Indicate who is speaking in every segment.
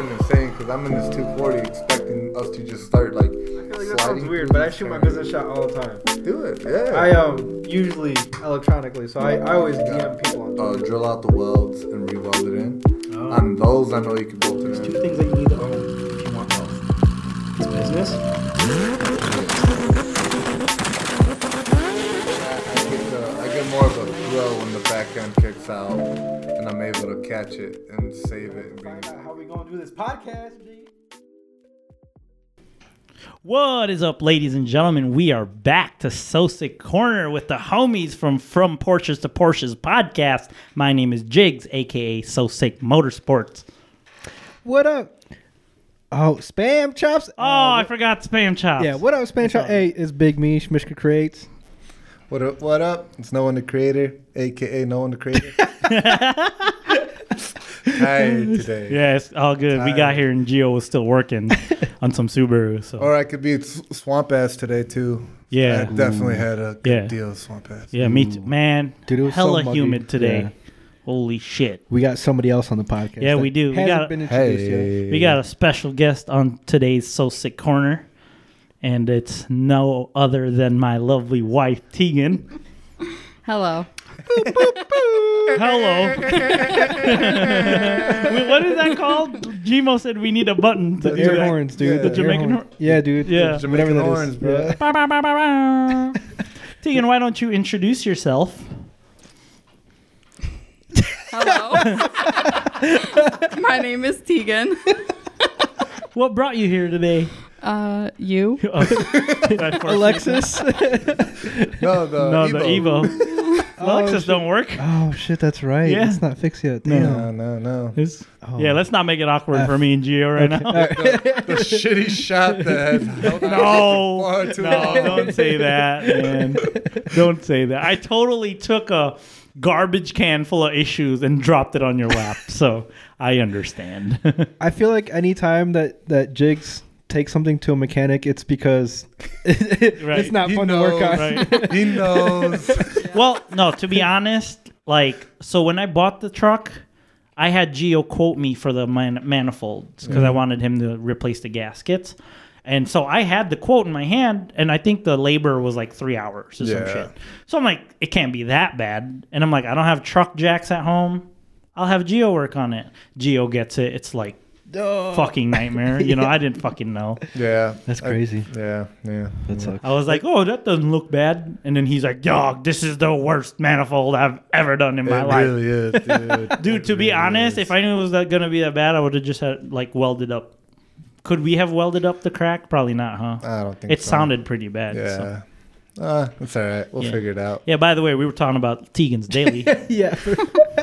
Speaker 1: because I'm in this 240 expecting us to just start
Speaker 2: I
Speaker 1: like.
Speaker 2: feel like that sounds weird, but I shoot my business shot all the time.
Speaker 1: Do it, yeah.
Speaker 2: I um usually electronically, so I, I always DM people on
Speaker 1: uh,
Speaker 2: Twitter.
Speaker 1: drill out the welds and re-weld it in.
Speaker 3: Oh.
Speaker 1: On those, I know you can bolt
Speaker 3: There's
Speaker 1: it
Speaker 3: two
Speaker 1: in.
Speaker 3: things that you need to own if you want wealth. It's business.
Speaker 1: I get, the, I get more of a thrill when the back end kicks out, and I'm able to catch it and save it. And be
Speaker 2: Find out how we gonna do this podcast, G.
Speaker 3: What is up, ladies and gentlemen? We are back to Sosic Corner with the homies from From Porsches to Porsches podcast. My name is Jigs, aka Sosic Motorsports.
Speaker 4: What up? Oh, spam chops.
Speaker 3: Oh, I forgot Spam Chops.
Speaker 4: yeah. What up, spam chops? Hey, it's Big Meesh, Mishka Creates.
Speaker 1: What up? What up? It's No One the Creator, aka No One the Creator. Tired today.
Speaker 3: Yeah, it's all good. We got here and Geo was still working on some Subaru. So
Speaker 1: Or I could be s- swamp ass today too.
Speaker 3: Yeah.
Speaker 1: I definitely had a good
Speaker 3: Yeah.
Speaker 1: deal of swamp ass.
Speaker 3: yeah, me too. Man,
Speaker 4: Dude, it was so
Speaker 3: hella
Speaker 4: muggy.
Speaker 3: humid today.
Speaker 4: Yeah.
Speaker 3: Holy shit.
Speaker 4: We got somebody else on the podcast.
Speaker 3: Yeah,
Speaker 4: that
Speaker 3: we do. We
Speaker 4: Hasn't
Speaker 3: got-
Speaker 4: been introduced yet.
Speaker 3: We got a special guest on today's So Sick Corner, and it's no other than my lovely wife, Tegan.
Speaker 5: Hello.
Speaker 3: Hello. Wait, what is that called? Gmo said we need a button. To
Speaker 4: The
Speaker 3: do
Speaker 4: air
Speaker 3: that.
Speaker 4: horns, dude.
Speaker 1: Yeah.
Speaker 4: The air
Speaker 3: Jamaican
Speaker 4: horn.
Speaker 3: hor-
Speaker 4: Yeah, dude.
Speaker 3: Yeah.
Speaker 4: The- Whatever
Speaker 1: Jamaican
Speaker 4: that is.
Speaker 1: horns, bro.
Speaker 4: Yeah.
Speaker 3: Bow, bow, bow, bow, bow. Tegan, why don't you introduce yourself?
Speaker 5: Hello. My name is Tegan.
Speaker 3: What brought you here today?
Speaker 5: Uh, you?
Speaker 3: Oh, did I force
Speaker 4: Alexis.
Speaker 1: No, the
Speaker 3: you?
Speaker 1: Evo.
Speaker 3: No, the Evo. Alexis don't work.
Speaker 4: oh shit, that's right.
Speaker 3: Yeah.
Speaker 4: It's not fixed yet. Damn.
Speaker 1: No, no, no.
Speaker 3: It's-
Speaker 4: Oh.
Speaker 3: Yeah, let's not make it awkward for me and Gio right now.
Speaker 1: The shitty shot that held
Speaker 3: No,
Speaker 1: Far too
Speaker 3: no,
Speaker 1: long.
Speaker 3: don't say that, man. Don't say that. I totally took a garbage can full of issues and dropped it on your lap, so I understand.
Speaker 4: I feel like any time that that Jigs takes something to a mechanic, it's because it's not
Speaker 1: He
Speaker 4: fun to work
Speaker 1: knows.
Speaker 4: on.
Speaker 3: right?
Speaker 1: he knows.
Speaker 3: Well, no, to be honest, like, so when I bought the truck, I had Geo quote me for the man- manifolds
Speaker 1: Mm-hmm.
Speaker 3: because I wanted him to replace the gaskets. And so I had the quote in my hand, and I think the labor was like three hours or some
Speaker 1: Yeah.
Speaker 3: shit. So I'm like, it can't be that bad. And I'm like, I don't have truck jacks at home. I'll have Geo work on it. Geo gets it. It's like
Speaker 4: Oh.
Speaker 3: fucking nightmare. You know, I didn't fucking know.
Speaker 1: Yeah,
Speaker 4: That's
Speaker 1: I-
Speaker 4: crazy.
Speaker 1: yeah, yeah.
Speaker 4: That sucks.
Speaker 3: I was like, oh, that doesn't look bad. And then he's like, dog, this is the worst manifold I've ever done in my
Speaker 1: it
Speaker 3: life.
Speaker 1: really is, dude.
Speaker 3: Dude, to be honest, if I knew it was that gonna be that bad, I would have just had like welded up. Could we have welded up the crack? Probably not, huh?
Speaker 1: I don't think
Speaker 3: It
Speaker 1: so.
Speaker 3: sounded pretty bad. Yeah.
Speaker 1: Yeah. Uh, it's all right. We'll
Speaker 3: Yeah.
Speaker 1: figure it out.
Speaker 3: Yeah. By the way, we were talking about Tegan's daily.
Speaker 4: yeah.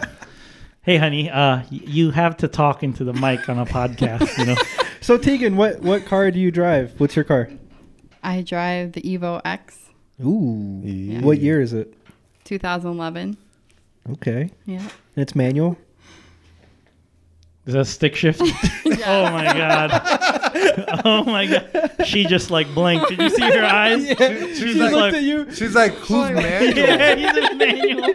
Speaker 3: hey, honey, uh, y- you have to talk into the mic on a podcast. You know,
Speaker 4: so Tegan, what what car do you drive? What's your car?
Speaker 5: I drive the Evo X
Speaker 4: Ooh.
Speaker 1: Yeah.
Speaker 4: What year is it?
Speaker 5: 2011.
Speaker 4: Okay.
Speaker 5: Yeah.
Speaker 4: And it's manual.
Speaker 3: is that stick shift? Oh
Speaker 5: yeah.
Speaker 3: my god. oh my god. She just like blinked. Did you see her eyes?
Speaker 1: She's
Speaker 3: She's
Speaker 1: like,
Speaker 3: like-
Speaker 4: you.
Speaker 1: she's like, who's manual?
Speaker 3: Yeah, he's a manual.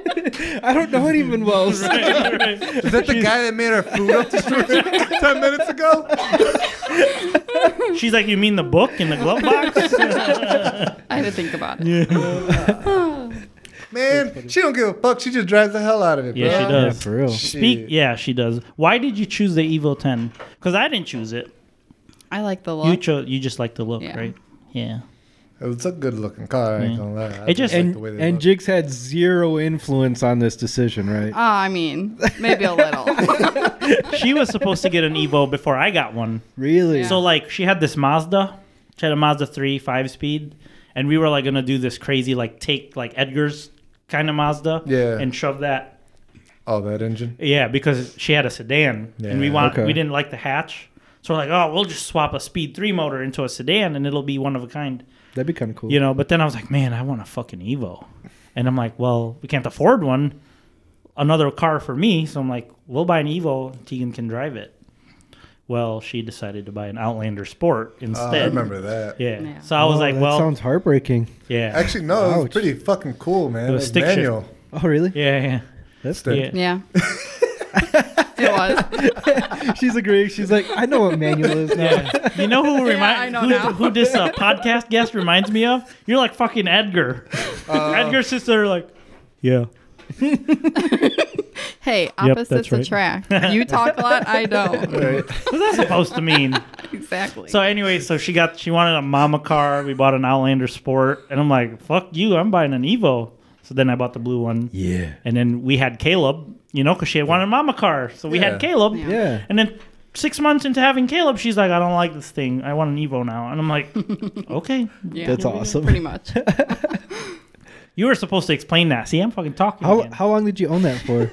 Speaker 4: I don't know anyone well.
Speaker 3: Right, right.
Speaker 1: Is that the guy that made our food up the street ten minutes ago?
Speaker 3: She's like, you mean the book in the glove box?
Speaker 5: I had to think about it.
Speaker 1: Man, she don't give a fuck. She just drives the hell out of it.
Speaker 3: Yeah,
Speaker 1: bro.
Speaker 3: she does.
Speaker 4: Yeah, for real.
Speaker 3: Speak.
Speaker 1: Shit.
Speaker 3: Yeah, she does. Why did you choose the Evo 10? Because I didn't choose it.
Speaker 5: I like the
Speaker 3: You
Speaker 5: look.
Speaker 3: chose. You just like the look,
Speaker 5: Yeah.
Speaker 3: right? Yeah.
Speaker 1: It's a good looking car. I ain't gonna lie. I
Speaker 3: Mm. It just-
Speaker 1: like
Speaker 4: And
Speaker 1: the way they
Speaker 4: and
Speaker 1: look.
Speaker 4: Jigs had zero influence on this decision, right?
Speaker 5: Ah, I mean, maybe a little.
Speaker 3: She was supposed to get an Evo before I got one.
Speaker 4: really?
Speaker 5: Yeah.
Speaker 3: So like, she had this Mazda. She had a Mazda three five speed, and we were like gonna do this crazy like take like Edgar's kind of Mazda.
Speaker 1: Yeah.
Speaker 3: And shove that.
Speaker 1: oh, that engine.
Speaker 3: Yeah, because she had a sedan, and we
Speaker 1: Yeah,
Speaker 3: want
Speaker 4: okay.
Speaker 3: we didn't like the hatch. So we're like, oh, we'll just swap a speed three motor into a sedan, and it'll be one of a kind.
Speaker 4: That'd be kind of cool.
Speaker 3: you know but then i was like man i want a fucking evo and i'm like well we can't afford one another car for me so i'm like we'll buy an evo tegan can drive it well she decided to buy an outlander sport
Speaker 1: Oh,
Speaker 3: instead
Speaker 1: I remember that.
Speaker 3: yeah.
Speaker 5: Yeah.
Speaker 3: so i was
Speaker 4: Oh,
Speaker 3: like
Speaker 4: that
Speaker 3: well
Speaker 4: sounds heartbreaking.
Speaker 3: yeah
Speaker 1: Actually, no, it was
Speaker 4: Ouch.
Speaker 1: pretty fucking cool, man.
Speaker 3: It
Speaker 1: It
Speaker 3: was
Speaker 1: was
Speaker 3: stick shift.
Speaker 1: manual.
Speaker 4: Oh, really?
Speaker 3: yeah yeah
Speaker 4: That's
Speaker 1: Stick.
Speaker 3: yeah.
Speaker 5: yeah. It was.
Speaker 4: She's agreeing. She's like, I know what manual is now.
Speaker 3: You know who
Speaker 5: Yeah,
Speaker 3: remind
Speaker 5: I know
Speaker 3: who,
Speaker 5: now.
Speaker 3: who this uh, podcast guest reminds me of? You're like fucking Edgar. Edgar's just there like, yeah,
Speaker 5: Hey,
Speaker 3: Yep,
Speaker 5: opposites
Speaker 3: that's right.
Speaker 5: attract. You talk a lot, I don't.
Speaker 1: Right.
Speaker 3: what's that supposed to mean?
Speaker 5: Exactly.
Speaker 3: So anyway, so she got she wanted a mama car. We bought an Outlander Sport, and I'm like, fuck you, I'm buying an Evo. So then I bought the blue one,
Speaker 4: Yeah.
Speaker 3: and then we had Caleb, you know, because she had wanted a mama car. So we
Speaker 1: Yeah.
Speaker 3: had Caleb,
Speaker 4: Yeah.
Speaker 3: and then. Six months into having Caleb, she's like, "I don't like this thing. I want an Evo now." And I'm like, "Okay,
Speaker 5: yeah,
Speaker 4: That's awesome.
Speaker 5: Pretty much.
Speaker 3: you were supposed to explain that." See, I'm fucking talking.
Speaker 4: How
Speaker 3: again.
Speaker 4: how long did you own that for?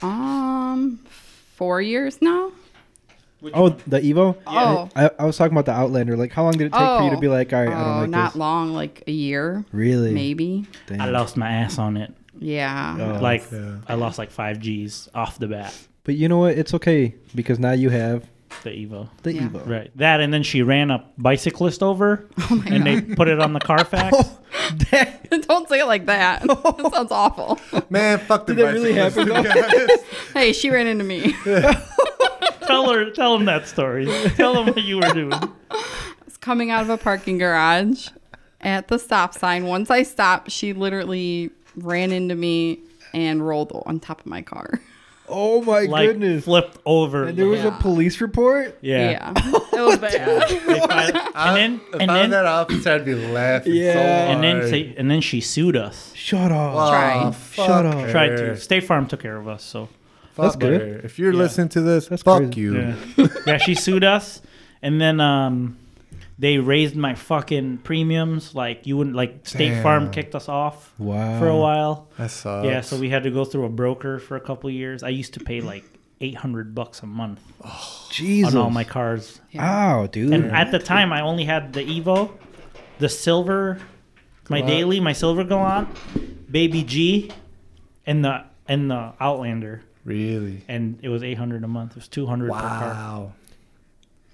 Speaker 5: Um, four years now.
Speaker 4: oh, the Evo.
Speaker 5: Oh.
Speaker 4: I, I was talking about the Outlander. Like, how long did it take for you to
Speaker 5: Oh.
Speaker 4: be like, all right, I
Speaker 5: oh,
Speaker 4: don't like
Speaker 5: not
Speaker 4: this.
Speaker 5: long, like a year,
Speaker 4: Really?
Speaker 5: maybe.
Speaker 4: Damn.
Speaker 3: I lost my ass on it.
Speaker 5: Yeah.
Speaker 4: Oh,
Speaker 3: like
Speaker 1: yeah.
Speaker 3: I lost like five G's off the bat.
Speaker 4: But you know what? It's okay because now you have
Speaker 3: The Evo.
Speaker 4: the
Speaker 5: Yeah.
Speaker 4: Evo.
Speaker 3: Right. That and then she ran a bicyclist over
Speaker 4: Oh
Speaker 3: and they put it on the Carfax.
Speaker 5: Don't say it like that. that sounds awful.
Speaker 1: Man, fuck the
Speaker 4: Did that really
Speaker 1: bicyclists,
Speaker 4: happen,
Speaker 1: to be honest.
Speaker 5: hey, she ran into me.
Speaker 3: tell her tell them that story. Tell them what you were doing.
Speaker 5: was coming out of a parking garage at the stop sign. Once I stopped, she literally ran into me and rolled on top of my car.
Speaker 4: Oh my
Speaker 3: Like
Speaker 4: goodness!
Speaker 3: flipped over.
Speaker 4: and there was
Speaker 5: Yeah.
Speaker 4: a police report.
Speaker 3: yeah.
Speaker 5: it was bad.
Speaker 3: They filed- and then
Speaker 1: if
Speaker 3: and
Speaker 1: I
Speaker 3: then
Speaker 1: was that officer, I'd be laughing so
Speaker 4: Yeah.
Speaker 1: hard.
Speaker 3: and then she, and then she sued us.
Speaker 4: Shut up.
Speaker 1: Aw,
Speaker 5: Try.
Speaker 1: fuck
Speaker 4: Shut up.
Speaker 1: her.
Speaker 3: Tried to. State Farm took care of us, so
Speaker 1: Fuck
Speaker 4: That's good.
Speaker 1: her. If you're listening to this,
Speaker 4: That's
Speaker 1: fuck
Speaker 4: crazy.
Speaker 1: you.
Speaker 3: yeah. yeah, she sued us, and then um, they raised my fucking premiums. Like you wouldn't like State
Speaker 1: Damn.
Speaker 3: Farm kicked us off
Speaker 4: Wow.
Speaker 3: for a while.
Speaker 1: That sucks.
Speaker 3: Yeah, so we had to go through a broker for a couple years. I used to pay like eight hundred bucks a month
Speaker 4: Jesus.
Speaker 3: on all oh, my cars,
Speaker 4: Ow, dude.
Speaker 3: and at the time I only had the Evo, the silver, my
Speaker 1: Galant.
Speaker 3: daily, my silver Galant, Baby G, and the and the Outlander,
Speaker 1: really.
Speaker 3: and it was eight hundred a month. It was two hundred per car.
Speaker 1: Wow,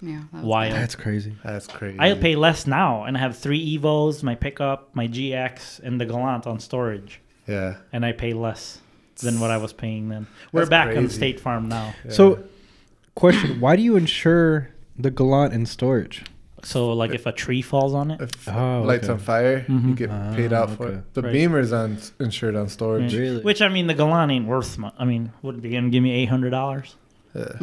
Speaker 5: Yeah. that was
Speaker 3: Wild.
Speaker 4: That's crazy.
Speaker 1: that's crazy.
Speaker 3: I pay less now, and I have three Evos, my pickup, my GX, and the Galant on storage,
Speaker 1: Yeah.
Speaker 3: and I pay less than what I was paying then. We're back on
Speaker 1: crazy.
Speaker 3: State Farm now.
Speaker 4: So, question: Why do you insure the Gallant in storage?
Speaker 3: So like if a tree falls on it,
Speaker 1: If
Speaker 4: Oh,
Speaker 1: lights
Speaker 4: okay. Ah,
Speaker 1: on fire, you get paid out for
Speaker 4: okay.
Speaker 1: it. The
Speaker 3: Mm-hmm. Right.
Speaker 1: Beamer's on insured on storage.
Speaker 4: Really?
Speaker 3: which I mean the Galan ain't worth much. I mean, would they gonna give me eight hundred dollars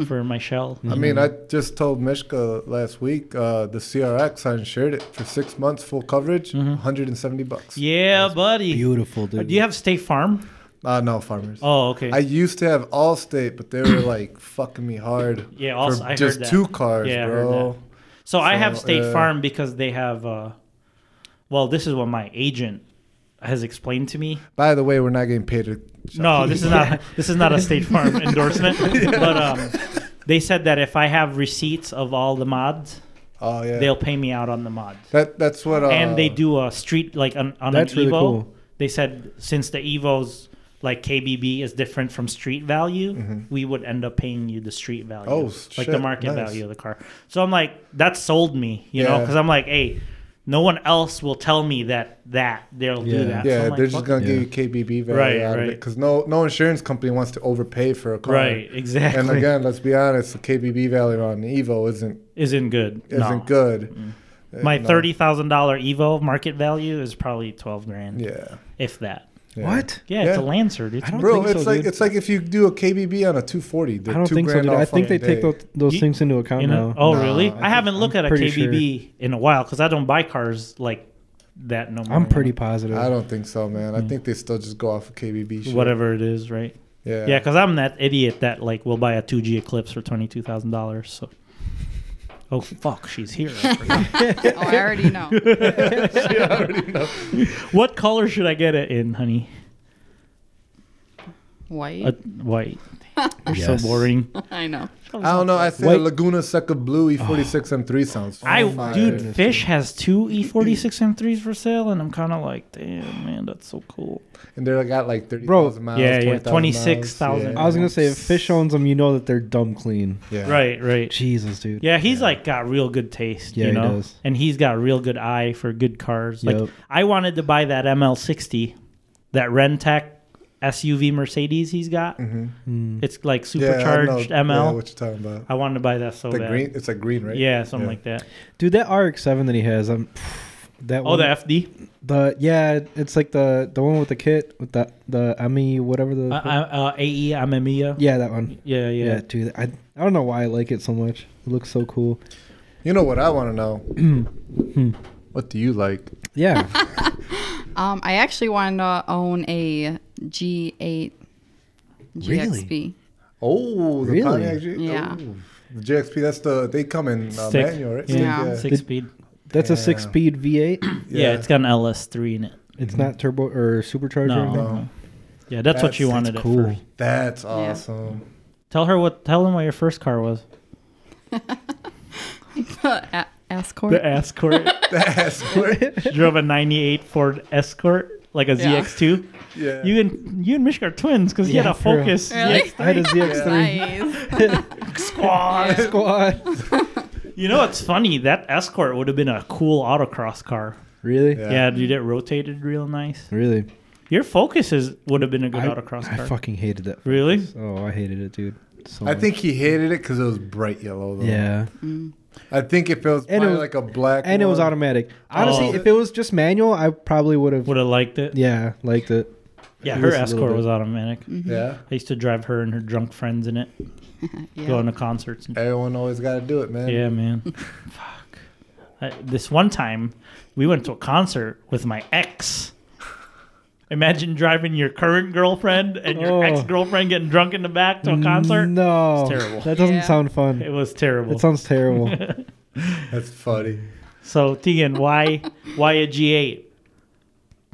Speaker 3: for my shell?
Speaker 1: I mean, I
Speaker 4: Mm-hmm.
Speaker 1: just told Mishka last week uh, the CRX I insured it for six months full coverage, 170 bucks.
Speaker 3: Mm-hmm. Yeah, buddy. Uh,
Speaker 4: Beautiful, dude.
Speaker 3: Do you have State Farm?
Speaker 1: Uh, no farmers.
Speaker 3: Oh, okay.
Speaker 1: I used to have Allstate, but they were like fucking me hard.
Speaker 3: Yeah, Alls-
Speaker 1: for
Speaker 3: I heard
Speaker 1: just
Speaker 3: that.
Speaker 1: two cars,
Speaker 3: Yeah, I heard
Speaker 1: bro.
Speaker 3: that. so, I have
Speaker 1: so,
Speaker 3: State
Speaker 1: uh,
Speaker 3: Farm because they have. Uh, well, this is what my agent has explained to me.
Speaker 1: By the way, we're not getting paid. To
Speaker 3: No, this is not this is not a State Farm endorsement. But um, they said that if I have receipts of all the mods,
Speaker 1: Oh yeah,
Speaker 3: they'll pay me out on the mods.
Speaker 1: that that's what. Uh,
Speaker 3: and they do a street like on, on
Speaker 4: That's
Speaker 3: an
Speaker 4: really
Speaker 3: Evo.
Speaker 4: cool.
Speaker 3: They said since the Evos like KBB is different from street value, we would end up paying you the street value,
Speaker 1: Mm-hmm. Oh,
Speaker 3: like the
Speaker 1: shit,
Speaker 3: market
Speaker 1: nice.
Speaker 3: value of the car. So I'm like, that sold me, you know,
Speaker 1: Yeah.
Speaker 3: because I'm like, hey, no one else will tell me that that they'll
Speaker 4: Yeah.
Speaker 3: do that. So
Speaker 1: Yeah,
Speaker 3: I'm like,
Speaker 1: they're just
Speaker 3: "Fuck
Speaker 1: gonna
Speaker 4: Yeah.
Speaker 1: give you KBB value
Speaker 3: Right,
Speaker 1: out of it
Speaker 3: right.
Speaker 1: because no no insurance company wants to overpay for a car.
Speaker 3: Right, exactly.
Speaker 1: And again, let's be honest, the KBB value on the Evo isn't
Speaker 3: isn't good.
Speaker 1: isn't
Speaker 3: no.
Speaker 1: good.
Speaker 4: Mm-hmm.
Speaker 1: Uh,
Speaker 3: My
Speaker 1: no.
Speaker 3: thirty thousand dollar Evo market value is probably twelve grand,
Speaker 1: Yeah.
Speaker 3: if that.
Speaker 1: yeah.
Speaker 4: what?
Speaker 3: Yeah, it's a
Speaker 1: Yeah.
Speaker 3: Lancer, dude.
Speaker 4: I don't
Speaker 1: Bro,
Speaker 4: think so,
Speaker 1: it's like
Speaker 4: dude.
Speaker 1: it's like if you do a KBB on a 240, the
Speaker 4: I don't
Speaker 1: two
Speaker 4: think so,
Speaker 1: grand
Speaker 4: dude.
Speaker 1: off
Speaker 4: I think
Speaker 1: on
Speaker 4: they
Speaker 1: the day.
Speaker 4: take those, those
Speaker 3: You-
Speaker 4: things into account
Speaker 3: You know?
Speaker 4: now.
Speaker 3: Oh,
Speaker 1: No, I
Speaker 3: really?
Speaker 1: think-
Speaker 3: I haven't looked at a
Speaker 4: pretty
Speaker 3: KBB in a while because I don't buy cars like that no more.
Speaker 4: I'm pretty
Speaker 3: you
Speaker 4: positive.
Speaker 1: I don't think so, man.
Speaker 4: Mm.
Speaker 1: I think they still just go off of KBB.
Speaker 3: know,
Speaker 1: Shit.
Speaker 3: whatever it is, right?
Speaker 1: Yeah.
Speaker 3: Yeah, because I'm that idiot that like will buy a 2G Eclipse for twenty two thousand dollars. So, oh fuck, she's here. I forgot.
Speaker 5: bad. Oh, I already know.
Speaker 3: what color should I get it in, honey?
Speaker 5: White.
Speaker 3: A, white. You're
Speaker 4: Yes.
Speaker 3: so boring.
Speaker 5: I know.
Speaker 1: I don't know. I think
Speaker 4: White- Oh.
Speaker 1: Laguna Seca Blue E E46 M3 sounds.
Speaker 3: I
Speaker 1: fire.
Speaker 3: dude, Fish has two E E46 M3s for sale, and I'm kind of like, damn, man, that's so cool.
Speaker 1: and they got like 30,000 miles.
Speaker 3: Yeah, yeah,
Speaker 1: 20,000 miles.
Speaker 3: 26,000.
Speaker 1: Yeah.
Speaker 4: I was gonna say if fish owns them, you know that they're dumb clean.
Speaker 1: Yeah.
Speaker 3: Right, right.
Speaker 4: Jesus, dude.
Speaker 3: Yeah, he's like got real good taste,
Speaker 4: Yeah,
Speaker 3: you
Speaker 4: he
Speaker 3: know,
Speaker 4: does.
Speaker 3: and he's got real good eye for good cars. Like
Speaker 4: Yep.
Speaker 3: I wanted to buy that ML60, that Rentec SUV Mercedes he's got.
Speaker 4: Hmm.
Speaker 3: It's like supercharged
Speaker 1: I Mm-hmm. know,
Speaker 3: ML.
Speaker 1: Yeah, what you're talking about?
Speaker 3: I wanted to buy that so
Speaker 1: The
Speaker 3: bad.
Speaker 1: green. It's like green, right?
Speaker 3: Yeah, something like that.
Speaker 4: Dude, that RX-7 that he has, I'm that
Speaker 3: Oh,
Speaker 4: one
Speaker 3: the FD.
Speaker 4: the yeah, it's like the the one with the kit with the the ME whatever the
Speaker 3: Uh,
Speaker 1: Uh-huh.
Speaker 3: uh, uh, AE Amemiya.
Speaker 4: yeah that one
Speaker 3: Yeah, yeah.
Speaker 4: yeah. dude I I don't know why I like it so much. It looks so cool.
Speaker 1: You know what I want to know?
Speaker 4: Hmm.
Speaker 1: what do you like?
Speaker 4: Yeah,
Speaker 5: Um, I actually wanted to own a G8 GXP.
Speaker 1: Oh, the
Speaker 4: Really?
Speaker 1: Pontiac G-
Speaker 5: Yeah.
Speaker 1: oh. the GXP. That's the they come in uh,
Speaker 3: Stick.
Speaker 1: manual, right?
Speaker 3: Yeah,
Speaker 5: Yeah.
Speaker 3: six speed.
Speaker 4: that's a
Speaker 1: Yeah.
Speaker 4: six-speed V8.
Speaker 3: Yeah. it's got an LS3 in it.
Speaker 4: It's not turbo or supercharger. or
Speaker 3: No.
Speaker 4: anything?
Speaker 1: No.
Speaker 3: Yeah, that's, what
Speaker 1: That's-
Speaker 3: you
Speaker 1: that's
Speaker 3: wanted. at
Speaker 4: cool.
Speaker 3: first.
Speaker 1: That's awesome.
Speaker 3: Tell her what. Tell him what your first car was.
Speaker 5: a- Escort.
Speaker 3: The Escort.
Speaker 1: That's great.
Speaker 3: she drove a '98 Ford Escort, like a
Speaker 5: Yeah.
Speaker 3: ZX2.
Speaker 1: Yeah.
Speaker 3: You and you and Mish are twins because he had
Speaker 4: Yeah,
Speaker 3: a
Speaker 4: for real.
Speaker 3: Focus.
Speaker 5: Really?
Speaker 4: I had a ZX3
Speaker 5: nice.
Speaker 3: Squad.
Speaker 4: squad.
Speaker 3: You know, it's funny. That Escort would have been a cool autocross car.
Speaker 4: Really,
Speaker 1: Yeah.
Speaker 3: Yeah, dude, it rotated real nice.
Speaker 4: really.
Speaker 3: Your Focus is would have been a good
Speaker 4: I,
Speaker 3: autocross
Speaker 4: I
Speaker 3: car.
Speaker 4: fucking hated that.
Speaker 3: really?
Speaker 4: Oh, I hated it, dude. So
Speaker 1: I
Speaker 4: much.
Speaker 1: think he hated it because it was bright yellow. Though.
Speaker 4: Yeah,
Speaker 1: I think if it was
Speaker 4: And it
Speaker 1: probably
Speaker 4: was-
Speaker 1: like a black
Speaker 4: and it was
Speaker 1: one-
Speaker 4: automatic. Honestly,
Speaker 3: Oh.
Speaker 4: if it was just manual, I probably would have.
Speaker 3: Would have liked it.
Speaker 4: Yeah, liked it.
Speaker 3: Yeah,
Speaker 4: At
Speaker 3: her
Speaker 4: least a little
Speaker 3: Escort
Speaker 4: bit. Mm.
Speaker 3: was automatic.
Speaker 1: Yeah.
Speaker 3: I used to drive her and her drunk friends in it,
Speaker 5: Yeah.
Speaker 3: going to concerts. And,
Speaker 1: Everyone always got to do it, man.
Speaker 3: yeah, man. Fuck. I, this one time, we went to a concert with my ex. Imagine driving your current girlfriend and your
Speaker 4: Oh.
Speaker 3: ex girlfriend getting drunk in the back to a concert.
Speaker 4: No,
Speaker 3: It's terrible.
Speaker 4: That doesn't
Speaker 5: Yeah.
Speaker 4: sound fun.
Speaker 3: It was terrible.
Speaker 4: That sounds terrible.
Speaker 1: That's funny.
Speaker 3: so, Tegan, why why a G8?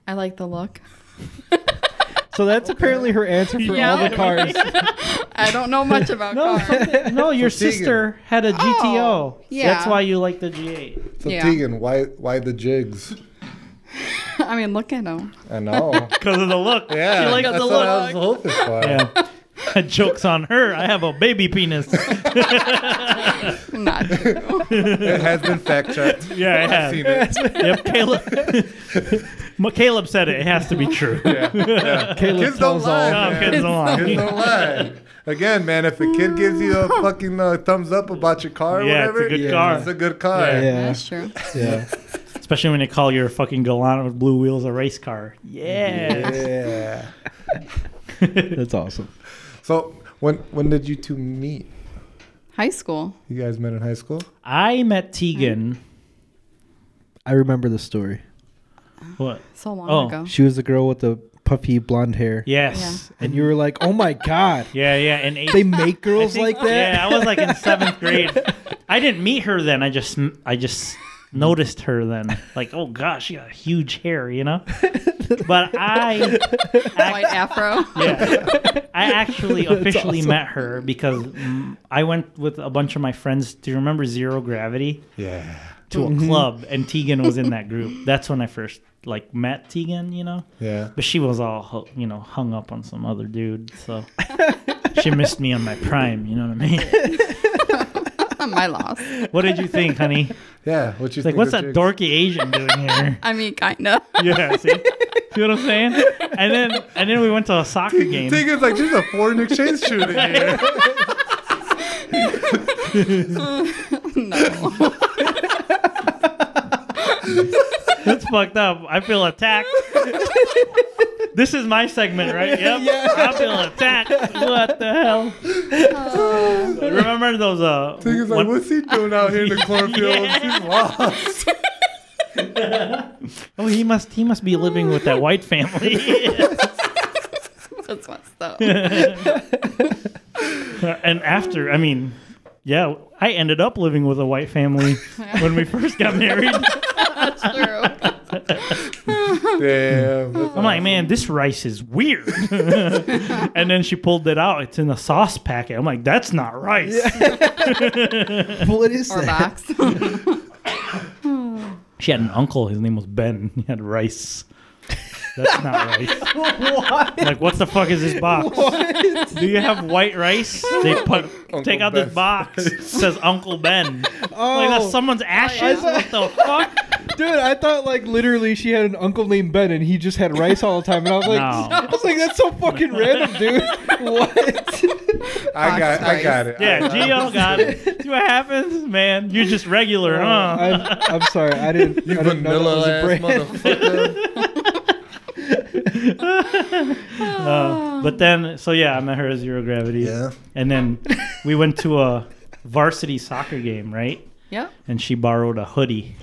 Speaker 5: I like the look.
Speaker 4: so that's apparently her answer for
Speaker 5: Yeah.
Speaker 4: all the cars.
Speaker 5: I don't know much about
Speaker 3: No,
Speaker 5: cars.
Speaker 3: something- no, your
Speaker 1: Tegan.
Speaker 3: sister had a GTO.
Speaker 5: Oh, yeah.
Speaker 3: That's why you like the G8.
Speaker 1: So
Speaker 5: Yeah.
Speaker 1: Tegan, why why the jigs?
Speaker 5: I mean, look at him.
Speaker 1: I know.
Speaker 3: Because of the look.
Speaker 1: Yeah,
Speaker 3: She likes
Speaker 1: that's
Speaker 3: the
Speaker 1: what
Speaker 3: look.
Speaker 1: I was hoping for.
Speaker 3: Yeah. Joke's on her. I have a baby penis.
Speaker 5: Not true.
Speaker 1: It has been fact checked.
Speaker 3: Yeah, I
Speaker 1: I've
Speaker 3: have.
Speaker 1: seen it.
Speaker 3: Yep, Caleb. Ma- Caleb said it. It has to be true.
Speaker 4: Caleb
Speaker 1: Kids don't
Speaker 4: tells all.
Speaker 1: lie.
Speaker 3: Oh,
Speaker 1: man.
Speaker 3: kids don't lie.
Speaker 1: Kids don't lie. Again, man, if a kid gives you a fucking uh, thumbs up about your car, or
Speaker 3: Yeah, it's a
Speaker 1: whatever,
Speaker 3: good car.
Speaker 1: It's a good car.
Speaker 3: Yeah.
Speaker 4: Yeah,
Speaker 5: That's true.
Speaker 4: yeah,
Speaker 3: Especially when they call your fucking Galant with blue wheels a race car. Yeah.
Speaker 1: Yeah.
Speaker 4: that's awesome.
Speaker 1: So when when did you two meet?
Speaker 5: High school.
Speaker 1: You guys met in high school?
Speaker 3: I met Tegan.
Speaker 4: I remember the story.
Speaker 3: What?
Speaker 5: So long
Speaker 3: Oh.
Speaker 5: ago.
Speaker 4: She was the girl with the puffy blonde hair,
Speaker 3: Yes.
Speaker 4: and you were like, "Oh my god,
Speaker 3: Yeah, yeah. And eight.
Speaker 4: they make
Speaker 3: I
Speaker 4: girls
Speaker 3: think-
Speaker 4: like that."
Speaker 3: Yeah, I was like in seventh grade. I didn't meet her then. I just I just noticed her then. Like, oh gosh, she got huge hair, you know. But I,
Speaker 5: White afro.
Speaker 3: yeah, I actually officially met her because mm, I went with a bunch of my friends. Do you remember Zero Gravity
Speaker 1: Yeah.
Speaker 3: to a club? And Tegan was in that group. That's when I first like met Tegan. You know.
Speaker 1: Yeah.
Speaker 3: But she was all hu- you know hung up on some other dude, so she missed me on my prime. You know what I mean?
Speaker 5: My loss.
Speaker 3: What did you think, honey?
Speaker 1: Yeah. What you
Speaker 3: Like,
Speaker 1: think
Speaker 3: what's
Speaker 1: of
Speaker 3: that
Speaker 1: jigs?
Speaker 3: dorky Asian doing here?
Speaker 5: I mean, kinda.
Speaker 3: yeah, see, see what I'm saying? And then, and then we went to a soccer game.
Speaker 1: Tegan's like, there's a foreign exchange student here.
Speaker 3: That's fucked up. I feel attacked. this is my segment, right? Yep. I feel attacked. What the hell? Remember those? Uh,
Speaker 1: Tegan's like,
Speaker 3: one-
Speaker 1: what's he doing out here in the cornfield?
Speaker 3: Yeah.
Speaker 1: He's lost.
Speaker 3: oh, he must, he must be living with that white family.
Speaker 5: That's what's up.
Speaker 3: and after, I mean, yeah, I ended up living with a white family when we first got married.
Speaker 5: That's true.
Speaker 1: Damn. that's
Speaker 3: I'm like, man, this rice is weird. and then she pulled it out. It's in a sauce packet. I'm like, that's not rice.
Speaker 4: what is
Speaker 5: Or
Speaker 4: that?
Speaker 5: box.
Speaker 3: She had an uncle. His name was Ben. He had rice. That's not rice.
Speaker 4: What?
Speaker 3: like, what the fuck is this box?
Speaker 4: What?
Speaker 3: Do you have white rice? They put take out this
Speaker 1: Ben.
Speaker 3: box. It says Uncle Ben.
Speaker 4: Oh,
Speaker 3: Like that's someone's ashes.
Speaker 5: yeah.
Speaker 3: What the fuck?
Speaker 4: Dude, I thought like literally she had an uncle named Ben and he just had rice all the time, and I was like,
Speaker 3: No.
Speaker 4: I was like, that's so fucking random, dude. what?
Speaker 1: I got, I got it.
Speaker 3: Yeah,
Speaker 1: I got it.
Speaker 3: Gio got it. See what happens, man? You're just regular, huh?
Speaker 4: I'm, I'm sorry, I didn't.
Speaker 1: You
Speaker 4: I didn't know that
Speaker 1: vanilla
Speaker 4: was
Speaker 1: ass
Speaker 4: a brand.
Speaker 1: motherfucker.
Speaker 3: Uh, but then, so yeah, I met her at Zero Gravity.
Speaker 1: yeah.
Speaker 3: And then we went to a varsity soccer game, right?
Speaker 5: Yep.
Speaker 3: And she borrowed a hoodie.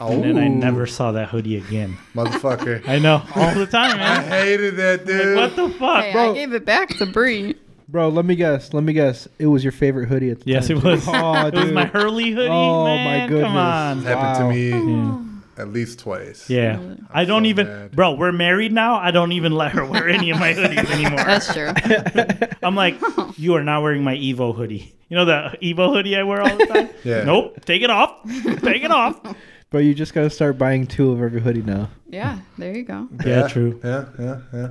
Speaker 1: Oh,
Speaker 3: And then I never saw that hoodie again.
Speaker 1: motherfucker.
Speaker 3: I know, all the time,
Speaker 1: I
Speaker 3: man.
Speaker 1: hated that dude.
Speaker 3: Like, what the fuck?
Speaker 5: Hey,
Speaker 4: Bro.
Speaker 5: I gave it back to Bree.
Speaker 4: Bro, let me guess. Let me guess. It was your favorite hoodie at the
Speaker 3: Yes,
Speaker 4: time.
Speaker 3: it was.
Speaker 4: Oh,
Speaker 3: it was
Speaker 4: dude.
Speaker 3: my Hurley hoodie,
Speaker 4: Oh, my
Speaker 3: man.
Speaker 4: goodness.
Speaker 3: Come on.
Speaker 1: happened
Speaker 4: Wow.
Speaker 1: to me
Speaker 3: Yeah.
Speaker 1: at least twice.
Speaker 3: Mm-hmm. Yeah. I don't
Speaker 1: so
Speaker 3: even,
Speaker 1: mad.
Speaker 3: bro, we're married now. I don't even let her wear any of my hoodies anymore.
Speaker 5: That's true.
Speaker 3: I'm like, you are not wearing my Evo hoodie. You know the Evo hoodie I wear all the time?
Speaker 1: Yeah.
Speaker 3: Nope. Take it off. Take it off.
Speaker 4: Bro, you just gotta start buying two of every hoodie now.
Speaker 5: Yeah, there you go.
Speaker 3: Yeah, true.
Speaker 1: Yeah, yeah, yeah.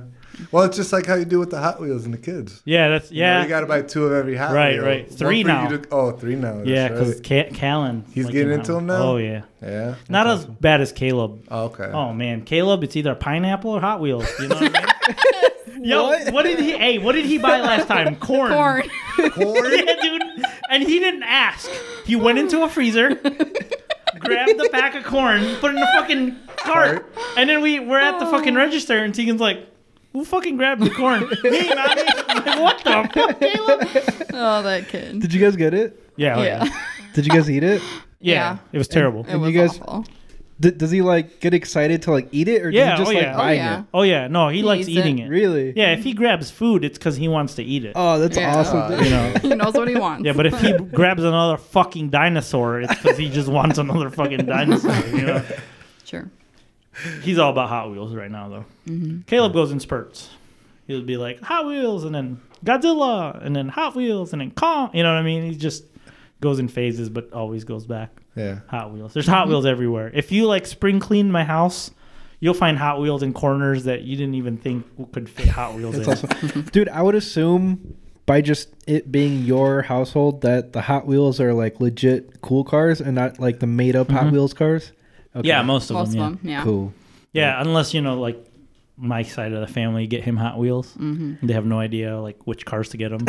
Speaker 1: Well, it's just like how you do with the Hot Wheels and the kids.
Speaker 3: Yeah, that's,
Speaker 1: You know,
Speaker 3: yeah.
Speaker 1: You got to buy two of every Hot
Speaker 3: Right,
Speaker 1: Wheel.
Speaker 3: right.
Speaker 1: One
Speaker 3: Three
Speaker 1: for you
Speaker 3: now.
Speaker 1: to- oh, three now. that's
Speaker 3: yeah, because
Speaker 1: right.
Speaker 3: Callan.
Speaker 1: He's
Speaker 3: like,
Speaker 1: getting
Speaker 3: in
Speaker 1: into
Speaker 3: that
Speaker 1: him
Speaker 3: one.
Speaker 1: now?
Speaker 3: Oh, yeah.
Speaker 1: Yeah.
Speaker 3: Not as bad as Caleb.
Speaker 1: Oh, okay.
Speaker 3: Oh, man. Caleb, it's either pineapple or Hot Wheels. You know what I mean? Yo, what?
Speaker 4: What?
Speaker 3: did he, hey, what did he buy last time? Corn.
Speaker 5: Corn.
Speaker 1: Corn?
Speaker 3: Yeah, dude. And he didn't ask. He went into a freezer, grabbed the pack of corn, put it in a fucking cart, and then we we're at the fucking register, and Tegan's like, "Who fucking grabbed the corn?" Me, not me. I'm like, what the fuck, Caleb?
Speaker 5: Oh, that kid.
Speaker 4: Did you guys get it?
Speaker 3: Yeah, oh, yeah,
Speaker 5: Yeah.
Speaker 3: yeah,
Speaker 4: Did you guys eat it?
Speaker 5: Yeah.
Speaker 3: It was terrible.
Speaker 5: It
Speaker 4: And
Speaker 5: was
Speaker 4: you guys-
Speaker 5: awful. Oh,
Speaker 4: D- does he like get excited to like eat it, or
Speaker 3: Yeah,
Speaker 4: does he just
Speaker 3: oh,
Speaker 4: like
Speaker 3: yeah. Oh,
Speaker 4: buying
Speaker 5: yeah.
Speaker 3: oh yeah, no, he, likes
Speaker 5: eats it.
Speaker 3: eating
Speaker 4: it?
Speaker 3: it.
Speaker 4: Really?
Speaker 3: Yeah, if he grabs food, it's because he wants to eat it.
Speaker 4: Oh, that's
Speaker 5: Yeah.
Speaker 4: awesome. dude.
Speaker 1: you know.
Speaker 5: He knows what he wants.
Speaker 3: Yeah, but if he grabs another fucking dinosaur, it's because he just wants another fucking dinosaur. You know,
Speaker 5: Sure.
Speaker 3: He's all about Hot Wheels right now, though.
Speaker 5: Mm-hmm.
Speaker 3: Caleb goes in spurts. He'll be like Hot Wheels, and then Godzilla, and then Hot Wheels, and then Kong. You know what I mean? He just goes in phases, but always goes back.
Speaker 1: Yeah.
Speaker 3: Hot Wheels. There's
Speaker 5: Mm-hmm.
Speaker 3: Hot Wheels everywhere. If you like spring clean my house, you'll find Hot Wheels in corners that you didn't even think could fit Hot Wheels in.
Speaker 4: That's awesome, dude. I would assume by just it being your household that the Hot Wheels are like legit cool cars and not like the made up Hot Wheels cars. Okay.
Speaker 3: Yeah, most of
Speaker 5: Most of
Speaker 3: them. Yeah.
Speaker 5: them. Yeah.
Speaker 4: cool.
Speaker 3: Yeah, unless you know, like my side of the family get him Hot Wheels. Mm-hmm. They have no idea like which cars to get him.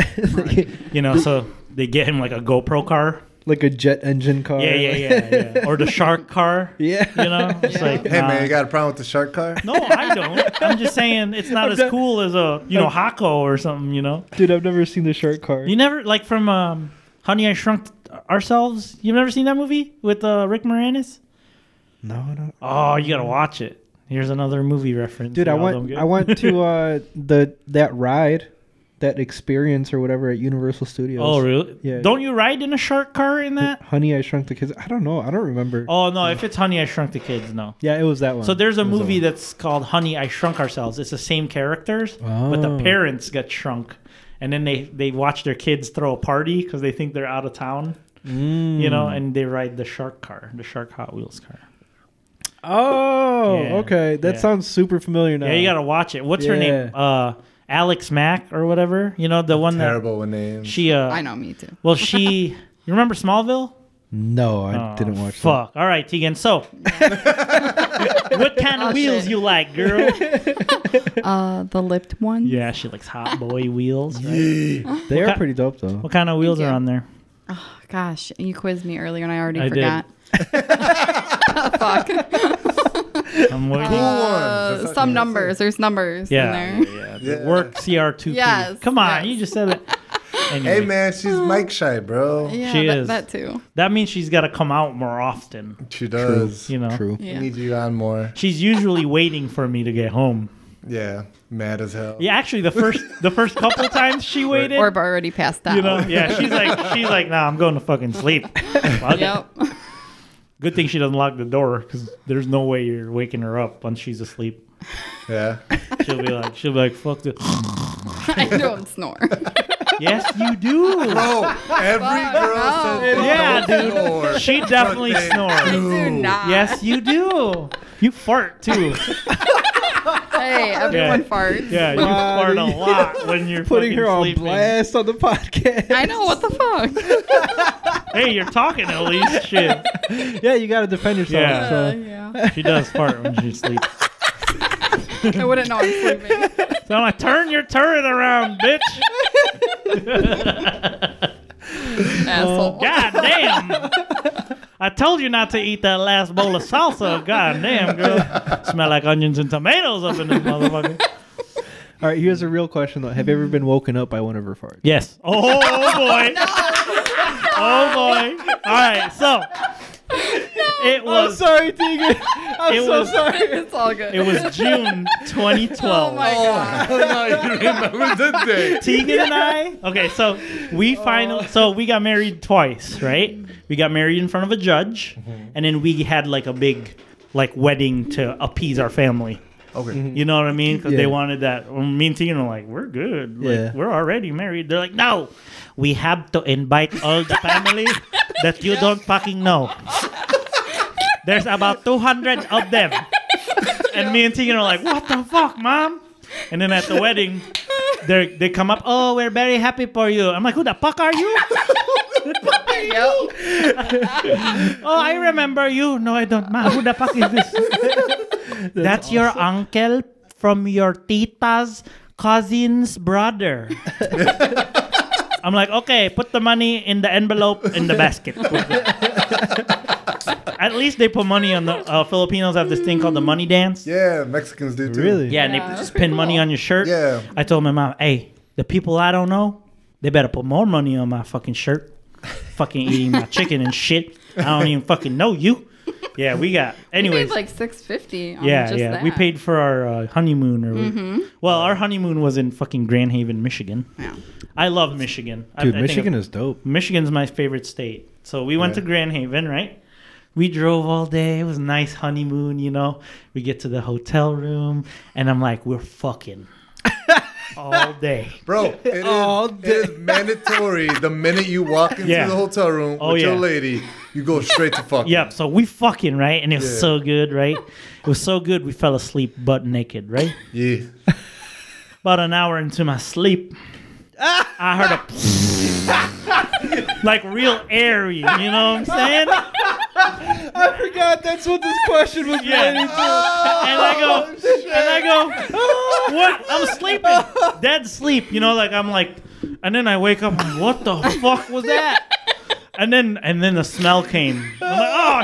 Speaker 3: you know, so they get him like a GoPro car.
Speaker 4: Like a jet engine car.
Speaker 3: Yeah, yeah, yeah, yeah. Or the shark car.
Speaker 4: Oh, Yeah.
Speaker 3: You know, it's
Speaker 5: Yeah.
Speaker 3: like
Speaker 1: Hey, man,
Speaker 3: nah.
Speaker 1: you got a problem with the shark car?
Speaker 3: No, I don't. I'm just saying it's not
Speaker 4: I'm
Speaker 3: as
Speaker 4: done-
Speaker 3: cool as a you know Hako or something. You know,
Speaker 4: Dude, I've never seen the shark car.
Speaker 3: you never like from um, Honey I Shrunk Ourselves. You've never seen that movie with uh, Rick Moranis?
Speaker 4: no, no.
Speaker 3: Oh, you gotta watch it. Here's another movie reference.
Speaker 4: Dude, I
Speaker 3: Y'all don't
Speaker 4: went
Speaker 3: get-
Speaker 4: I went to uh the that ride, that experience or whatever at Universal Studios.
Speaker 3: Oh, really?
Speaker 4: Yeah.
Speaker 3: Don't you ride in a shark car in that?
Speaker 4: Honey, I Shrunk the Kids. I don't know. I don't remember.
Speaker 3: Oh no, if it's Honey I Shrunk the Kids, no.
Speaker 4: Yeah, it was that one.
Speaker 3: So there's a
Speaker 4: It was
Speaker 3: movie
Speaker 4: that
Speaker 3: that's called Honey, I Shrunk Ourselves. It's the same characters, but the
Speaker 4: Oh.
Speaker 3: parents got shrunk, and then they they watch their kids throw a party because they think they're out of town,
Speaker 4: one.
Speaker 3: you know, and they ride the shark car, the shark Hot Wheels car.
Speaker 4: Oh,
Speaker 3: Yeah,
Speaker 4: okay. That
Speaker 3: yeah.
Speaker 4: sounds super familiar now.
Speaker 3: Yeah, you gotta watch it. What's her name?
Speaker 4: Yeah.
Speaker 3: Uh, Alex Mack or whatever. You know the one
Speaker 1: Terrible with names.
Speaker 3: that she. Uh,
Speaker 5: I know, me too.
Speaker 3: Well, she. you remember Smallville?
Speaker 4: No, I
Speaker 3: Oh,
Speaker 4: didn't watch. That.
Speaker 3: Fuck. All right, Tegan. So, what kind of
Speaker 5: Oh,
Speaker 3: wheels
Speaker 5: shit.
Speaker 3: you like, girl?
Speaker 5: Uh, the lipped one.
Speaker 3: yeah, she likes hot boy wheels. right?
Speaker 4: They
Speaker 3: Okay.
Speaker 4: are pretty dope though.
Speaker 3: What kind of wheels
Speaker 5: Thank
Speaker 3: are
Speaker 5: you.
Speaker 3: on there?
Speaker 5: Gosh, you quizzed me earlier and I already
Speaker 3: I did.
Speaker 5: forgot. Fuck.
Speaker 3: I'm
Speaker 5: Um,
Speaker 3: waiting.
Speaker 1: Cool ones. That's
Speaker 5: Uh,
Speaker 1: what-
Speaker 5: some
Speaker 1: yeah,
Speaker 5: numbers. There's numbers
Speaker 3: Yeah,
Speaker 5: in there.
Speaker 3: yeah, yeah.
Speaker 1: Yeah.
Speaker 3: The Work CR2.
Speaker 5: Yes,
Speaker 3: Come on,
Speaker 5: yes.
Speaker 3: you just said it. Anyway,
Speaker 1: Hey, man, she's Mike Shy, bro.
Speaker 5: uh, Yeah,
Speaker 3: She
Speaker 5: that,
Speaker 3: is.
Speaker 5: that too.
Speaker 3: That means she's got to come out more often.
Speaker 1: She does.
Speaker 3: You know,
Speaker 4: True.
Speaker 1: We
Speaker 5: Yeah.
Speaker 1: need you on more.
Speaker 3: she's usually waiting for me to get home.
Speaker 1: Yeah. Mad as hell.
Speaker 3: Yeah, actually, the first the first couple times she waited,
Speaker 5: Or already passed out.
Speaker 3: you know, yeah, she's like she's like, nah, I'm going to fucking sleep. Fuck it.
Speaker 5: Yep.
Speaker 3: Good thing she doesn't lock the door because there's no way you're waking her up once she's asleep.
Speaker 1: Yeah.
Speaker 3: She'll be like, she'll be like, fuck this.
Speaker 5: I don't snore.
Speaker 3: yes, you do.
Speaker 1: Bro, Oh, every girl
Speaker 5: no.
Speaker 1: says they
Speaker 3: Yeah,
Speaker 1: don't snore.
Speaker 3: She definitely
Speaker 1: Fuck that.
Speaker 3: snores.
Speaker 5: I do not.
Speaker 3: Yes, you do. You fart too.
Speaker 5: Hey, everyone
Speaker 3: Yeah.
Speaker 5: farts.
Speaker 3: Yeah, you
Speaker 4: Wow,
Speaker 3: fart a
Speaker 4: dude.
Speaker 3: lot when you're
Speaker 4: Putting
Speaker 3: fucking
Speaker 4: her on
Speaker 3: sleeping.
Speaker 4: blast on the podcast.
Speaker 5: I know what the fuck.
Speaker 3: Hey, you're talking at least. Shit,
Speaker 4: yeah, you got to defend yourself.
Speaker 3: Yeah.
Speaker 5: Uh,
Speaker 4: So.
Speaker 5: yeah.
Speaker 3: she does fart when she sleeps.
Speaker 5: I wouldn't know I'm sleeping.
Speaker 3: So I'm like, turn your turret around, bitch.
Speaker 5: Asshole.
Speaker 3: God damn. I told you not to eat that last bowl of salsa. God damn, girl. Smell like onions and tomatoes up in this motherfucker.
Speaker 4: All right, here's a real question though. Have you ever been woken up by one of her farts?
Speaker 3: Yes. Oh boy. Oh boy. All right. So it
Speaker 4: I'm
Speaker 5: Oh,
Speaker 3: was
Speaker 4: sorry, Tegan. I'm
Speaker 3: It
Speaker 4: so
Speaker 3: was-
Speaker 4: sorry.
Speaker 5: It's all good.
Speaker 3: it was June
Speaker 5: Oh
Speaker 3: 2012.
Speaker 5: my god.
Speaker 1: no, you remember the day.
Speaker 3: Tegan and I. Okay, so we
Speaker 5: Oh.
Speaker 3: finally so we got married twice, right? We got married in front of a judge,
Speaker 5: Mm-hmm.
Speaker 3: and then we had like a big like wedding to appease our family.
Speaker 1: Okay.
Speaker 3: You know what I mean? Because
Speaker 4: Yeah.
Speaker 3: they wanted that. Well, me and Tegan are like, we're good. Like,
Speaker 4: Yeah.
Speaker 3: We're already married. They're like, no, we have to invite all the family that you don't fucking know. There's about 200 of them. And me and Tegan are like, what the fuck, mom? And then at the wedding, they they come up, oh, we're very happy for you. I'm like, who the fuck are you?
Speaker 5: Yep.
Speaker 3: Oh, I remember you. No, I don't. Ma, who the fuck is this? That's, your uncle from your tita's cousin's brother. I'm like, okay, put the money in the envelope in the basket. At least they put money on the uh, Filipinos have this thing called the money dance. Yeah,
Speaker 1: Yeah, Mexicans do too.
Speaker 4: Really?
Speaker 3: and
Speaker 5: Yeah,
Speaker 3: they
Speaker 5: that's
Speaker 3: just
Speaker 5: pretty
Speaker 3: pin money
Speaker 5: cool.
Speaker 3: on your shirt.
Speaker 1: Yeah.
Speaker 3: I told my mom, hey, the people I don't know, they better put more money on my fucking shirt. fucking eating my chicken and shit. I don't even fucking know you. Yeah, we got.
Speaker 5: We
Speaker 3: Anyways,
Speaker 5: paid like six fifty.
Speaker 3: yeah,
Speaker 5: just
Speaker 3: yeah,
Speaker 5: That. Mm-hmm.
Speaker 3: we paid for our uh, honeymoon. Or well, our honeymoon was in fucking Grand Haven, Michigan.
Speaker 5: Yeah.
Speaker 3: I love Michigan. I-
Speaker 4: Dude,
Speaker 3: I think
Speaker 4: Michigan is dope.
Speaker 3: Michigan's my favorite state. So we went
Speaker 1: Yeah.
Speaker 3: to Grand Haven, right? We drove all day. It was a nice honeymoon, you know. We get to the hotel room, and I'm like, we're fucking all day.
Speaker 1: Bro, it is,
Speaker 4: All
Speaker 1: it is mandatory the minute you walk into
Speaker 3: Yeah.
Speaker 1: the hotel room
Speaker 3: Oh,
Speaker 1: with
Speaker 3: yeah.
Speaker 1: your lady, you go straight to fuck.
Speaker 3: Yep. So we fucking right, and it was
Speaker 1: Yeah.
Speaker 3: so good, right? It was so good. We fell asleep butt naked, right?
Speaker 1: Yeah.
Speaker 3: About an hour into my sleep, I heard a like real airy. You know what I'm saying?
Speaker 4: I forgot that's what this question was
Speaker 3: Yeah.
Speaker 4: related to.
Speaker 3: And I go, and I go, what? I'm sleeping, dead sleep. You know, like I'm like, and then I wake up. I'm like, what the fuck was that? And then and then the smell came. I'm like, oh,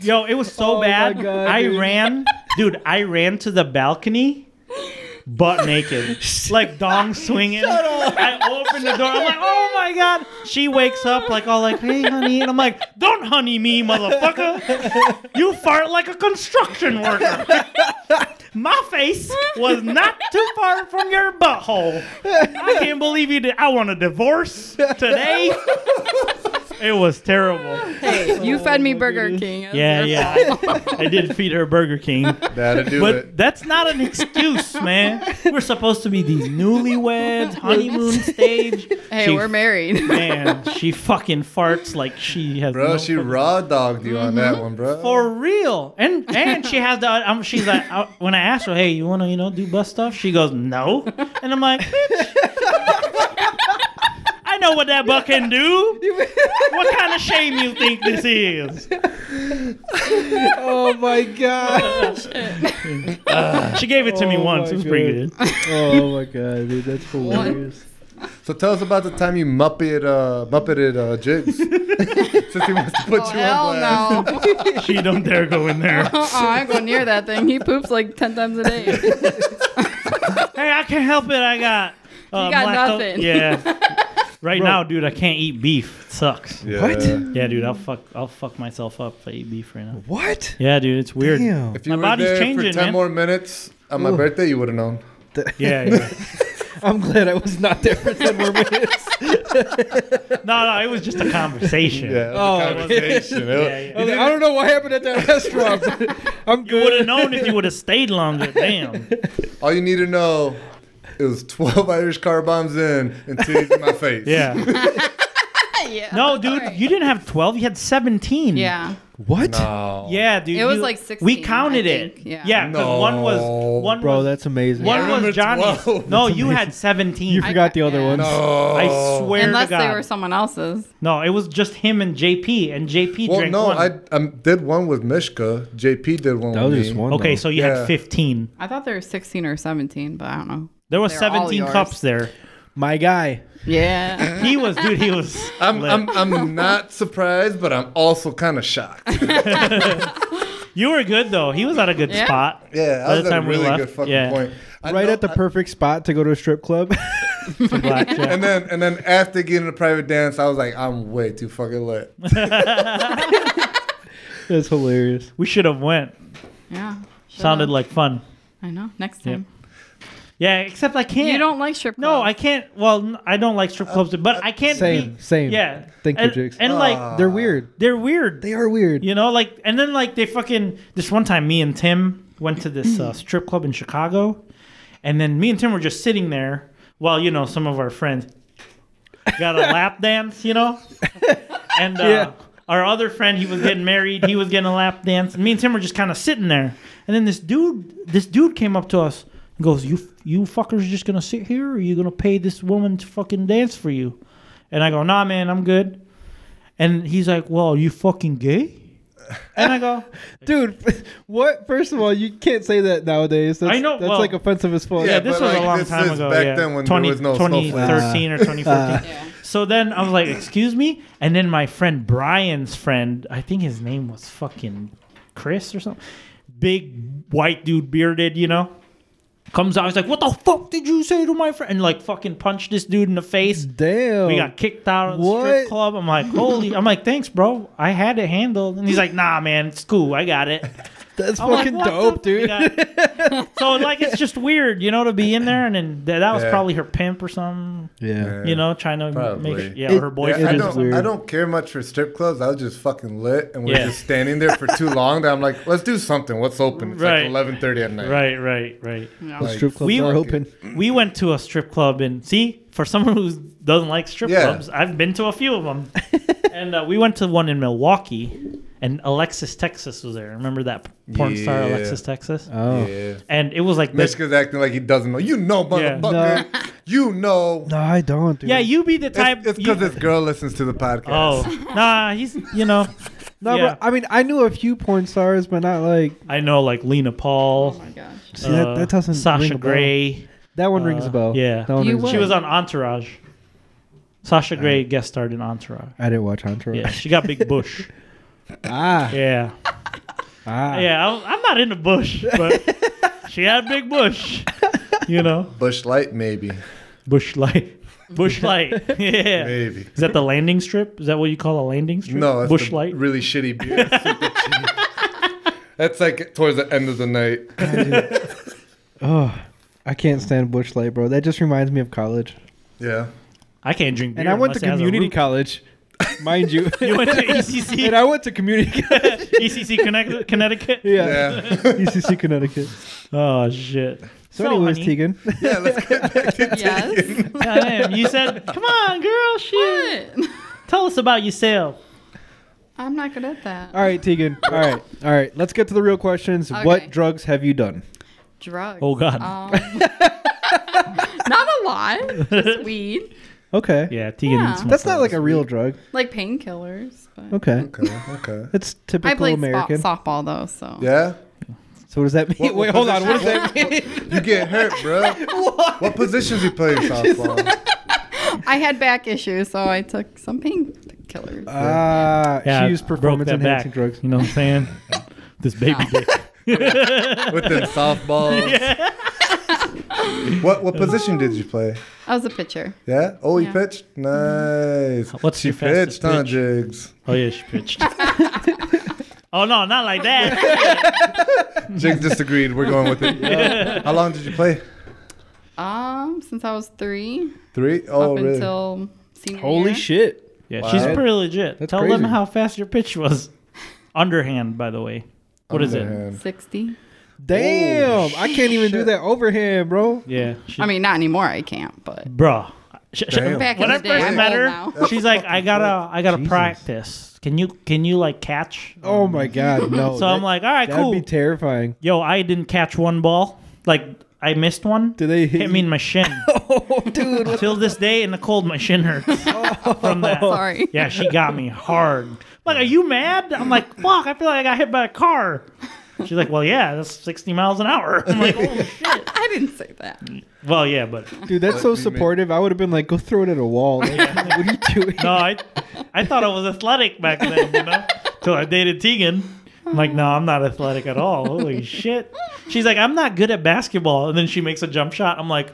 Speaker 3: shit. yo, it was so
Speaker 4: Oh my
Speaker 3: bad.
Speaker 4: God,
Speaker 3: I
Speaker 4: dude.
Speaker 3: ran, dude. I ran to the balcony. Butt naked, like dong swinging. I open the door. I'm like, oh my god. She wakes up like all like, hey honey, and I'm like, don't honey me, motherfucker. You fart like a construction worker. My face was not too far from your butthole. I can't believe you did. I want a divorce today. It was terrible.
Speaker 5: Hey, you fed me Burger King. That's
Speaker 3: Yeah,
Speaker 5: your
Speaker 3: yeah.
Speaker 5: fault.
Speaker 3: I did feed her Burger King.
Speaker 1: That'll do
Speaker 3: But
Speaker 1: it.
Speaker 3: that's not an excuse, man. We're supposed to be these newlyweds, honeymoon stage.
Speaker 5: Hey,
Speaker 3: She-
Speaker 5: we're married.
Speaker 3: Man, she fucking farts like she has.
Speaker 1: Bro, she
Speaker 3: no fucking- Mm-hmm.
Speaker 1: raw dogged you on that one, bro.
Speaker 4: Oh.
Speaker 3: for real. And and she has the. Um, she's like, uh, when I asked her, hey, you wanna you know do bus stuff? She goes, no. And I'm like, bitch. I know what that buck can do. What kind of shame you think this is?
Speaker 4: Oh my god.
Speaker 3: She gave it to me
Speaker 4: Oh
Speaker 3: once.
Speaker 4: my
Speaker 3: It was pretty good.
Speaker 4: God. oh my god, dude, that's hilarious.
Speaker 1: so tell us about the time you muppet uh muppeted uh jigs. Since he wants to put
Speaker 5: Oh,
Speaker 1: you on blast.
Speaker 5: hell no.
Speaker 3: She don't dare go in there.
Speaker 5: Uh-uh, I ain't going near that thing. He poops like 10 times a day.
Speaker 3: hey, I can't help it. I got. Uh,
Speaker 5: got
Speaker 3: black-
Speaker 5: nothing.
Speaker 3: Yeah. Right
Speaker 4: Bro.
Speaker 3: now, dude, I can't eat beef. It sucks.
Speaker 1: Yeah.
Speaker 4: What?
Speaker 3: Yeah, dude, I'll fuck, I'll fuck myself up if I eat beef right now.
Speaker 4: What?
Speaker 3: Yeah, dude, it's weird.
Speaker 4: Damn.
Speaker 1: If you
Speaker 3: My
Speaker 1: were
Speaker 3: body's
Speaker 1: there
Speaker 3: changing,
Speaker 1: for ten
Speaker 3: man.
Speaker 1: more minutes on my birthday, you would have known.
Speaker 3: Yeah, yeah.
Speaker 4: I'm glad I was not there for 10 more minutes.
Speaker 3: No, no, it was just a conversation.
Speaker 1: Yeah. it was a
Speaker 4: Oh,
Speaker 1: conversation. It was-
Speaker 3: Yeah, yeah.
Speaker 4: I, was like, I don't know what happened at that restaurant. but I'm
Speaker 3: You would
Speaker 4: good.
Speaker 3: have known if you would have stayed longer. Damn.
Speaker 1: All you need to know is twelve Irish car bombs in and titties in my face.
Speaker 3: Yeah.
Speaker 5: yeah.
Speaker 3: No, dude, you didn't have 12. You had 17.
Speaker 5: Yeah.
Speaker 4: What?
Speaker 1: No.
Speaker 3: Yeah, dude.
Speaker 5: It was
Speaker 3: you-
Speaker 5: like 16,
Speaker 3: We
Speaker 5: I
Speaker 3: counted it.
Speaker 5: think. Yeah.
Speaker 3: Yeah, 'cause one
Speaker 1: No.
Speaker 3: was one
Speaker 4: Bro,
Speaker 3: was
Speaker 4: that's amazing.
Speaker 3: one
Speaker 5: Yeah.
Speaker 1: Remember
Speaker 3: was Johnny's.
Speaker 1: 12.
Speaker 3: No, you had 17.
Speaker 4: You forgot the other
Speaker 5: yeah.
Speaker 4: ones.
Speaker 1: No.
Speaker 3: I swear
Speaker 5: Unless
Speaker 3: to God.
Speaker 5: they were someone else's.
Speaker 3: no, it was just him and JP, and JP
Speaker 1: Well,
Speaker 3: drank
Speaker 1: no,
Speaker 3: one.
Speaker 1: I, I did one with Mishka. JP did one
Speaker 4: That
Speaker 1: with
Speaker 4: was
Speaker 1: me.
Speaker 4: just
Speaker 5: Oh,
Speaker 4: one.
Speaker 3: okay,
Speaker 4: though.
Speaker 3: so you
Speaker 1: Yeah.
Speaker 3: had 15.
Speaker 5: I thought there were 16 or 17, but I don't know.
Speaker 3: There was
Speaker 5: They're all
Speaker 3: 17
Speaker 5: yours.
Speaker 3: cups there.
Speaker 4: my guy.
Speaker 5: Yeah.
Speaker 3: He was, dude. He was.
Speaker 1: I'm,
Speaker 3: lit.
Speaker 1: I'm, I'm not surprised, but I'm also kind of shocked.
Speaker 3: you were good though. He was at a good
Speaker 5: Yeah.
Speaker 3: spot.
Speaker 1: Yeah,
Speaker 3: By
Speaker 1: I was at
Speaker 3: the
Speaker 1: a
Speaker 3: time we
Speaker 1: really
Speaker 3: left,
Speaker 1: good fucking
Speaker 3: yeah.
Speaker 1: point. I
Speaker 4: Right
Speaker 1: know-
Speaker 4: at the
Speaker 1: I-
Speaker 4: perfect spot to go to a strip club.
Speaker 3: for blackjack.
Speaker 1: and then and then after getting a private dance, I was like, I'm way too fucking lit.
Speaker 4: that's hilarious.
Speaker 3: we should have went.
Speaker 5: yeah. Should've.
Speaker 3: Sounded like fun.
Speaker 5: I know. Next time.
Speaker 3: Yeah, except I can't.
Speaker 5: You don't like strip
Speaker 3: No, I
Speaker 5: clubs.
Speaker 3: can't. Well, n- I don't like strip clubs, but I can't.
Speaker 4: Same,
Speaker 3: be-
Speaker 4: same.
Speaker 3: Yeah.
Speaker 4: Thank you, Ah.
Speaker 3: and,
Speaker 4: Jakes.
Speaker 3: And like,
Speaker 4: They're weird.
Speaker 3: they're weird.
Speaker 4: They are weird.
Speaker 3: You know, like, and then like they fucking this one time, me and Tim went to this uh, strip club in Chicago, and then me and Tim were just sitting there while you know some of our friends got a lap dance, you know, and uh,
Speaker 4: Yeah.
Speaker 3: our other friend he was getting married, he was getting a lap dance, and me and Tim were just kind of sitting there, and then this dude, this dude came up to us and goes, "You you fuckers just gonna sit here? Or are you gonna pay this woman to fucking dance for you?" And I go, "Nah, man, I'm good." And he's like, "Well, are you fucking gay?" And I go,
Speaker 4: Dude, what? First of all, you can't say that nowadays. That's,
Speaker 3: I know,
Speaker 4: That's
Speaker 3: well-
Speaker 4: like offensive as fuck.
Speaker 1: Yeah,
Speaker 3: "Yeah, this
Speaker 1: but,
Speaker 3: was a
Speaker 1: like,
Speaker 3: long
Speaker 1: this
Speaker 3: time
Speaker 1: is
Speaker 3: ago."
Speaker 1: back
Speaker 3: yeah,
Speaker 1: then when there
Speaker 3: 20
Speaker 1: was no
Speaker 3: 2013 or 2014."
Speaker 5: Yeah.
Speaker 3: So then I was like, "Excuse me." And then my friend Brian's friend, I think his name was fucking Chris or something, big white dude, bearded, you know, comes out. He's like, "What the fuck did you say to my friend?" And like fucking punched this dude in the face.
Speaker 4: Damn.
Speaker 3: We got kicked out of the
Speaker 4: What?
Speaker 3: strip club. I'm like, holy! I'm like, thanks, bro. I had it handled. And he's like, nah, man, it's cool. I got it.
Speaker 4: That's
Speaker 3: I'm like,
Speaker 4: fucking
Speaker 3: what
Speaker 4: dope,
Speaker 3: the-
Speaker 4: dude.
Speaker 3: Yeah. so like, it's just weird, you know, to be in there and then that, that was
Speaker 1: Yeah.
Speaker 3: probably her pimp or something,
Speaker 4: Yeah.
Speaker 3: you know, trying to
Speaker 1: Probably.
Speaker 3: make yeah,
Speaker 4: It-
Speaker 3: or her
Speaker 1: Yeah,
Speaker 3: boyfriend.
Speaker 1: I
Speaker 4: is
Speaker 3: or something.
Speaker 1: don't.
Speaker 4: weird.
Speaker 1: I don't care much for strip clubs. I was just fucking lit, and we we're
Speaker 3: Yeah.
Speaker 1: just standing there for too long. That I'm like, let's do something. What's open? It's
Speaker 3: Right.
Speaker 1: like eleven thirty at night.
Speaker 3: Right, right, right.
Speaker 5: No.
Speaker 4: The strip clubs
Speaker 3: We-
Speaker 4: are open.
Speaker 3: We went to a strip club and see, for someone who doesn't like strip
Speaker 1: Yeah.
Speaker 3: clubs, I've been to a few of them. and uh, we went to one in Milwaukee, and Alexis Texas was there. Remember that porn star
Speaker 1: Yeah.
Speaker 3: Alexis Texas?
Speaker 4: Oh.
Speaker 1: Yeah.
Speaker 3: and it was like this.
Speaker 1: Mishka's acting like he doesn't know. You know,
Speaker 3: Yeah.
Speaker 1: motherfucker. You know.
Speaker 4: No, I don't, dude.
Speaker 3: Yeah, you be the type.
Speaker 1: It's
Speaker 3: you-
Speaker 1: because this girl listens to the podcast.
Speaker 3: Oh, nah, he's you know.
Speaker 4: No,
Speaker 3: yeah.
Speaker 4: but I mean, I knew a few porn stars, but not like.
Speaker 3: I know like Lena
Speaker 5: Oh
Speaker 3: Paul.
Speaker 5: my gosh.
Speaker 4: See, that,
Speaker 3: uh,
Speaker 4: that doesn't. ring
Speaker 3: Sasha
Speaker 4: a bell.
Speaker 3: Grey.
Speaker 4: That one rings a
Speaker 3: Uh,
Speaker 4: bell.
Speaker 3: yeah.
Speaker 4: That one
Speaker 5: You
Speaker 4: rings a
Speaker 5: would.
Speaker 3: She
Speaker 4: bell.
Speaker 3: was on Entourage. Sasha Grey guest starred in Entourage.
Speaker 4: I didn't watch Entourage.
Speaker 3: Yeah, she got big bush.
Speaker 4: Ah.
Speaker 3: Yeah,
Speaker 4: Ah.
Speaker 3: yeah. I- I'm not into bush, but she had big bush. You know,
Speaker 1: Bush Light, maybe.
Speaker 3: bush light, bush light. Yeah.
Speaker 1: Maybe.
Speaker 3: Is that the landing strip? Is that what you call a landing strip?
Speaker 1: No, that's
Speaker 3: bush
Speaker 1: the
Speaker 3: light.
Speaker 1: Really shitty beer. Super cheap. That's like towards the end of the night.
Speaker 4: Oh, I can't stand Bush Light, bro. That just reminds me of college.
Speaker 1: Yeah.
Speaker 3: I can't drink beer.
Speaker 4: And I went to
Speaker 3: unless it has a
Speaker 4: community
Speaker 3: root.
Speaker 4: college, mind you.
Speaker 3: You went to E ECC.
Speaker 4: and I went to community college.
Speaker 3: ECC Connect- Connecticut.
Speaker 4: Yeah.
Speaker 1: Yeah.
Speaker 4: UCC Connecticut.
Speaker 3: Oh shit.
Speaker 4: So, anyways,
Speaker 3: honey,
Speaker 4: Tegan.
Speaker 1: Yeah, let's get back to
Speaker 5: Yes.
Speaker 1: taking-
Speaker 3: goddamn, you said, "Come on, girl, shit,
Speaker 5: What?
Speaker 3: tell us about yourself."
Speaker 5: I'm not good at that.
Speaker 4: All right, Tegan. All right. All right. Let's get to the real questions.
Speaker 5: Okay.
Speaker 4: What drugs have you done?
Speaker 5: Drugs.
Speaker 3: Oh, God.
Speaker 4: Uh,
Speaker 5: Um, not a lot. Just weed.
Speaker 4: Okay.
Speaker 3: Yeah, Tegan.
Speaker 5: Yeah.
Speaker 3: smoked
Speaker 4: That's
Speaker 3: a lot.
Speaker 4: not like a real drug.
Speaker 5: Like painkillers. but-
Speaker 4: Okay.
Speaker 1: Okay, okay.
Speaker 4: That's
Speaker 5: I
Speaker 4: typical
Speaker 5: played
Speaker 4: American.
Speaker 5: spo- softball though, so
Speaker 1: Yeah?
Speaker 4: So what does that mean?
Speaker 1: What- what
Speaker 4: Wait, hold on. What does
Speaker 1: position-
Speaker 4: that mean?
Speaker 1: You get hurt, bro. what? positions you play in softball?
Speaker 5: I had back issues, so I took some painkillers.
Speaker 3: Uh,
Speaker 4: Ah,
Speaker 3: Yeah,
Speaker 4: she used
Speaker 3: broke
Speaker 4: performance
Speaker 3: that
Speaker 4: enhancing
Speaker 3: back.
Speaker 4: drugs.
Speaker 3: You know what I'm saying? this baby dick.
Speaker 1: With them softballs. What what position did you play?
Speaker 5: I was a pitcher.
Speaker 1: Yeah? Oh, he
Speaker 5: Yeah. Mm-hmm.
Speaker 1: pitched? Nice.
Speaker 3: What's
Speaker 1: she
Speaker 3: your
Speaker 1: pitched,
Speaker 3: fastest
Speaker 1: huh,
Speaker 3: pitch?
Speaker 1: Jigs?
Speaker 3: Oh yeah, she pitched. oh no, not like that.
Speaker 1: Jigs disagreed. We're going with it. How long did you play?
Speaker 5: Um, since I was three
Speaker 1: Three? Oh,
Speaker 5: up
Speaker 1: really?
Speaker 5: until senior
Speaker 4: Holy
Speaker 5: year.
Speaker 4: shit.
Speaker 3: Yeah,
Speaker 1: Wow.
Speaker 3: she's pretty legit.
Speaker 4: That's
Speaker 3: tell them
Speaker 4: crazy.
Speaker 3: how fast your pitch was. Underhand, by the way. What is it?
Speaker 1: Underhand.
Speaker 5: Sixty.
Speaker 4: Damn. I can't even do
Speaker 1: shit.
Speaker 4: that overhand, bro.
Speaker 3: Yeah. She,
Speaker 5: I mean, not anymore. I can't, but
Speaker 3: bruh. Sh- sh-
Speaker 1: Damn.
Speaker 5: Back
Speaker 3: when
Speaker 5: in
Speaker 3: I
Speaker 5: the day,
Speaker 3: first
Speaker 5: I'm
Speaker 3: met
Speaker 5: old
Speaker 3: her,
Speaker 5: now.
Speaker 3: she's like, I gotta, I gotta
Speaker 1: Jesus.
Speaker 3: practice. Can you, can you like catch?
Speaker 4: Oh my god, no.
Speaker 3: So I'm like, all right,
Speaker 4: that'd
Speaker 3: cool.
Speaker 4: be terrifying.
Speaker 3: Yo, I didn't catch one ball. Like I missed one.
Speaker 4: Do they hit
Speaker 3: hit me
Speaker 4: you?
Speaker 3: in my shin?
Speaker 4: Oh, dude. Oh, what-
Speaker 3: Till this day, in the cold, my shin hurts from that.
Speaker 5: Sorry.
Speaker 3: Yeah, she got me hard. Like, are you mad? I'm like, fuck. I feel like I got hit by a car. She's like, well, yeah, that's 60 miles an hour. I'm like, oh, shit.
Speaker 5: I didn't say that.
Speaker 3: Mm. Well, yeah, but
Speaker 4: Dude, that's
Speaker 1: Let me
Speaker 4: so
Speaker 1: make-
Speaker 4: supportive. I would have been like, go throw it at a wall. Like, what are you doing?
Speaker 3: no, I, I thought I was athletic back then, you know, till I dated Tegan. I'm like, no, I'm not athletic at all. Holy shit. She's like, I'm not good at basketball. And then she makes a jump shot. I'm like,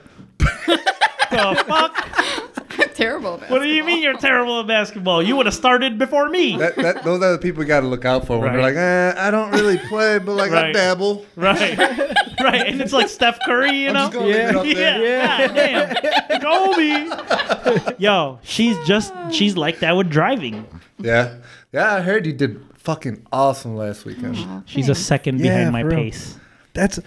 Speaker 3: the fuck?
Speaker 5: I'm terrible. At
Speaker 3: What do you mean you're terrible at basketball? You would have started before me.
Speaker 1: That, that, those are the people you got to look out for when
Speaker 3: Right.
Speaker 1: they're like, eh, I don't really play, but like I
Speaker 3: Right.
Speaker 1: dabble.
Speaker 3: Right. right. And it's like Steph Curry, you
Speaker 1: I'm
Speaker 3: know?
Speaker 1: just gonna leave it
Speaker 4: Yeah.
Speaker 1: up there.
Speaker 3: Yeah. God damn. Kobe. Yo, she's just she's like that with driving.
Speaker 1: Yeah. Yeah, I heard you did fucking awesome last weekend.
Speaker 5: Mm-hmm.
Speaker 3: She's a second
Speaker 4: Yeah,
Speaker 3: behind my
Speaker 4: for real.
Speaker 3: pace.
Speaker 4: That's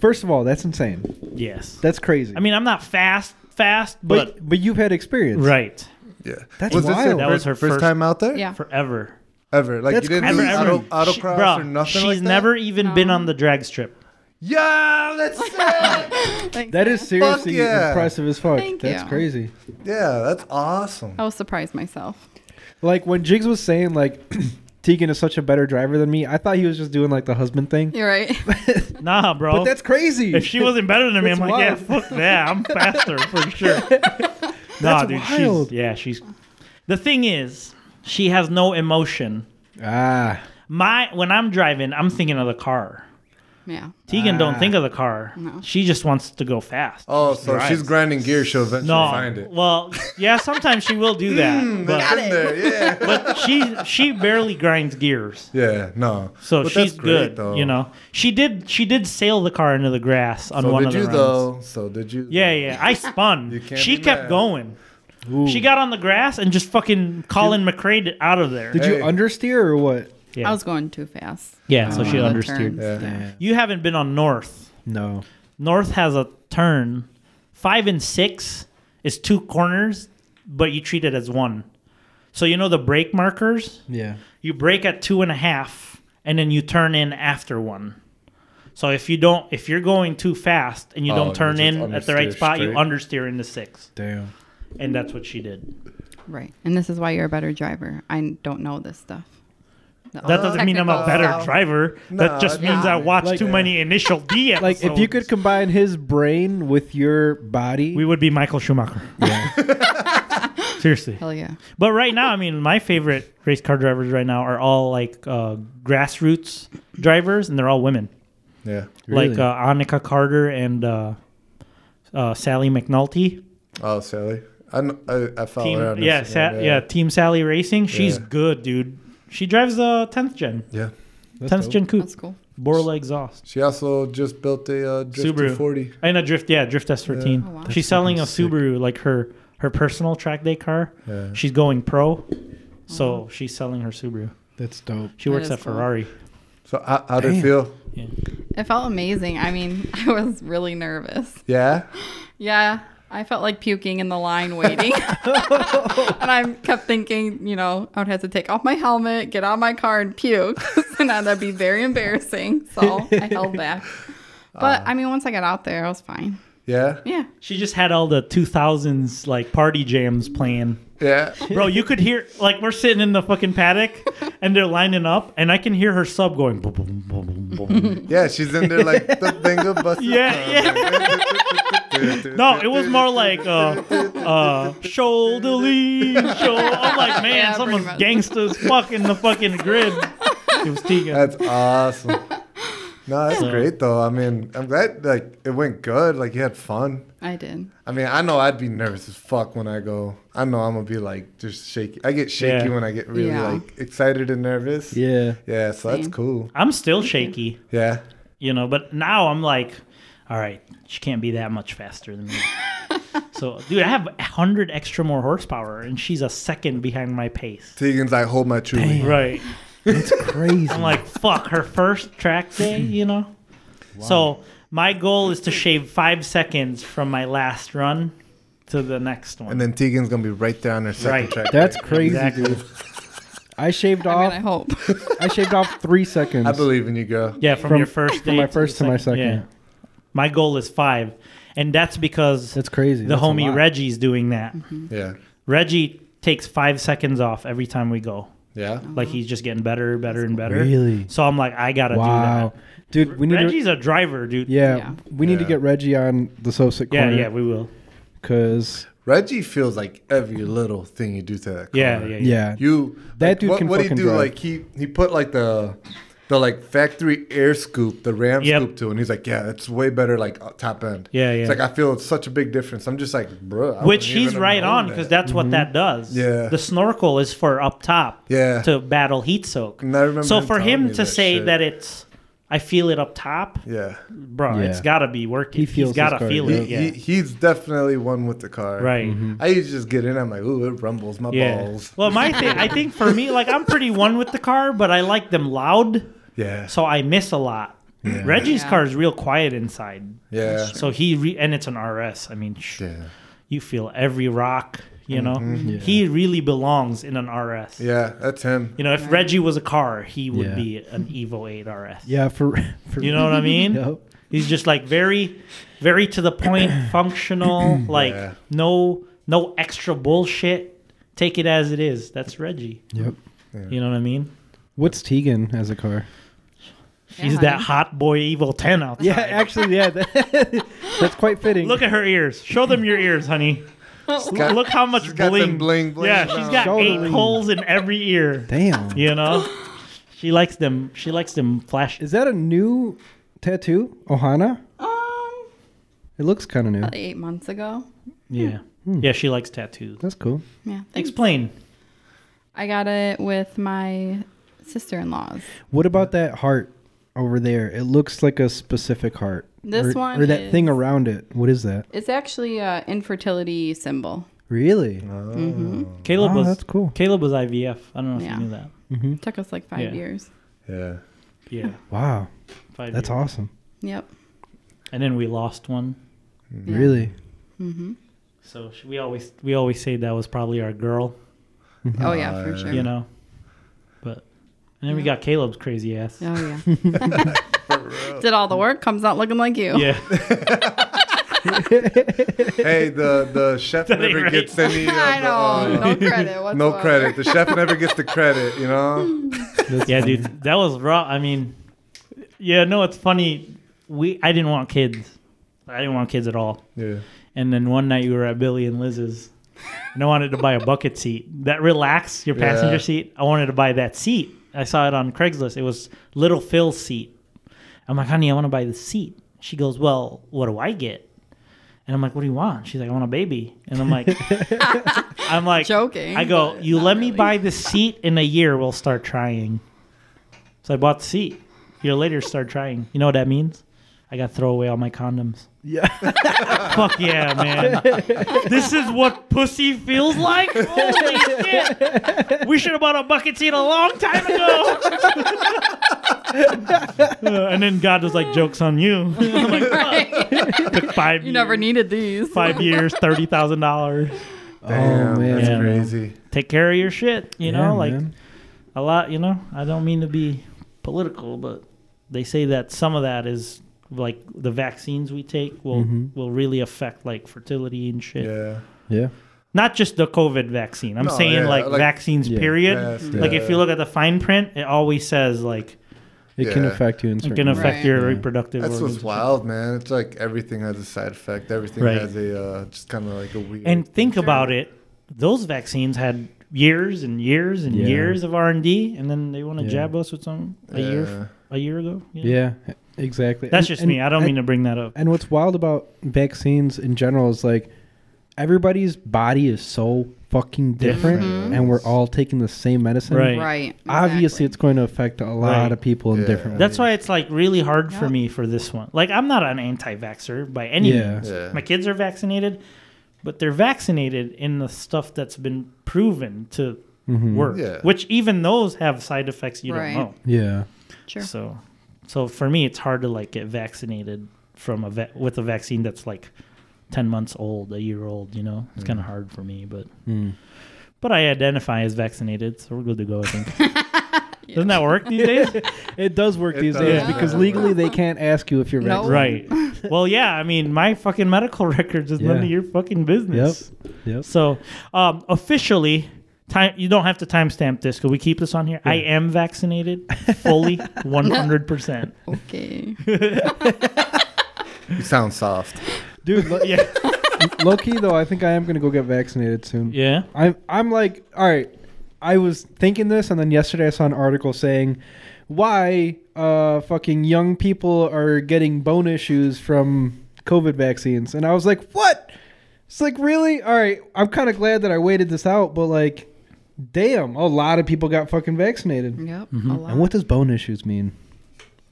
Speaker 4: first of all, that's insane.
Speaker 3: Yes.
Speaker 4: That's crazy.
Speaker 3: I mean, I'm not fast, fast, but,
Speaker 4: but but you've had experience,
Speaker 3: right.
Speaker 1: Yeah.
Speaker 4: That's
Speaker 1: was This your
Speaker 4: wild.
Speaker 3: That
Speaker 1: first,
Speaker 3: was her
Speaker 1: first,
Speaker 3: first-
Speaker 1: time out there?
Speaker 5: Yeah.
Speaker 3: Forever.
Speaker 1: Ever. Like
Speaker 4: That's
Speaker 1: you didn't
Speaker 4: crazy.
Speaker 1: do
Speaker 4: Ever,
Speaker 1: auto,
Speaker 4: ever.
Speaker 1: autocross
Speaker 3: She- bruh,
Speaker 1: or nothing
Speaker 3: she's
Speaker 1: like that?
Speaker 3: never even been on the drag strip.
Speaker 1: Yeah, let's say. it.
Speaker 5: Thanks,
Speaker 4: That is
Speaker 5: man.
Speaker 4: seriously
Speaker 1: yeah.
Speaker 4: impressive as fuck.
Speaker 5: Thank
Speaker 4: that's
Speaker 5: you.
Speaker 4: crazy.
Speaker 1: yeah, that's awesome.
Speaker 5: I was surprised myself.
Speaker 4: Like when Jiggs was saying like Tegan is such a better driver than me, I thought he was just doing like the husband thing.
Speaker 5: You're right.
Speaker 3: Nah, bro.
Speaker 4: But that's crazy.
Speaker 3: if she wasn't better than me, I'm
Speaker 4: That's
Speaker 3: like, yeah,
Speaker 4: wild.
Speaker 3: fuck that. I'm faster for sure. nah,
Speaker 4: That's
Speaker 3: dude.
Speaker 4: wild.
Speaker 3: She's, yeah, she's. The thing is, she has no emotion.
Speaker 4: ah,
Speaker 3: My when I'm driving, I'm thinking of the car.
Speaker 5: Yeah.
Speaker 3: Tegan don't
Speaker 4: Ah.
Speaker 3: think of the car. She just wants to go fast.
Speaker 1: Oh,
Speaker 3: She
Speaker 1: so
Speaker 3: drives.
Speaker 1: she's grinding gear. She'll eventually
Speaker 3: no.
Speaker 1: find it.
Speaker 3: Well, yeah, sometimes she will do that,
Speaker 1: It's
Speaker 3: but,
Speaker 1: in there, yeah.
Speaker 3: but she she barely grinds gears.
Speaker 1: yeah, no.
Speaker 3: So
Speaker 1: But that's
Speaker 3: she's
Speaker 1: great,
Speaker 3: good, you know. She did she did sail the car into the grass on
Speaker 1: So
Speaker 3: one
Speaker 1: did
Speaker 3: of the
Speaker 1: you
Speaker 3: runs.
Speaker 1: though? So did you?
Speaker 3: Yeah,
Speaker 1: though.
Speaker 3: yeah. I spun.
Speaker 1: You can't
Speaker 3: she
Speaker 1: be
Speaker 3: kept
Speaker 1: mad.
Speaker 3: going. She got on the grass and just fucking Colin McRae did- out of there.
Speaker 4: did
Speaker 1: Hey.
Speaker 4: you understeer or what?
Speaker 3: yeah.
Speaker 5: I was going too fast.
Speaker 3: yeah, so she
Speaker 5: on the
Speaker 3: understeered.
Speaker 5: turns.
Speaker 1: Yeah.
Speaker 3: You haven't been on North.
Speaker 4: No.
Speaker 3: North has a turn. Five and six is two corners, but you treat it as one. So you know the brake markers?
Speaker 4: Yeah.
Speaker 3: You brake at two and a half and then you turn in after one. So if you don't if you're going too fast and you
Speaker 1: Oh,
Speaker 3: don't
Speaker 1: you
Speaker 3: turn
Speaker 1: just
Speaker 3: in at the right
Speaker 1: understeer
Speaker 3: spot, you
Speaker 1: straight.
Speaker 3: understeer into six.
Speaker 4: Damn.
Speaker 3: And that's what she did.
Speaker 5: Right. And this is why you're a better driver. I don't know this stuff. The
Speaker 3: That doesn't mean I'm a
Speaker 5: technical
Speaker 3: better
Speaker 5: stuff.
Speaker 3: driver.
Speaker 1: Oh, No,
Speaker 3: that just
Speaker 1: yeah.
Speaker 3: means I watched
Speaker 4: Like-
Speaker 3: too many initial D
Speaker 4: Like if you could combine his brain with your body,
Speaker 3: we would be Michael Schumacher. Seriously.
Speaker 5: Hell yeah.
Speaker 3: But right now, I mean, my favorite race car drivers right now are all like uh, grassroots drivers, and they're all women,
Speaker 1: Yeah.
Speaker 3: like
Speaker 4: Really?
Speaker 3: uh, Annika Carter and uh, uh, Sally McNulty.
Speaker 1: Oh, Sally. I kn- Oh, I, I follow
Speaker 3: Team,
Speaker 1: her on
Speaker 3: yeah,
Speaker 1: Instagram,
Speaker 3: Sa- yeah, Team Sally Racing. She's
Speaker 1: Yeah.
Speaker 3: good, dude. She drives a tenth gen,
Speaker 1: Yeah.
Speaker 4: That's
Speaker 3: tenth
Speaker 4: dope.
Speaker 3: gen coupe,
Speaker 5: That's cool.
Speaker 3: Borla exhaust,
Speaker 1: She also just built a uh, Drift
Speaker 3: Subaru.
Speaker 1: 240.
Speaker 3: and a drift. Yeah, drift S thirteen.
Speaker 5: Oh, wow.
Speaker 3: She's selling a Subaru, like her her personal track day car.
Speaker 1: Yeah.
Speaker 3: She's going pro,
Speaker 5: Oh,
Speaker 3: so she's selling her Subaru.
Speaker 4: That's dope.
Speaker 3: She
Speaker 5: That
Speaker 3: works
Speaker 5: is
Speaker 3: at
Speaker 5: cool.
Speaker 3: Ferrari.
Speaker 1: So how, how did it
Speaker 4: Damn.
Speaker 1: feel?
Speaker 5: It felt amazing. I mean, I was really nervous.
Speaker 1: Yeah.
Speaker 5: Yeah. I felt like puking in the line waiting. and I kept thinking, you know, I would have to take off my helmet, get out of my car, and puke. and that'd be very embarrassing. So I held back.
Speaker 3: Uh.
Speaker 5: But I mean, once I got out there, I was fine.
Speaker 1: Yeah.
Speaker 5: Yeah.
Speaker 3: She just had all the 2000s like party jams playing.
Speaker 1: Yeah.
Speaker 3: Bro, you could hear like we're sitting in the fucking paddock and they're lining up and I can hear her sub going boom boom boom boom boom.
Speaker 1: Yeah. She's in there like the bingo bus.
Speaker 3: Yeah, yeah. No, it was more like uh uh shoulder lean, shoulder. I'm like, man,
Speaker 5: Yeah, pretty
Speaker 3: someone's
Speaker 5: much.
Speaker 3: gangsters fucking the fucking grid. It was Tegan.
Speaker 1: That's awesome. No, that's
Speaker 3: So-
Speaker 1: great though. I mean, I'm glad like it went good. Like you had fun.
Speaker 5: I did.
Speaker 1: I mean, I know I'd be nervous as fuck when I go. I know I'm gonna be like just shaky. I get shaky
Speaker 3: Yeah.
Speaker 1: when I get really
Speaker 5: Yeah.
Speaker 1: like excited and nervous.
Speaker 4: Yeah.
Speaker 1: Yeah, so that's
Speaker 5: Same.
Speaker 1: cool.
Speaker 3: I'm still shaky,
Speaker 1: Yeah.
Speaker 3: you know, but now I'm like, all right, she can't be that much faster than me. So, dude, I have 100 extra more horsepower and she's a second behind my pace.
Speaker 1: Tegan's like, hold my truly.
Speaker 3: Right.
Speaker 4: That's crazy.
Speaker 3: I'm like, fuck, her first track day, you know? So my goal is to shave five seconds from my last run to the next one.
Speaker 1: And then Tegan's gonna be right there on her second
Speaker 3: Right.
Speaker 1: track.
Speaker 4: That's crazy,
Speaker 3: Exactly.
Speaker 4: dude. I shaved
Speaker 5: I
Speaker 3: Oh.
Speaker 5: mean, I
Speaker 4: off.
Speaker 5: hope.
Speaker 4: I shaved off three seconds.
Speaker 1: I believe in you, girl.
Speaker 3: yeah, from,
Speaker 4: From-
Speaker 3: your first
Speaker 4: from
Speaker 3: date
Speaker 4: my first
Speaker 3: the
Speaker 4: to my
Speaker 3: Yeah.
Speaker 4: second.
Speaker 3: My goal is five, and that's because
Speaker 4: That's crazy.
Speaker 3: the
Speaker 4: That's a
Speaker 3: homie
Speaker 4: lot.
Speaker 3: Reggie's doing that.
Speaker 1: Yeah.
Speaker 3: Reggie takes five seconds off every time we go.
Speaker 1: Yeah.
Speaker 5: Oh.
Speaker 3: Like he's just getting better, better, and better.
Speaker 4: Really?
Speaker 3: So I'm like, I gotta
Speaker 4: Wow,
Speaker 3: do
Speaker 4: dude. We
Speaker 3: that.
Speaker 4: need
Speaker 3: Reggie's a driver, dude.
Speaker 4: to. Yeah,
Speaker 5: Yeah.
Speaker 4: we need to
Speaker 1: Yeah.
Speaker 4: get Reggie on the Sosik
Speaker 3: yeah,
Speaker 4: corner.
Speaker 3: yeah. We will.
Speaker 4: Cause
Speaker 1: Reggie feels like every little thing you do to that. Car.
Speaker 3: Yeah, yeah, yeah.
Speaker 4: yeah,
Speaker 1: You
Speaker 4: That
Speaker 1: like,
Speaker 4: dude
Speaker 1: what,
Speaker 4: can
Speaker 1: what
Speaker 4: fucking
Speaker 1: he do?
Speaker 4: drive.
Speaker 1: Like he he put like the the like factory air scoop, the Ram
Speaker 3: Yep.
Speaker 1: scoop to, and he's like, yeah, it's way better like uh, top end.
Speaker 3: Yeah, yeah.
Speaker 1: It's like I feel it's such a big difference. I'm just like, bro. I wouldn't
Speaker 3: Which
Speaker 1: even
Speaker 3: he's
Speaker 1: have
Speaker 3: right
Speaker 1: known
Speaker 3: on because that's what that does.
Speaker 1: Yeah.
Speaker 3: The snorkel is for up top.
Speaker 1: Yeah. Mm,
Speaker 3: To battle heat soak.
Speaker 1: And I remember
Speaker 3: So
Speaker 1: him
Speaker 3: for
Speaker 1: telling
Speaker 3: him
Speaker 1: me
Speaker 3: to
Speaker 1: that
Speaker 3: say
Speaker 1: shit.
Speaker 3: that it's, I feel it up top,
Speaker 1: Yeah.
Speaker 3: bro.
Speaker 4: Yeah.
Speaker 3: It's gotta be working.
Speaker 4: He feels
Speaker 3: he's gotta
Speaker 4: his car,
Speaker 3: feel
Speaker 1: He,
Speaker 3: it. Yeah.
Speaker 1: he, he's definitely one with the car.
Speaker 3: right.
Speaker 4: Mm-hmm.
Speaker 1: I used to just get in. I'm like, ooh, it rumbles my
Speaker 3: Yeah.
Speaker 1: balls.
Speaker 3: Well, my thing, I think for me, like I'm pretty one with the car, but I like them loud,
Speaker 1: Yeah.
Speaker 3: so I miss a lot. Reggie's
Speaker 5: Yeah.
Speaker 3: car is real quiet inside,
Speaker 1: Yeah.
Speaker 3: so he re- and it's an RS. I mean, sh-
Speaker 1: Yeah. Mm-hmm.
Speaker 3: you feel every rock. You know, he really belongs in an RS.
Speaker 1: Yeah. That's him.
Speaker 3: You know, if Reggie was a car, he would
Speaker 4: Yeah.
Speaker 3: be an Evo 8 RS.
Speaker 4: yeah. For, for
Speaker 3: You know what I mean?
Speaker 4: Yep.
Speaker 3: He's just like very, very to the point, functional. Like
Speaker 1: Yeah.
Speaker 3: no, no extra bullshit. Take it as it is. That's Reggie.
Speaker 4: Yep.
Speaker 3: You know what I mean?
Speaker 4: What's Tegan as a car?
Speaker 3: She's that hot boy Evo 10 out there.
Speaker 4: Yeah, actually, yeah, that- that's quite fitting.
Speaker 3: Look at her ears. Show them your ears, honey.
Speaker 1: got-
Speaker 3: Look how much
Speaker 1: she's got
Speaker 3: bling.
Speaker 1: them bling bling
Speaker 3: Yeah, she's
Speaker 1: around.
Speaker 3: got
Speaker 4: Shoulder
Speaker 3: eight
Speaker 4: lean.
Speaker 3: holes in every ear.
Speaker 4: damn.
Speaker 3: You know, she likes them. She likes them flash.
Speaker 4: Is that a new tattoo, Ohana?
Speaker 5: Um,
Speaker 4: It looks kind of new.
Speaker 5: probably eight months ago.
Speaker 3: Yeah,
Speaker 1: Hmm.
Speaker 3: yeah, she likes tattoos.
Speaker 4: That's cool.
Speaker 5: Yeah. Thanks.
Speaker 3: Explain.
Speaker 5: I got it with my sister-in-laws.
Speaker 4: What about that heart over there? It looks like a specific heart.
Speaker 5: This
Speaker 4: or,
Speaker 5: one
Speaker 4: or that
Speaker 5: is-
Speaker 4: thing around it. What is that?
Speaker 5: It's actually a infertility symbol.
Speaker 4: Really?
Speaker 3: Caleb
Speaker 4: Oh,
Speaker 3: was
Speaker 4: that's cool.
Speaker 3: Caleb was IVF. I don't know if
Speaker 5: Yeah.
Speaker 3: you knew that.
Speaker 5: It took us like five
Speaker 3: Yeah.
Speaker 5: years.
Speaker 1: Yeah.
Speaker 3: Yeah,
Speaker 4: Wow,
Speaker 3: five
Speaker 4: that's
Speaker 3: years.
Speaker 4: awesome.
Speaker 5: Yep.
Speaker 3: And then we lost one.
Speaker 5: Yeah.
Speaker 4: Really?
Speaker 3: So sh- we always we always say that was probably our girl.
Speaker 5: Oh yeah, for sure.
Speaker 3: You know, but and then we got Caleb's crazy ass.
Speaker 5: Oh yeah. Did all the work, comes out looking like you.
Speaker 3: Yeah.
Speaker 1: Hey, the the chef
Speaker 3: That ain't
Speaker 1: never
Speaker 3: right.
Speaker 1: gets any. Of
Speaker 5: I
Speaker 1: the, uh,
Speaker 5: know. No credit. Whatsoever.
Speaker 1: No credit. The chef never gets the credit, you know?
Speaker 3: yeah, dude, that was raw. I mean, yeah, no, it's funny. We I didn't want kids. I didn't want kids at all.
Speaker 1: Yeah.
Speaker 3: And then one night we were at Billy and Liz's, and I wanted to buy a bucket seat that relax your passenger
Speaker 1: Yeah.
Speaker 3: seat. I wanted to buy that seat. I saw it on Craigslist. It was Little Phil's seat. I'm like, honey, I want to buy the seat. She goes, well, what do I get? And I'm like, what do you want? She's like, I want a baby. And I'm like, I'm like,
Speaker 5: Joking,
Speaker 3: I go,
Speaker 5: but
Speaker 3: you
Speaker 5: not
Speaker 3: let me
Speaker 5: really.
Speaker 3: buy the seat in a year. We'll start trying. So I bought the seat. A year later, start trying. You know what that means? I got to throw away all my condoms.
Speaker 4: Yeah.
Speaker 3: Fuck yeah, man. this is what pussy feels like? Holy shit. We should have bought a bucket seat a long time ago. Uh, and then God was like, joke's on you. I'm like, "Fuck." Took five
Speaker 5: You never
Speaker 3: years,
Speaker 5: needed these.
Speaker 3: Five years, $30,000.
Speaker 1: Damn,
Speaker 4: Oh, man.
Speaker 1: that's
Speaker 3: Yeah.
Speaker 1: crazy.
Speaker 3: Take care of your shit. You know,
Speaker 4: Yeah,
Speaker 3: like
Speaker 4: man.
Speaker 3: a lot, you know, I don't mean to be political, but they say that some of that is like the vaccines we take will will really affect like fertility and shit.
Speaker 1: Yeah.
Speaker 4: yeah.
Speaker 3: not just the COVID vaccine. I'm
Speaker 1: No,
Speaker 3: saying
Speaker 1: yeah,
Speaker 3: like,
Speaker 1: like-
Speaker 3: vaccines,
Speaker 4: Yeah.
Speaker 3: period.
Speaker 1: Yes,
Speaker 3: Like
Speaker 1: yeah.
Speaker 3: if you look at the fine print, it always says like
Speaker 4: It can
Speaker 1: Yeah.
Speaker 4: affect you in
Speaker 3: it
Speaker 4: certain
Speaker 3: can
Speaker 4: ways.
Speaker 3: affect
Speaker 5: Right.
Speaker 3: your reproductive.
Speaker 1: That's what's
Speaker 3: organs.
Speaker 1: wild, man. It's like everything has a side effect. Everything
Speaker 3: Right.
Speaker 1: has a uh, just kind of like a weird.
Speaker 3: And think about it, those vaccines had years and years and
Speaker 4: Yeah.
Speaker 3: years of R and D, and then they want to
Speaker 4: Yeah.
Speaker 3: jab us with some a
Speaker 1: Yeah.
Speaker 3: year a year ago.
Speaker 4: Yeah, exactly.
Speaker 3: that's
Speaker 4: And-
Speaker 3: just
Speaker 4: and
Speaker 3: me. I don't mean to bring that up.
Speaker 4: And what's wild about vaccines in general is like everybody's body is so fucking different, and we're all taking the same medicine.
Speaker 3: Right.
Speaker 5: Right.
Speaker 4: Obviously,
Speaker 5: exactly.
Speaker 4: it's going to affect a lot
Speaker 3: Right.
Speaker 4: of people in
Speaker 1: Yeah.
Speaker 4: different ways.
Speaker 3: That's why it's like really hard for
Speaker 5: Yep.
Speaker 3: me for this one. Like I'm not an anti-vaxxer by any
Speaker 4: Yeah.
Speaker 3: means.
Speaker 1: Yeah.
Speaker 3: My kids are vaccinated, but they're vaccinated in the stuff that's been proven to
Speaker 4: Mm-hmm.
Speaker 3: work.
Speaker 1: Yeah.
Speaker 3: Which even those have side effects you
Speaker 5: Right.
Speaker 3: don't know.
Speaker 4: Yeah.
Speaker 5: Sure.
Speaker 3: So, so for me, it's hard to like get vaccinated from a va- with a vaccine that's like ten months old, a year old. You know, it's
Speaker 4: Mm.
Speaker 3: kind of hard for me, but but I identify as vaccinated, so we're good to go. I think. Doesn't that work these days?
Speaker 4: It does work
Speaker 1: It
Speaker 4: these
Speaker 1: does.
Speaker 4: days
Speaker 1: Yeah.
Speaker 4: because legally they can't ask you if you're
Speaker 5: No.
Speaker 3: right. Well, yeah. I mean, my fucking medical records is none
Speaker 4: Yeah.
Speaker 3: of your fucking business.
Speaker 4: Yep.
Speaker 3: So, um, officially, time you don't have to timestamp this because we keep this on here. I am vaccinated fully, one hundred percent.
Speaker 5: Okay.
Speaker 1: You sound soft.
Speaker 4: Dude, lo-
Speaker 3: Yeah.
Speaker 4: low key though, I think I am gonna go get vaccinated soon.
Speaker 3: Yeah.
Speaker 4: I'm I'm like, all right. I was thinking this, and then yesterday I saw an article saying why uh, fucking young people are getting bone issues from COVID vaccines, and I was like, what? It's like really? All right. I'm kind of glad that I waited this out, but like, damn, a lot of people got fucking vaccinated.
Speaker 5: Yep.
Speaker 3: Mm-hmm.
Speaker 5: A lot.
Speaker 4: And what does bone issues mean?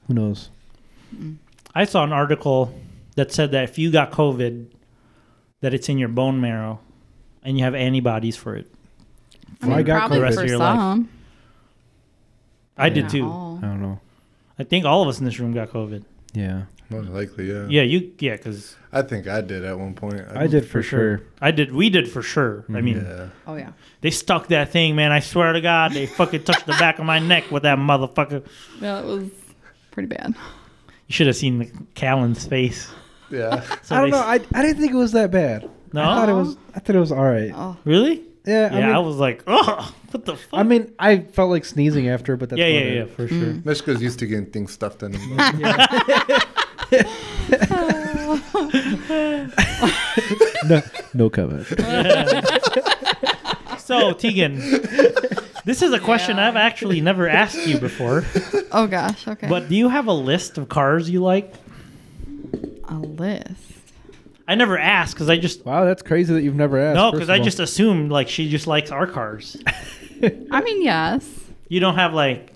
Speaker 4: Who knows?
Speaker 3: I saw an article that said that if you got COVID, that it's in your bone marrow, and you have antibodies for it.
Speaker 5: I
Speaker 4: Well, I
Speaker 5: mean,
Speaker 4: got
Speaker 5: probably
Speaker 4: the
Speaker 3: rest
Speaker 5: for
Speaker 3: of your life.
Speaker 5: some.
Speaker 3: I
Speaker 5: not
Speaker 3: did too.
Speaker 5: all.
Speaker 4: I don't know.
Speaker 3: I think all of us in this room got COVID.
Speaker 4: Yeah,
Speaker 1: Most likely, yeah.
Speaker 3: Yeah, you. Yeah, because
Speaker 1: I think I did at one point.
Speaker 4: I did for, sure.
Speaker 3: I did. We did for sure. I mean,
Speaker 1: Yeah.
Speaker 5: Oh yeah.
Speaker 3: they stuck that thing, man. I swear to God, they fucking touched the back of my neck with that motherfucker.
Speaker 5: Yeah, it was pretty bad.
Speaker 3: You should have seen the Callan's face.
Speaker 1: Yeah.
Speaker 3: So
Speaker 4: I don't
Speaker 3: they-
Speaker 4: know. I, I didn't think it was that bad.
Speaker 3: No?
Speaker 4: I thought it was. I thought it was all right.
Speaker 5: Oh.
Speaker 3: really?
Speaker 4: Yeah,
Speaker 3: Yeah,
Speaker 4: I
Speaker 3: I,
Speaker 4: mean,
Speaker 3: was like, oh, what the fuck?
Speaker 4: I mean, I felt like sneezing after, but that's
Speaker 3: yeah, yeah,
Speaker 4: about
Speaker 3: yeah,
Speaker 4: it.
Speaker 3: for sure.
Speaker 1: Mishka's used to getting things stuffed in him.
Speaker 5: Oh,
Speaker 4: No, no comment.
Speaker 3: So, Tegan, this is a question
Speaker 5: Yeah.
Speaker 3: I've actually never asked you before.
Speaker 5: Oh gosh. Okay.
Speaker 3: But do you have a list of cars you like?
Speaker 5: a list.
Speaker 3: I never asked because I just
Speaker 4: wow, that's crazy that you've never asked.
Speaker 3: no,
Speaker 4: first
Speaker 3: because
Speaker 4: of
Speaker 3: I
Speaker 4: all.
Speaker 3: just assumed like she just likes our cars.
Speaker 5: I mean, yes.
Speaker 3: You don't have like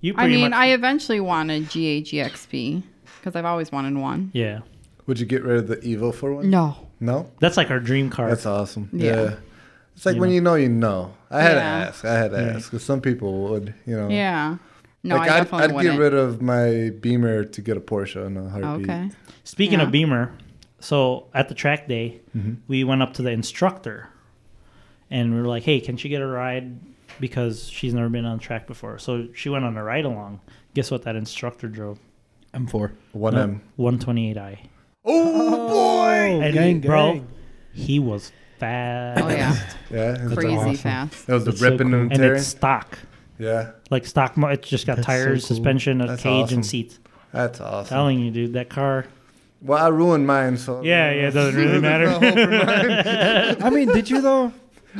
Speaker 3: you.
Speaker 5: I
Speaker 3: Pretty
Speaker 5: mean,
Speaker 3: much,
Speaker 5: I eventually wanted GAGXP because I've always wanted one.
Speaker 3: yeah,
Speaker 1: Would you get rid of the Evo for one?
Speaker 5: No.
Speaker 1: No?
Speaker 3: that's like our dream car.
Speaker 1: That's awesome.
Speaker 5: Yeah.
Speaker 1: Yeah. It's like when you know, you know. I had to
Speaker 5: Yeah.
Speaker 1: ask. I had to ask. Because some people would, you know.
Speaker 5: Yeah. No,
Speaker 1: like
Speaker 5: I
Speaker 1: I'd,
Speaker 5: definitely
Speaker 1: I'd
Speaker 5: wouldn't. Oh,
Speaker 1: get rid of my Beamer to get a Porsche in a heartbeat.
Speaker 5: okay.
Speaker 3: Speaking
Speaker 5: Yeah.
Speaker 3: of Beamer, so at the track day,
Speaker 1: Mm-hmm.
Speaker 3: we went up to the instructor and we were like, hey, can she get a ride? Because she's never been on track before. So she went on a ride along. Guess what that instructor drove?
Speaker 4: I'm for.
Speaker 1: One M.
Speaker 3: 128i.
Speaker 1: Oh, boy!
Speaker 3: And
Speaker 4: gang,
Speaker 3: bro,
Speaker 4: gang.
Speaker 3: he was fast.
Speaker 5: Oh yeah.
Speaker 1: Yeah, it's
Speaker 5: Crazy
Speaker 1: awesome.
Speaker 5: fast.
Speaker 1: It was the
Speaker 3: It's so
Speaker 1: ripping
Speaker 3: cool.
Speaker 1: and
Speaker 3: And
Speaker 1: tearing.
Speaker 3: it's stock.
Speaker 1: yeah,
Speaker 3: Like stock, mo- it's just got
Speaker 4: That's so
Speaker 3: tires,
Speaker 4: cool.
Speaker 3: suspension, a
Speaker 1: That's
Speaker 3: cage,
Speaker 1: awesome.
Speaker 3: and seats.
Speaker 1: that's awesome.
Speaker 3: Telling you, dude, that car.
Speaker 1: Well, I ruined mine, so
Speaker 3: Yeah, yeah, it doesn't really
Speaker 1: There's
Speaker 3: matter.
Speaker 1: no hope for mine.
Speaker 4: I mean, did you though?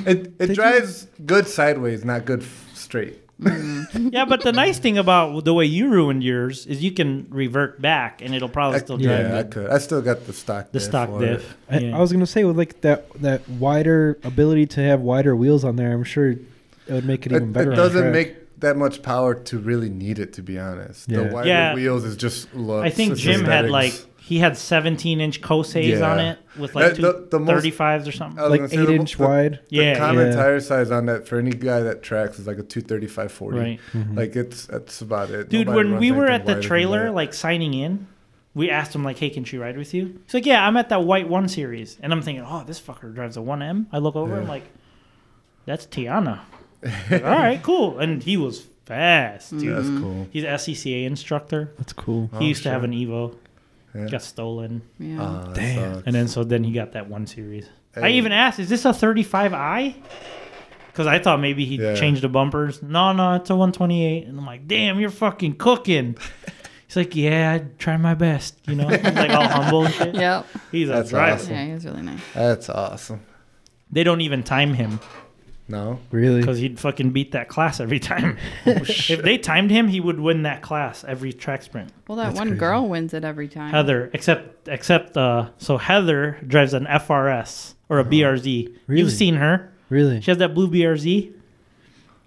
Speaker 1: It it
Speaker 4: you-
Speaker 1: drives good sideways, not good f- straight.
Speaker 3: yeah, but the nice thing about the way you ruined yours is you can revert back and it'll probably
Speaker 1: I,
Speaker 3: Oh, still drive
Speaker 1: yeah,
Speaker 3: you.
Speaker 1: I could. I still got the stock.
Speaker 3: the
Speaker 1: diff
Speaker 3: stock
Speaker 1: for
Speaker 3: diff.
Speaker 4: I,
Speaker 3: Yeah.
Speaker 4: I was gonna say with like that that wider ability to have wider wheels on there. I'm sure it would make it
Speaker 1: It,
Speaker 4: even
Speaker 1: it,
Speaker 4: better. on
Speaker 1: doesn't
Speaker 4: track.
Speaker 1: make that much power to really need it, to be honest. The
Speaker 4: Yeah.
Speaker 1: wider
Speaker 3: Yeah.
Speaker 1: wheels is just looks.
Speaker 3: I think
Speaker 1: it's
Speaker 3: Jim had
Speaker 1: aesthetics.
Speaker 3: like he had 17 inch Koseis on
Speaker 1: Yeah.
Speaker 3: it with like
Speaker 1: Uh,
Speaker 3: two
Speaker 1: the- the most-
Speaker 3: 35s or something.
Speaker 1: I was
Speaker 4: like
Speaker 1: gonna say
Speaker 4: eight
Speaker 1: the-
Speaker 4: inch
Speaker 1: the-
Speaker 4: wide.
Speaker 1: The
Speaker 3: yeah,
Speaker 1: common
Speaker 4: yeah.
Speaker 1: tire size on that for any guy that tracks is like a 235 40.
Speaker 3: Right.
Speaker 4: Mm-hmm.
Speaker 1: Like it's that's about it.
Speaker 3: dude.
Speaker 1: Nobody
Speaker 3: When
Speaker 1: runs
Speaker 3: we were
Speaker 1: anything
Speaker 3: at the
Speaker 1: wider than
Speaker 3: trailer,
Speaker 1: that.
Speaker 3: like signing in, we asked him like, "Hey, can she ride with you?" He's like, "Yeah, I'm at that white one series," and I'm thinking, "Oh, this fucker drives a 1M." I look over, I'm
Speaker 1: Yeah.
Speaker 3: like, "That's Tiana." Like, All right, cool. And he was fast, dude.
Speaker 1: that's cool.
Speaker 3: He's an SCCA instructor.
Speaker 4: That's cool.
Speaker 1: Oh,
Speaker 3: He used to have
Speaker 1: shit.
Speaker 3: an Evo.
Speaker 1: Yeah.
Speaker 3: Got stolen.
Speaker 5: Yeah.
Speaker 3: Uh,
Speaker 1: Ah, that
Speaker 4: Damn.
Speaker 1: sucks.
Speaker 3: And then so then he got that one series. I
Speaker 1: Hey.
Speaker 3: even asked, "Is this a 35i?" Because I thought maybe he
Speaker 1: Yeah.
Speaker 3: changed the bumpers. No, no, it's a 128. And I'm like, "Damn, you're fucking cooking." He's like, "Yeah, I try my best," you know. He's like all humble. And shit.
Speaker 5: Yep.
Speaker 3: He's a
Speaker 1: That's
Speaker 3: driver.
Speaker 1: awesome.
Speaker 5: Yeah, he was really nice.
Speaker 1: That's awesome.
Speaker 3: They don't even time him
Speaker 1: No.
Speaker 4: Really?
Speaker 3: because he'd fucking beat that class every time.
Speaker 1: Oh,
Speaker 3: if they timed him, he would win that class every track sprint.
Speaker 5: Well, that one girl wins it every time.
Speaker 3: Heather, except except uh, so Heather drives an FRS or a BRZ.
Speaker 4: Uh-huh. really?
Speaker 3: You've seen her.
Speaker 4: Really?
Speaker 3: She has that blue BRZ.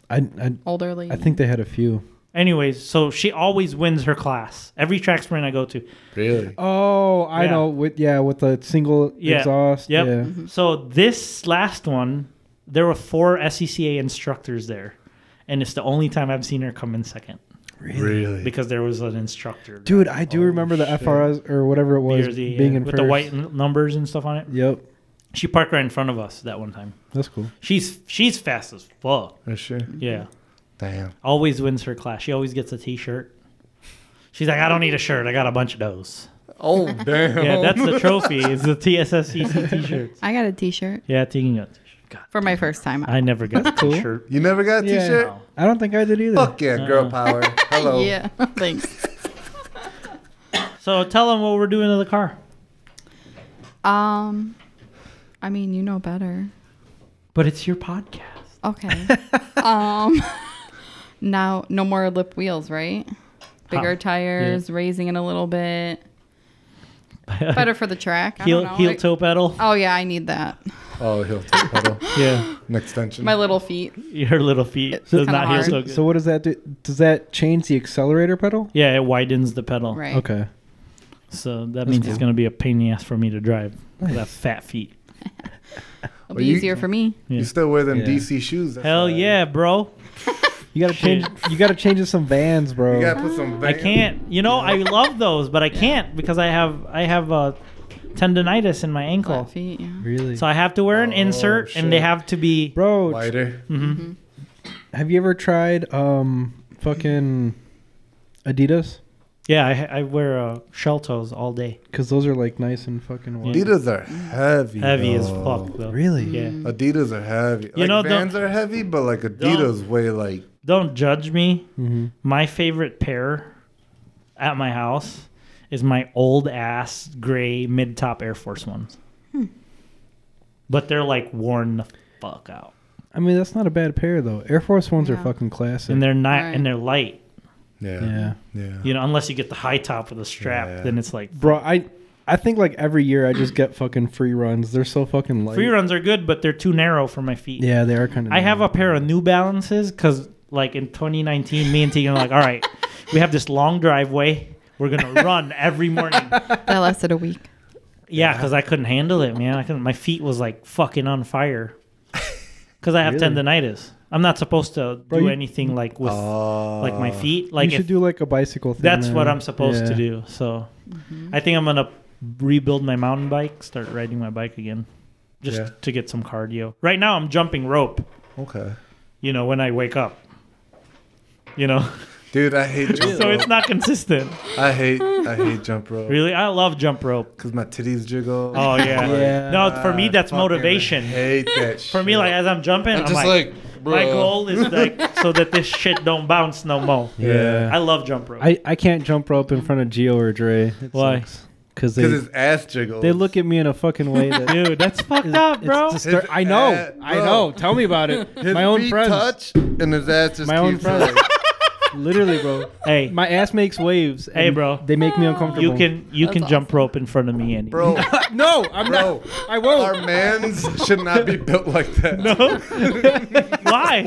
Speaker 4: I, I
Speaker 5: Older lady.
Speaker 4: I think they had a few.
Speaker 3: Anyways, so she always wins her class. Every track sprint I go to.
Speaker 1: Really?
Speaker 4: Oh, I
Speaker 3: Yeah.
Speaker 4: know. With yeah, with the single
Speaker 3: Yeah.
Speaker 4: exhaust.
Speaker 3: Yep.
Speaker 4: Yeah.
Speaker 3: So this last one, E there were four SCCA instructors there, and it's the only time I've seen her come in second.
Speaker 1: Really?
Speaker 3: because there was an instructor. there.
Speaker 4: Dude, I do remember the
Speaker 1: shit.
Speaker 4: FRS or whatever it was
Speaker 3: Near the,
Speaker 4: being
Speaker 3: uh,
Speaker 4: in
Speaker 3: with
Speaker 4: first.
Speaker 3: the white n- numbers and stuff on it.
Speaker 4: Yep,
Speaker 3: She parked right in front of us that one time.
Speaker 4: that's cool.
Speaker 3: She's she's fast as fuck.
Speaker 1: Is she?
Speaker 3: Yeah,
Speaker 1: Damn.
Speaker 3: always wins her class. She always gets a T-shirt. She's like, I don't need a shirt. I got a bunch of those.
Speaker 1: Oh damn.
Speaker 3: Yeah, that's the trophy. It's the TSSCC T-shirts.
Speaker 5: I got a T-shirt
Speaker 3: Yeah, taking a T-shirt. God,
Speaker 5: for my first time.
Speaker 3: I never got a
Speaker 4: Cool.
Speaker 3: T-shirt.
Speaker 1: You never got a
Speaker 4: Yeah.
Speaker 1: T-shirt?
Speaker 3: No.
Speaker 4: I don't think I did either.
Speaker 1: Fuck yeah, girl power. Hello.
Speaker 5: Yeah, thanks.
Speaker 3: So tell them what we're doing to the car.
Speaker 5: Um, I mean, you know better.
Speaker 3: But it's your podcast.
Speaker 5: Okay. um, now no more lip wheels, right? Bigger
Speaker 3: Huh.
Speaker 5: tires, raising it a little bit. Better for the track. I
Speaker 3: heel
Speaker 5: don't know.
Speaker 3: heel
Speaker 5: Like-
Speaker 3: toe pedal.
Speaker 5: Oh yeah, I need that.
Speaker 1: Oh, he'll take pedal.
Speaker 3: Yeah,
Speaker 1: An extension.
Speaker 5: My little feet.
Speaker 3: your little feet
Speaker 5: It's
Speaker 3: does
Speaker 5: kinda
Speaker 3: not heel
Speaker 5: hard.
Speaker 3: toe. Good.
Speaker 4: So what does that do? Does that change the accelerator pedal?
Speaker 3: yeah, it widens the pedal.
Speaker 5: Right.
Speaker 4: Okay.
Speaker 3: So that means it's going to be a pain in the ass for me to drive. with That fat feet.
Speaker 5: It'll
Speaker 1: Well,
Speaker 5: be
Speaker 1: you-
Speaker 5: easier for me.
Speaker 3: Yeah.
Speaker 1: You still wear them
Speaker 4: Yeah.
Speaker 1: DC shoes? that's
Speaker 3: Hell
Speaker 1: why.
Speaker 3: yeah, bro.
Speaker 4: You gotta
Speaker 3: Shit.
Speaker 4: change. You gotta change it some vans, bro.
Speaker 1: You gotta put some.
Speaker 3: I
Speaker 1: bang-
Speaker 3: can't. You know, I love those, but I can't because I have I have uh, tendonitis in my ankle.
Speaker 5: Flat feet. Yeah.
Speaker 4: really,
Speaker 3: So I have to wear an
Speaker 1: Oh,
Speaker 3: insert, and they
Speaker 1: shit.
Speaker 3: have to be.
Speaker 4: bro.
Speaker 1: Lighter.
Speaker 3: Hmm.
Speaker 4: Have you ever tried um fucking Adidas?
Speaker 3: Yeah, I, I wear uh, shell toes all day.
Speaker 4: Because those are like nice and fucking. Wide.
Speaker 1: Adidas are heavy.
Speaker 3: Heavy as
Speaker 1: though.
Speaker 3: fuck though.
Speaker 4: Really?
Speaker 3: Yeah.
Speaker 1: Adidas are heavy.
Speaker 3: You
Speaker 1: like,
Speaker 3: know, the-
Speaker 1: Vans are heavy, but like Adidas weigh like
Speaker 3: Don't judge me.
Speaker 4: Mm-hmm.
Speaker 3: My favorite pair at my house is my old ass gray mid top Air Force ones. But they're like worn the fuck out,
Speaker 4: I mean, that's not a bad pair though. Air Force ones are
Speaker 5: Yeah.
Speaker 4: fucking classic.
Speaker 3: and they're not,
Speaker 5: Right.
Speaker 3: and they're light.
Speaker 1: yeah,
Speaker 4: yeah.
Speaker 1: yeah.
Speaker 3: You know, unless you get the high top with a strap,
Speaker 1: Yeah.
Speaker 3: then it's like
Speaker 4: Bro, I I think like every year I just get fucking free runs. They're so fucking light.
Speaker 3: free runs are good, but they're too narrow for my feet.
Speaker 4: Yeah, they are kind of.
Speaker 3: I have a pair of New Balances because, like, in 2019, me and Tegan are like, all right, we have this long driveway. We're going to run every morning.
Speaker 5: That lasted a week.
Speaker 3: Yeah, because I couldn't handle it, man. I couldn't, my feet was like fucking on fire because I have
Speaker 4: Really?
Speaker 3: tendonitis. I'm not supposed to
Speaker 4: Bro,
Speaker 3: do
Speaker 4: you- Oh.
Speaker 3: anything like with
Speaker 1: Ah.
Speaker 3: like my feet. Like
Speaker 4: you
Speaker 3: if,
Speaker 4: should do like a bicycle thing.
Speaker 3: that's
Speaker 4: man.
Speaker 3: what I'm supposed to
Speaker 4: Yeah.
Speaker 3: do. So
Speaker 5: Mm-hmm.
Speaker 3: I think I'm gonna rebuild my mountain bike, start riding my bike again, just
Speaker 1: Yeah.
Speaker 3: to get some cardio. Right now I'm jumping rope.
Speaker 1: Okay,
Speaker 3: You know when I wake up. You know,
Speaker 1: dude, I hate jump
Speaker 3: so
Speaker 1: rope.
Speaker 3: it's not consistent.
Speaker 1: I hate I hate jump rope.
Speaker 3: Really, I love jump rope.
Speaker 1: Cause my titties jiggle.
Speaker 3: Oh yeah,
Speaker 4: Yeah.
Speaker 3: no, for me
Speaker 1: Ah, I
Speaker 3: that's
Speaker 1: fucking
Speaker 3: motivation.
Speaker 1: Hate that.
Speaker 3: For me, like as I'm jumping, I'm,
Speaker 6: I'm just
Speaker 3: like,
Speaker 6: like, bro.
Speaker 3: my goal is like so that this shit don't bounce no more.
Speaker 1: Yeah.
Speaker 3: I love jump rope.
Speaker 4: I, I can't jump rope in front of Gio or Dre.
Speaker 3: Why?
Speaker 4: Because
Speaker 1: because
Speaker 4: they
Speaker 1: his ass jiggles.
Speaker 4: they look at me in a fucking way that.
Speaker 3: Dude, that's fucked up,
Speaker 4: it's
Speaker 3: bro.
Speaker 4: distur-
Speaker 1: His
Speaker 4: I know.
Speaker 1: ass-
Speaker 4: I
Speaker 1: bro.
Speaker 4: know. Tell me about it.
Speaker 1: His
Speaker 4: My own
Speaker 1: feet
Speaker 4: friends.
Speaker 1: touch and his ass just
Speaker 4: My own
Speaker 1: keeps
Speaker 4: friends.
Speaker 1: like-
Speaker 4: Literally, bro.
Speaker 3: hey,
Speaker 4: My ass makes waves.
Speaker 3: Hey,
Speaker 4: and
Speaker 3: bro.
Speaker 4: They make me uncomfortable.
Speaker 3: you can you
Speaker 5: That's
Speaker 3: can
Speaker 5: awesome.
Speaker 3: jump rope in front of me, and
Speaker 1: bro,
Speaker 4: No, I'm
Speaker 1: bro.
Speaker 4: not. I
Speaker 1: Our
Speaker 4: won't.
Speaker 1: mans should not be built like that.
Speaker 3: Why?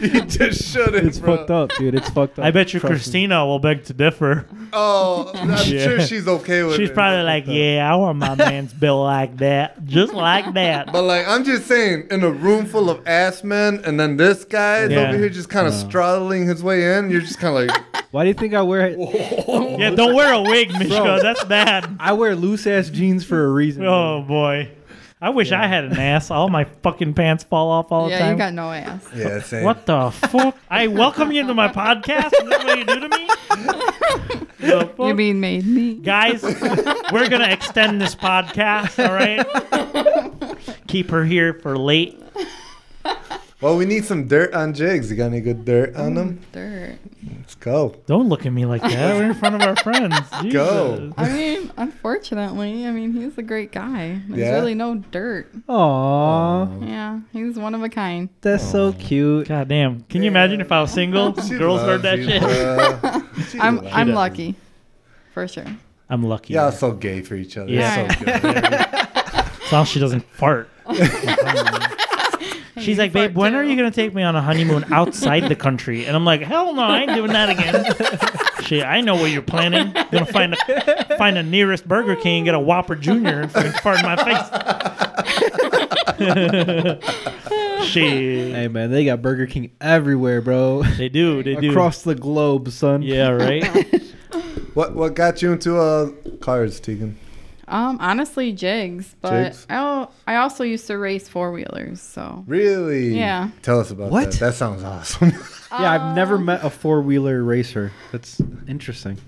Speaker 1: you just shouldn't.
Speaker 4: It's
Speaker 1: bro.
Speaker 4: fucked up, dude. It's fucked up.
Speaker 3: I bet you
Speaker 4: Trust me.
Speaker 3: Christina will beg to differ.
Speaker 1: Oh, I'm
Speaker 3: Yeah.
Speaker 1: sure she's okay with it.
Speaker 3: She's probably like, "Yeah, I want my man's built like that, just like that."
Speaker 1: But like I'm just saying, in a room full of ass men, and then this guy is
Speaker 3: Yeah.
Speaker 1: over here just kind of straddling his way in. You're just kind of like,
Speaker 4: Why do you think I wear
Speaker 3: Yeah, don't wear a wig, Mishka. That's bad.
Speaker 4: I wear loose ass jeans for a reason?
Speaker 3: Oh boy, I wish I had an ass. All my fucking pants fall off all the
Speaker 5: Yeah,
Speaker 3: time.
Speaker 5: you got no ass.
Speaker 1: yeah, same.
Speaker 3: What the fuck? I welcome you to my podcast. Is that what you do to me? The fuck?
Speaker 5: You mean made me?
Speaker 3: Guys, we're going to extend this podcast, all right? Keep her here for late.
Speaker 1: Well, we need some dirt on jigs. You got any good dirt on them?
Speaker 5: Dirt.
Speaker 1: Let's go.
Speaker 3: Don't look at me like that. We're in front of our friends. Jesus.
Speaker 1: Go.
Speaker 5: I mean, unfortunately, I mean, he's a great guy. There's
Speaker 1: Yeah?
Speaker 5: really no dirt.
Speaker 4: Aww,
Speaker 5: Yeah, he's one of a kind.
Speaker 4: that's so cute.
Speaker 3: God damn. Can you imagine if I was single?
Speaker 1: She
Speaker 3: Girls
Speaker 1: loves
Speaker 3: heard that
Speaker 1: you,
Speaker 3: shit.
Speaker 1: bruh. She
Speaker 5: I'm
Speaker 1: loves
Speaker 5: I'm
Speaker 1: you.
Speaker 5: lucky, for sure.
Speaker 3: I'm lucky.
Speaker 1: Y'all so gay for each other. Yeah.
Speaker 3: Yeah.
Speaker 1: So good.
Speaker 3: As long as she doesn't fart. She's like, babe, when are you gonna take me on a honeymoon outside the country? And I'm like, hell no, I ain't doing that again. she, I know what you're planning. I'm gonna find a find a nearest Burger King, and get a Whopper Junior, and fucking fart in my face. Shit.
Speaker 4: Hey man, they got Burger King everywhere, bro.
Speaker 3: They do. They do.
Speaker 4: Across the globe, son.
Speaker 3: Yeah, right?
Speaker 1: What what got you into uh cars, Tegan?
Speaker 5: Um, honestly, jigs, but
Speaker 1: Jigs?
Speaker 5: I al- I also used to race four wheelers, so
Speaker 1: Really?
Speaker 5: Yeah.
Speaker 1: Tell us about
Speaker 4: What?
Speaker 1: that. That sounds awesome.
Speaker 4: Yeah, I've never
Speaker 5: Um,
Speaker 4: met a four wheeler racer. That's interesting.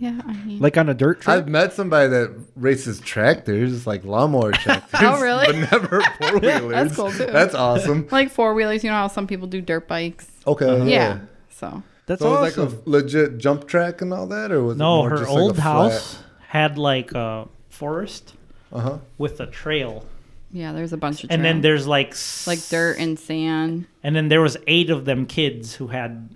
Speaker 5: yeah, I mean,
Speaker 4: Like on a dirt track.
Speaker 1: I've met somebody that races tractors, like lawnmower tractors.
Speaker 5: Oh, really?
Speaker 1: But never four wheelers.
Speaker 5: That's cool, too.
Speaker 1: That's awesome.
Speaker 5: like four wheelers. You know how some people do dirt bikes.
Speaker 1: Okay.
Speaker 5: Yeah. So
Speaker 4: That's
Speaker 1: So it was
Speaker 4: awesome.
Speaker 1: like a legit jump track and all that, or was it
Speaker 3: No,
Speaker 1: more
Speaker 3: her
Speaker 1: just
Speaker 3: old
Speaker 1: like a
Speaker 3: house had like a forest
Speaker 1: Uh huh.
Speaker 3: with a trail.
Speaker 5: yeah, there's a bunch of
Speaker 3: And then
Speaker 5: trail.
Speaker 3: there's like s-
Speaker 5: like dirt and sand.
Speaker 3: and then there was eight of them kids who had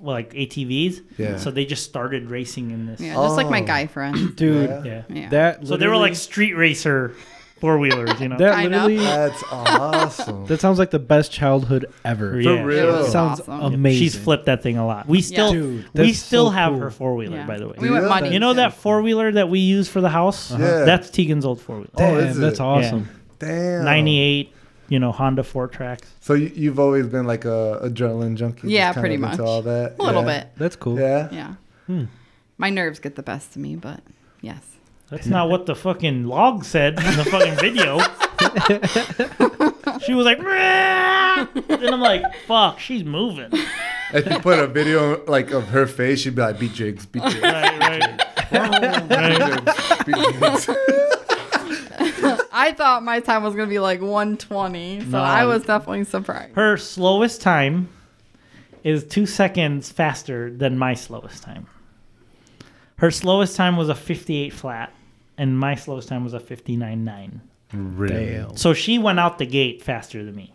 Speaker 3: well, like ATVs.
Speaker 1: Yeah.
Speaker 3: So they just started racing in this.
Speaker 5: Yeah, just like my
Speaker 1: Oh.
Speaker 5: guy friend.
Speaker 4: Dude,
Speaker 1: Yeah.
Speaker 3: Yeah.
Speaker 5: Yeah.
Speaker 4: that
Speaker 3: So they were like
Speaker 4: literally-
Speaker 3: street racer four wheelers, you know.
Speaker 4: that
Speaker 5: I know.
Speaker 4: literally
Speaker 1: That's awesome.
Speaker 4: that sounds like the best childhood ever.
Speaker 1: For
Speaker 3: Yeah.
Speaker 5: It
Speaker 1: real.
Speaker 5: was
Speaker 4: Sounds
Speaker 5: awesome.
Speaker 4: amazing.
Speaker 3: She's flipped that thing a lot. We still
Speaker 4: Dude,
Speaker 3: we
Speaker 4: that's
Speaker 3: still
Speaker 4: so
Speaker 3: have
Speaker 4: cool.
Speaker 3: her four wheeler,
Speaker 5: Yeah.
Speaker 3: by the way.
Speaker 5: we went
Speaker 1: Yeah.
Speaker 5: mudding.
Speaker 3: you know
Speaker 5: too.
Speaker 3: that four wheeler that we use for the house?
Speaker 4: Uh-huh.
Speaker 1: Yeah.
Speaker 3: That's Tegan's old four wheeler.
Speaker 1: Oh,
Speaker 4: Damn,
Speaker 1: is
Speaker 4: that's
Speaker 1: it?
Speaker 4: awesome.
Speaker 1: Damn.
Speaker 3: Ninety eight, you know, Honda four tracks.
Speaker 1: So you, you've always been like a adrenaline junkie.
Speaker 5: Yeah,
Speaker 1: just kind
Speaker 5: pretty
Speaker 1: of
Speaker 5: much.
Speaker 1: Into all that.
Speaker 5: a little
Speaker 1: Yeah.
Speaker 4: That's cool.
Speaker 1: Yeah.
Speaker 5: bit. Yeah. My nerves get the best of me, but yes.
Speaker 3: That's not what the fucking log said in the fucking video. she was like, "Rah!" and I'm like, fuck, she's moving.
Speaker 1: If you put a video like of her face, she'd be like, "Beat jigs, beat jigs,
Speaker 3: Right, right.
Speaker 1: beat jigs, beat jigs."
Speaker 5: I thought my time was gonna be like 120, so
Speaker 3: No.
Speaker 5: I was definitely surprised.
Speaker 3: Her slowest time is two seconds faster than my slowest time. Her slowest time was a 58 flat, and my slowest time was a 59.9.
Speaker 1: Really?
Speaker 3: So she went out the gate faster than me.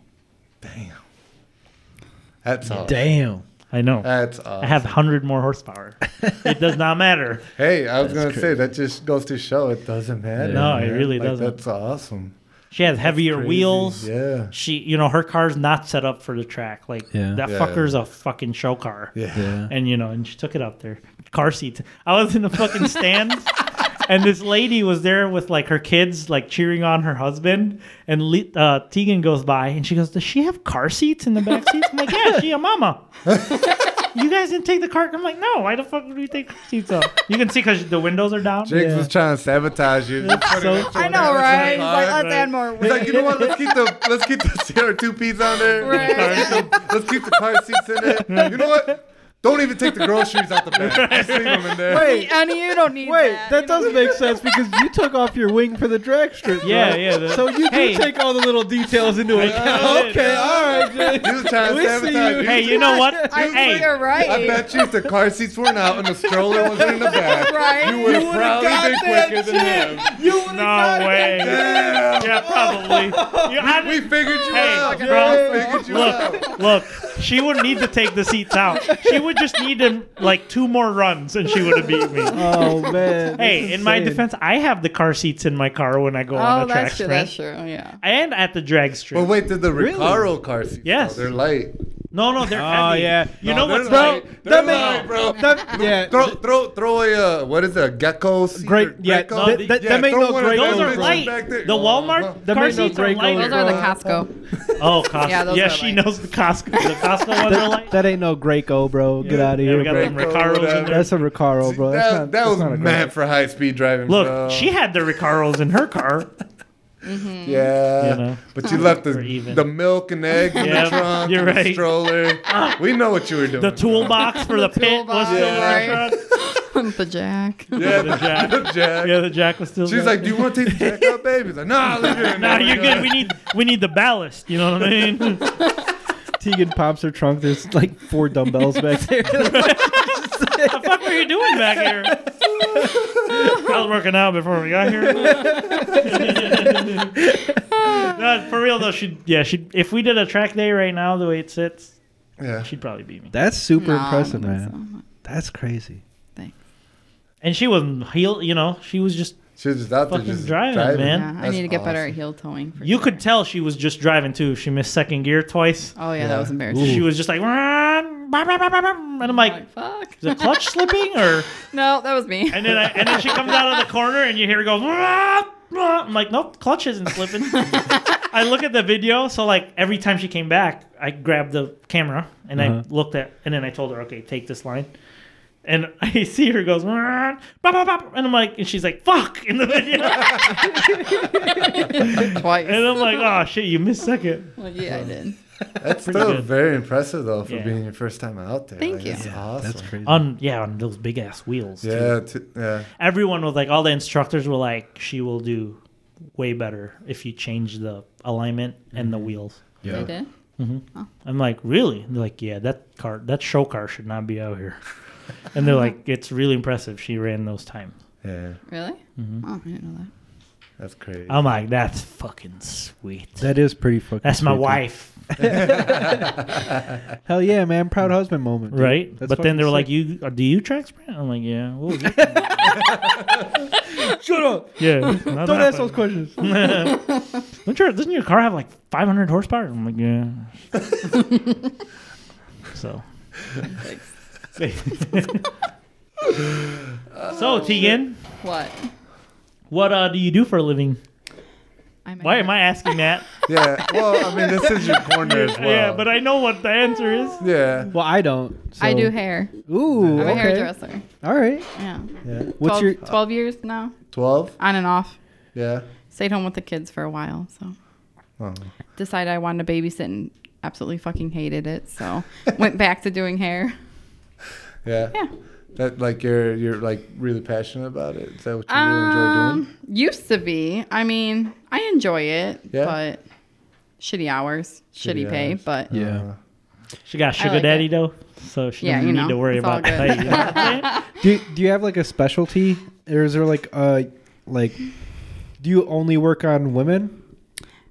Speaker 1: That's awesome.
Speaker 4: Damn.
Speaker 3: I know.
Speaker 1: That's awesome.
Speaker 3: I have 100 more horsepower. it does not matter.
Speaker 1: Hey, I was
Speaker 4: That's
Speaker 1: gonna say that just goes to show it doesn't matter.
Speaker 3: No, it
Speaker 1: man.
Speaker 3: really
Speaker 1: Like,
Speaker 3: doesn't.
Speaker 1: That's awesome.
Speaker 3: She has heavier
Speaker 1: Crazy.
Speaker 3: wheels.
Speaker 1: Yeah.
Speaker 3: She, you know, her car's not set up for the track. Like
Speaker 4: Yeah.
Speaker 3: that
Speaker 1: Yeah.
Speaker 3: fucker's a fucking show car.
Speaker 1: Yeah.
Speaker 4: Yeah.
Speaker 3: And you know, and she took it out there. Car seats. I was in the fucking stands, and this lady was there with like her kids, like cheering on her husband. And Le- uh, Tegan goes by, and she goes, "Does she have car seats in the back seats?" I'm like, "Yeah, she a mama." you guys didn't take the car. I'm like, "No, why the fuck would we take car seats off?" You can see because the windows are down.
Speaker 1: Jigs was trying to sabotage you. Just putting
Speaker 3: so-
Speaker 1: it
Speaker 5: I
Speaker 1: on
Speaker 5: know,
Speaker 1: the
Speaker 5: right? He's like,
Speaker 1: outside.
Speaker 5: let's add more
Speaker 1: He's like,
Speaker 5: weight.
Speaker 1: you know what? Let's keep the let's keep the CR2Ps on there.
Speaker 5: Right.
Speaker 1: Let's keep the car seats in there. You know what? Don't even take the groceries out the back. Just leave them in there.
Speaker 5: Wait, honey, you don't need
Speaker 4: Wait,
Speaker 5: that.
Speaker 4: that
Speaker 5: You don't
Speaker 4: does make sense because you took off your wing for the drag strip.
Speaker 3: Yeah,
Speaker 4: right?
Speaker 3: yeah, the-
Speaker 4: so you
Speaker 3: Hey.
Speaker 4: do take all the little details into account.
Speaker 3: did.
Speaker 4: Okay, all right, Jay.
Speaker 1: He was trying
Speaker 4: We
Speaker 1: to
Speaker 4: see
Speaker 1: sabotage
Speaker 4: you.
Speaker 1: you.
Speaker 3: Hey, you know what?
Speaker 5: I
Speaker 3: hey,
Speaker 5: think you're right.
Speaker 1: I bet you if the car seats weren't out and the stroller was in the back,
Speaker 5: Right.
Speaker 1: you would
Speaker 5: You
Speaker 1: have probably been quicker than him.
Speaker 3: No way.
Speaker 1: Damn.
Speaker 3: Yeah, probably. You- I-
Speaker 1: We figured you
Speaker 3: Hey,
Speaker 1: out.
Speaker 3: bro.
Speaker 1: We figured you out.
Speaker 3: look, look. She would need to take the seats out. She would just need to, like two more runs, and she would have beat me.
Speaker 4: Oh man.
Speaker 3: hey, in my defense, I have the car seats in my car when I go on
Speaker 5: Oh,
Speaker 3: a track
Speaker 5: that's true.
Speaker 3: sprint,
Speaker 5: That's true. Yeah.
Speaker 3: and at the drag
Speaker 1: But
Speaker 3: strip.
Speaker 1: wait, did the Recaro car seats?
Speaker 3: Yes.
Speaker 1: though? they're light.
Speaker 3: no, no, they're
Speaker 4: Oh,
Speaker 3: heavy.
Speaker 4: yeah.
Speaker 3: You
Speaker 1: No,
Speaker 3: know
Speaker 1: they're
Speaker 3: what's
Speaker 1: light.
Speaker 3: wrong?
Speaker 1: They're
Speaker 4: That
Speaker 1: light,
Speaker 4: makes-
Speaker 1: bro.
Speaker 4: yeah.
Speaker 1: Throw, throw, throw a uh, what is that? Gecko. seat
Speaker 4: Great-
Speaker 1: or
Speaker 4: yeah,
Speaker 1: Greco?
Speaker 3: th- th- that
Speaker 4: make
Speaker 1: throw
Speaker 4: no
Speaker 1: one of
Speaker 4: Greco,
Speaker 3: Those
Speaker 4: Those
Speaker 3: are
Speaker 4: are
Speaker 3: light.
Speaker 1: back there.
Speaker 3: The
Speaker 1: Uh-huh.
Speaker 3: Walmart
Speaker 4: They
Speaker 3: car
Speaker 4: made no
Speaker 3: seats are
Speaker 4: great
Speaker 5: Those
Speaker 4: colors,
Speaker 3: lighter.
Speaker 5: are the
Speaker 4: Bro.
Speaker 5: Costco.
Speaker 3: Oh, Costco.
Speaker 5: Yeah, those
Speaker 3: yeah,
Speaker 5: are
Speaker 3: she
Speaker 5: light.
Speaker 3: knows the Costco. The Costco ones are
Speaker 4: That,
Speaker 3: light.
Speaker 4: that ain't no Greco, bro. Get out of
Speaker 3: Yeah,
Speaker 4: here.
Speaker 3: we got
Speaker 4: bro.
Speaker 3: them Recaros in there.
Speaker 4: That's a Recaro, bro. That's
Speaker 1: that,
Speaker 4: not,
Speaker 1: that
Speaker 4: that's
Speaker 1: was
Speaker 4: not a
Speaker 1: meant for high speed driving.
Speaker 3: Look,
Speaker 1: bro.
Speaker 3: she had the Recaros in her car.
Speaker 1: Yeah,
Speaker 3: You know?
Speaker 1: but you left the,
Speaker 3: We're even.
Speaker 1: the milk and egg in
Speaker 3: Yeah,
Speaker 1: the trunk, and
Speaker 3: you're
Speaker 1: the
Speaker 3: right.
Speaker 1: stroller. we know what you were doing.
Speaker 3: The toolbox for the, pit was
Speaker 5: toolbox,
Speaker 3: still
Speaker 5: yeah.
Speaker 3: in the truck.
Speaker 5: the Jack.
Speaker 1: Yeah,
Speaker 3: The jack.
Speaker 1: the jack.
Speaker 3: Yeah, the jack was still.
Speaker 1: She's
Speaker 3: there.
Speaker 1: like, "Do you want to take the jack out, baby?" He's like, "Nah, leave it in
Speaker 3: "No,
Speaker 1: there."
Speaker 3: you're good. We need we need the ballast. You know what I mean?
Speaker 4: Greco. Tegan pops her trunk. There's like four dumbbells back there.
Speaker 3: the fuck were you doing back here? I was working out before we got here. no, for real though, she yeah she if we did a track day right now the way it sits,
Speaker 1: Yeah.
Speaker 3: she'd probably beat me.
Speaker 4: That's super
Speaker 5: Nah, I
Speaker 4: impressive,
Speaker 5: don't think
Speaker 4: man. That's crazy.
Speaker 3: And she was heel, you know, she was just
Speaker 1: She was just out there
Speaker 3: Fucking
Speaker 1: just
Speaker 3: driving,
Speaker 1: driving,
Speaker 5: so.
Speaker 3: man.
Speaker 5: Yeah, I
Speaker 1: That's
Speaker 5: need to get better at
Speaker 1: awesome.
Speaker 5: heel towing. For
Speaker 3: you
Speaker 5: sure.
Speaker 3: could tell she was just driving too. She missed second gear twice.
Speaker 5: Oh yeah, that was embarrassing.
Speaker 3: She was just like, "Run, bah, bah, bah, bah, bah," and I'm like,
Speaker 5: Like, fuck.
Speaker 3: is the clutch slipping or?
Speaker 5: No, that was me.
Speaker 3: And then I, and then she comes out of the corner and you hear her go. "Wah, wah." I'm like, nope, clutch isn't slipping. I look at the video, so like every time she came back, I grabbed the camera and
Speaker 4: Uh-huh.
Speaker 3: I looked at, and then I told her, okay, take this line. And I see her goes, "Wah, bah, bah, bah," and I'm like, and she's like, fuck, in the video. and
Speaker 5: Twice.
Speaker 3: I'm like, oh shit, you missed second.
Speaker 5: Well, yeah, I did.
Speaker 1: That's
Speaker 3: Pretty
Speaker 1: still
Speaker 3: good.
Speaker 1: very impressive though for
Speaker 3: Yeah.
Speaker 1: being your first time out there.
Speaker 5: Thank
Speaker 1: Like,
Speaker 5: you.
Speaker 1: That's
Speaker 5: Yeah,
Speaker 1: awesome.
Speaker 4: That's crazy.
Speaker 3: On yeah, on those big ass wheels. too.
Speaker 1: Yeah, t- yeah.
Speaker 3: Everyone was like, all the instructors were like, she will do way better if you change the alignment and the wheels.
Speaker 5: I did.
Speaker 3: I'm like, really? And they're like, yeah, that car, that show car should not be out here. And they're like, it's really impressive. She ran those times.
Speaker 1: Yeah,
Speaker 5: Really? Oh, I didn't know that.
Speaker 1: that's crazy.
Speaker 3: I'm like, that's fucking sweet.
Speaker 4: That is pretty fucking.
Speaker 3: that's my
Speaker 4: sweet, dude.
Speaker 3: wife,
Speaker 4: Hell yeah, man! Proud husband moment, dude.
Speaker 3: right?
Speaker 4: That's
Speaker 3: but then they're like,
Speaker 4: fucking
Speaker 3: you uh, do you track sprint? I'm like, yeah. Well, yeah,
Speaker 4: sick. "Shut up!
Speaker 3: yeah
Speaker 4: Don't ask those questions."
Speaker 3: Don't your, doesn't your car have like 500 horsepower? I'm like, yeah. so.
Speaker 5: Thanks.
Speaker 3: so Tegan,
Speaker 5: What?
Speaker 3: what uh, do you do for a living?
Speaker 5: I'm
Speaker 3: Why am I asking that?
Speaker 1: yeah. Well, I mean, this is your corner as well.
Speaker 3: yeah, but I know what the answer is.
Speaker 1: yeah.
Speaker 4: well, I don't.
Speaker 5: I
Speaker 4: so-
Speaker 5: do hair.
Speaker 4: Ooh,
Speaker 5: I'm a
Speaker 4: okay.
Speaker 5: hairdresser.
Speaker 4: All right.
Speaker 5: Yeah.
Speaker 1: Yeah.
Speaker 4: What's
Speaker 5: 12,
Speaker 4: your?
Speaker 5: 12 years now?
Speaker 1: Twelve.
Speaker 5: On and off.
Speaker 1: Yeah.
Speaker 5: Stayed home with the kids for a while, so
Speaker 1: Oh.
Speaker 5: decided I wanted to babysit and absolutely fucking hated it. So went back to doing hair.
Speaker 1: Yeah.
Speaker 5: Yeah.
Speaker 1: That like you're you're like really passionate about it. Is that what you really enjoy doing?
Speaker 5: Um, used to be. I mean, I enjoy it,
Speaker 1: Yeah.
Speaker 5: but shitty hours, shitty,
Speaker 1: Shitty
Speaker 5: pay.
Speaker 1: hours.
Speaker 5: But
Speaker 4: Yeah.
Speaker 1: Uh,
Speaker 3: She got sugar
Speaker 5: like
Speaker 3: daddy
Speaker 5: it.
Speaker 3: though, so she
Speaker 5: Yeah,
Speaker 3: doesn't
Speaker 5: you
Speaker 3: need
Speaker 5: know,
Speaker 3: to worry
Speaker 5: it's all
Speaker 3: about that.
Speaker 5: good.
Speaker 3: You know what I'm saying?
Speaker 4: Do Do you have like a specialty, or is there like uh like, do you only work on women?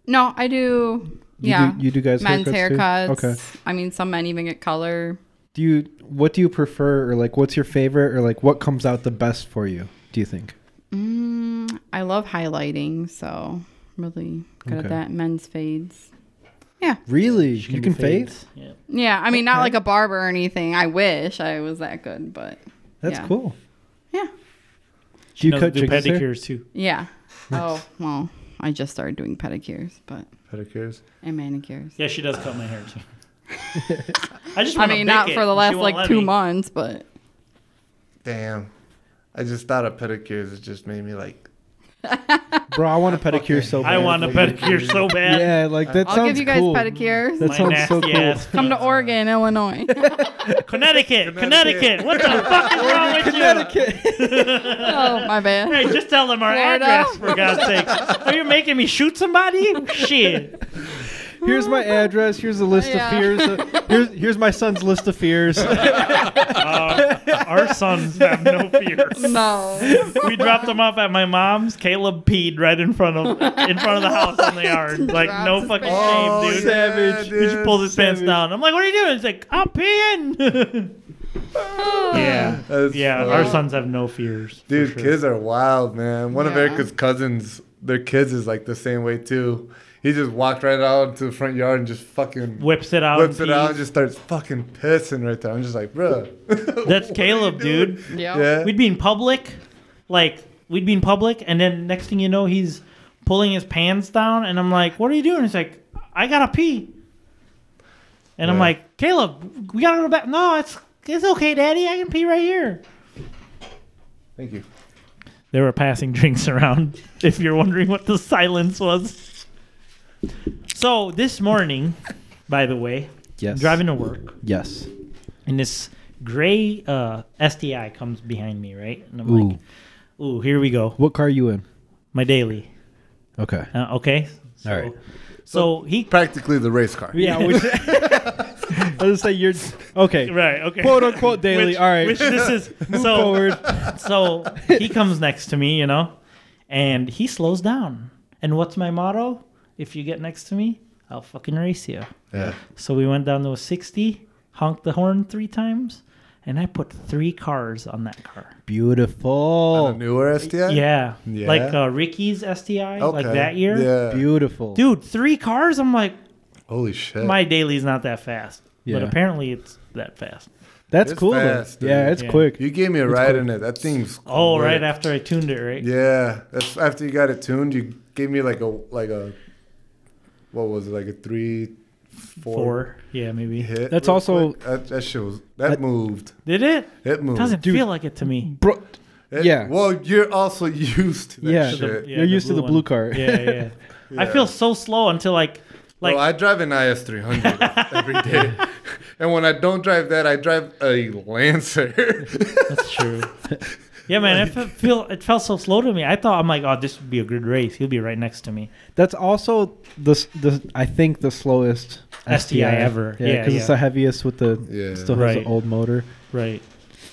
Speaker 5: no, I do.
Speaker 4: You
Speaker 5: yeah,
Speaker 4: do, you do guys
Speaker 5: men's
Speaker 4: haircuts, too?
Speaker 5: haircuts.
Speaker 4: Okay.
Speaker 5: I mean, some men even get color.
Speaker 4: Do you? What do you prefer, or like, what's your favorite, or like, what comes out the best for you? Do you think?
Speaker 5: Mm, I love highlighting, so I'm really good
Speaker 4: Okay.
Speaker 5: at that. Men's fades.
Speaker 4: Really,
Speaker 3: She
Speaker 4: you
Speaker 3: do
Speaker 4: can fade?
Speaker 3: fades. Yeah.
Speaker 5: Yeah, I mean, not
Speaker 4: Okay.
Speaker 5: like a barber or anything. I wish I was that good, but
Speaker 4: That's
Speaker 5: Yeah.
Speaker 4: cool.
Speaker 5: Yeah.
Speaker 4: Do you
Speaker 3: Knows
Speaker 4: cut
Speaker 3: to do
Speaker 4: chicken's hair?
Speaker 3: pedicures too.
Speaker 5: yeah. Oh well, I just started doing pedicures, but
Speaker 1: Uh, pedicures.
Speaker 5: and manicures.
Speaker 3: Yeah, she does cut my hair too. I just
Speaker 5: I
Speaker 3: wanna
Speaker 5: mean,
Speaker 3: bick
Speaker 5: not
Speaker 3: it,
Speaker 5: for the
Speaker 3: and she
Speaker 5: last
Speaker 3: won't
Speaker 5: like
Speaker 3: let
Speaker 5: two
Speaker 3: me.
Speaker 5: months, but
Speaker 1: Damn. I just thought of pedicures. It just made me like.
Speaker 4: Bro, I want a pedicure
Speaker 1: Fucking-
Speaker 4: so bad.
Speaker 3: I want a pedicure so bad.
Speaker 4: Yeah, like that
Speaker 5: I'll
Speaker 4: sounds
Speaker 5: give you guys
Speaker 4: cool.
Speaker 5: pedicures.
Speaker 4: That
Speaker 3: My
Speaker 4: sounds so
Speaker 3: nasty
Speaker 4: cool.
Speaker 3: ass.
Speaker 5: Come to Oregon, Illinois.
Speaker 3: Connecticut, Connecticut.
Speaker 1: Connecticut.
Speaker 3: What the fuck is wrong with you?
Speaker 5: oh, my bad.
Speaker 3: Hey, just tell them our
Speaker 5: Florida.
Speaker 3: address for God's sake. Are you making me shoot somebody? Shit.
Speaker 4: Here's my address. Here's a list
Speaker 5: Yeah.
Speaker 4: of fears. Here's here's my son's list of fears.
Speaker 3: Uh, our sons have no fears.
Speaker 5: No.
Speaker 3: We dropped them off at my mom's. Caleb peed right in front of in front of the house in the yard. Like no
Speaker 5: Dropped
Speaker 3: fucking
Speaker 5: his pants.
Speaker 1: Oh,
Speaker 3: shame, dude.
Speaker 4: savage.
Speaker 1: Yeah,
Speaker 3: He just
Speaker 1: dude.
Speaker 3: pulls his pants
Speaker 4: savage.
Speaker 3: down. I'm like, what are you doing? He's like, I'm peeing. yeah.
Speaker 1: That's
Speaker 3: Yeah,
Speaker 1: funny.
Speaker 3: our sons have no fears. for
Speaker 1: Uh, Dude,
Speaker 3: sure.
Speaker 1: kids are wild, man. One of
Speaker 5: Yeah.
Speaker 1: Erica's cousins, their kids is like the same way too. He just walked right out into the front yard and just fucking
Speaker 3: whips it out.
Speaker 1: whips it
Speaker 3: and
Speaker 1: out
Speaker 3: pees.
Speaker 1: and just starts fucking pissing right there. I'm just like, bruh.
Speaker 3: That's Caleb, dude.
Speaker 5: Yeah.
Speaker 1: yeah.
Speaker 3: We'd be in public, like we'd be in public, and then next thing you know, he's pulling his pants down, and I'm like, "What are you doing?" He's like, "I gotta pee," and I'm
Speaker 1: Yeah.
Speaker 3: like, "Caleb, we gotta go back." No, it's it's okay, Daddy. I can pee right here.
Speaker 1: Thank you.
Speaker 3: They were passing drinks around. If you're wondering what the silence was. So this morning, by the way,
Speaker 4: Yes.
Speaker 3: driving to work,
Speaker 4: Yes.
Speaker 3: and this gray uh, STI comes behind me, right? And I'm
Speaker 4: Ooh.
Speaker 3: like, "Ooh, here we go,
Speaker 4: What car are you in?
Speaker 3: my daily."
Speaker 4: Okay.
Speaker 3: Uh, okay. So,
Speaker 4: All right.
Speaker 3: So he.
Speaker 1: Practically the race car.
Speaker 4: Yeah. Which, I was say you're okay.
Speaker 3: Right. Okay.
Speaker 4: Quote unquote daily.
Speaker 3: Which,
Speaker 4: All right.
Speaker 3: Which this is so.
Speaker 4: forward.
Speaker 3: So he comes next to me, you know, and he slows down. And what's my motto? If you get next to me, I'll fucking race you.
Speaker 1: Yeah.
Speaker 3: So we went down to a 60, honked the horn three times, and I put three cars on that car.
Speaker 1: On a
Speaker 4: Beautiful.
Speaker 1: newer STI?
Speaker 3: Oh. Yeah.
Speaker 1: Yeah.
Speaker 3: Like uh, Ricky's STI,
Speaker 1: Okay.
Speaker 3: like that year.
Speaker 1: Yeah.
Speaker 4: Beautiful.
Speaker 3: Dude, three cars? I'm like,
Speaker 1: Holy shit.
Speaker 3: my daily's not that fast.
Speaker 4: Yeah.
Speaker 3: But apparently it's that fast.
Speaker 4: That's
Speaker 1: It's
Speaker 4: cool. though.
Speaker 1: fast, dude.
Speaker 4: Yeah, it's
Speaker 3: Yeah.
Speaker 4: quick.
Speaker 1: you gave me a ride in it. That thing's
Speaker 3: Oh,
Speaker 1: quick.
Speaker 3: right after I tuned it, right?
Speaker 1: Yeah. That's after you got it tuned, you gave me like a like a what was it like a three,
Speaker 3: Four.
Speaker 1: four,
Speaker 3: Yeah, maybe.
Speaker 1: hit?
Speaker 4: That's
Speaker 1: real
Speaker 4: also-
Speaker 1: quick? that, that shit was that,
Speaker 4: That-
Speaker 1: moved.
Speaker 3: Did it?
Speaker 1: It moved.
Speaker 3: Doesn't
Speaker 4: Dude.
Speaker 3: feel like it to me.
Speaker 4: Bro,
Speaker 1: It-
Speaker 4: yeah.
Speaker 1: Well, you're also used to that
Speaker 4: Yeah.
Speaker 1: shit.
Speaker 3: The- yeah,
Speaker 4: You're used to the blue
Speaker 3: one.
Speaker 4: car.
Speaker 3: Yeah, yeah, I feel so slow until like, like
Speaker 1: Well, I drive an IS 300 every day. And when I don't drive that, I drive a Lancer.
Speaker 3: that's true. Yeah, man, it fe- feel it felt so slow to me. I thought I'm like, oh, this would be a good race. He'll be right next to me.
Speaker 4: that's also the s- the I think the slowest
Speaker 3: STI ever.
Speaker 4: Yeah,
Speaker 3: Yeah,
Speaker 4: because it's
Speaker 3: yeah.
Speaker 4: the heaviest with the
Speaker 1: Yeah.
Speaker 4: still has
Speaker 3: Right.
Speaker 4: the old motor.
Speaker 3: Right.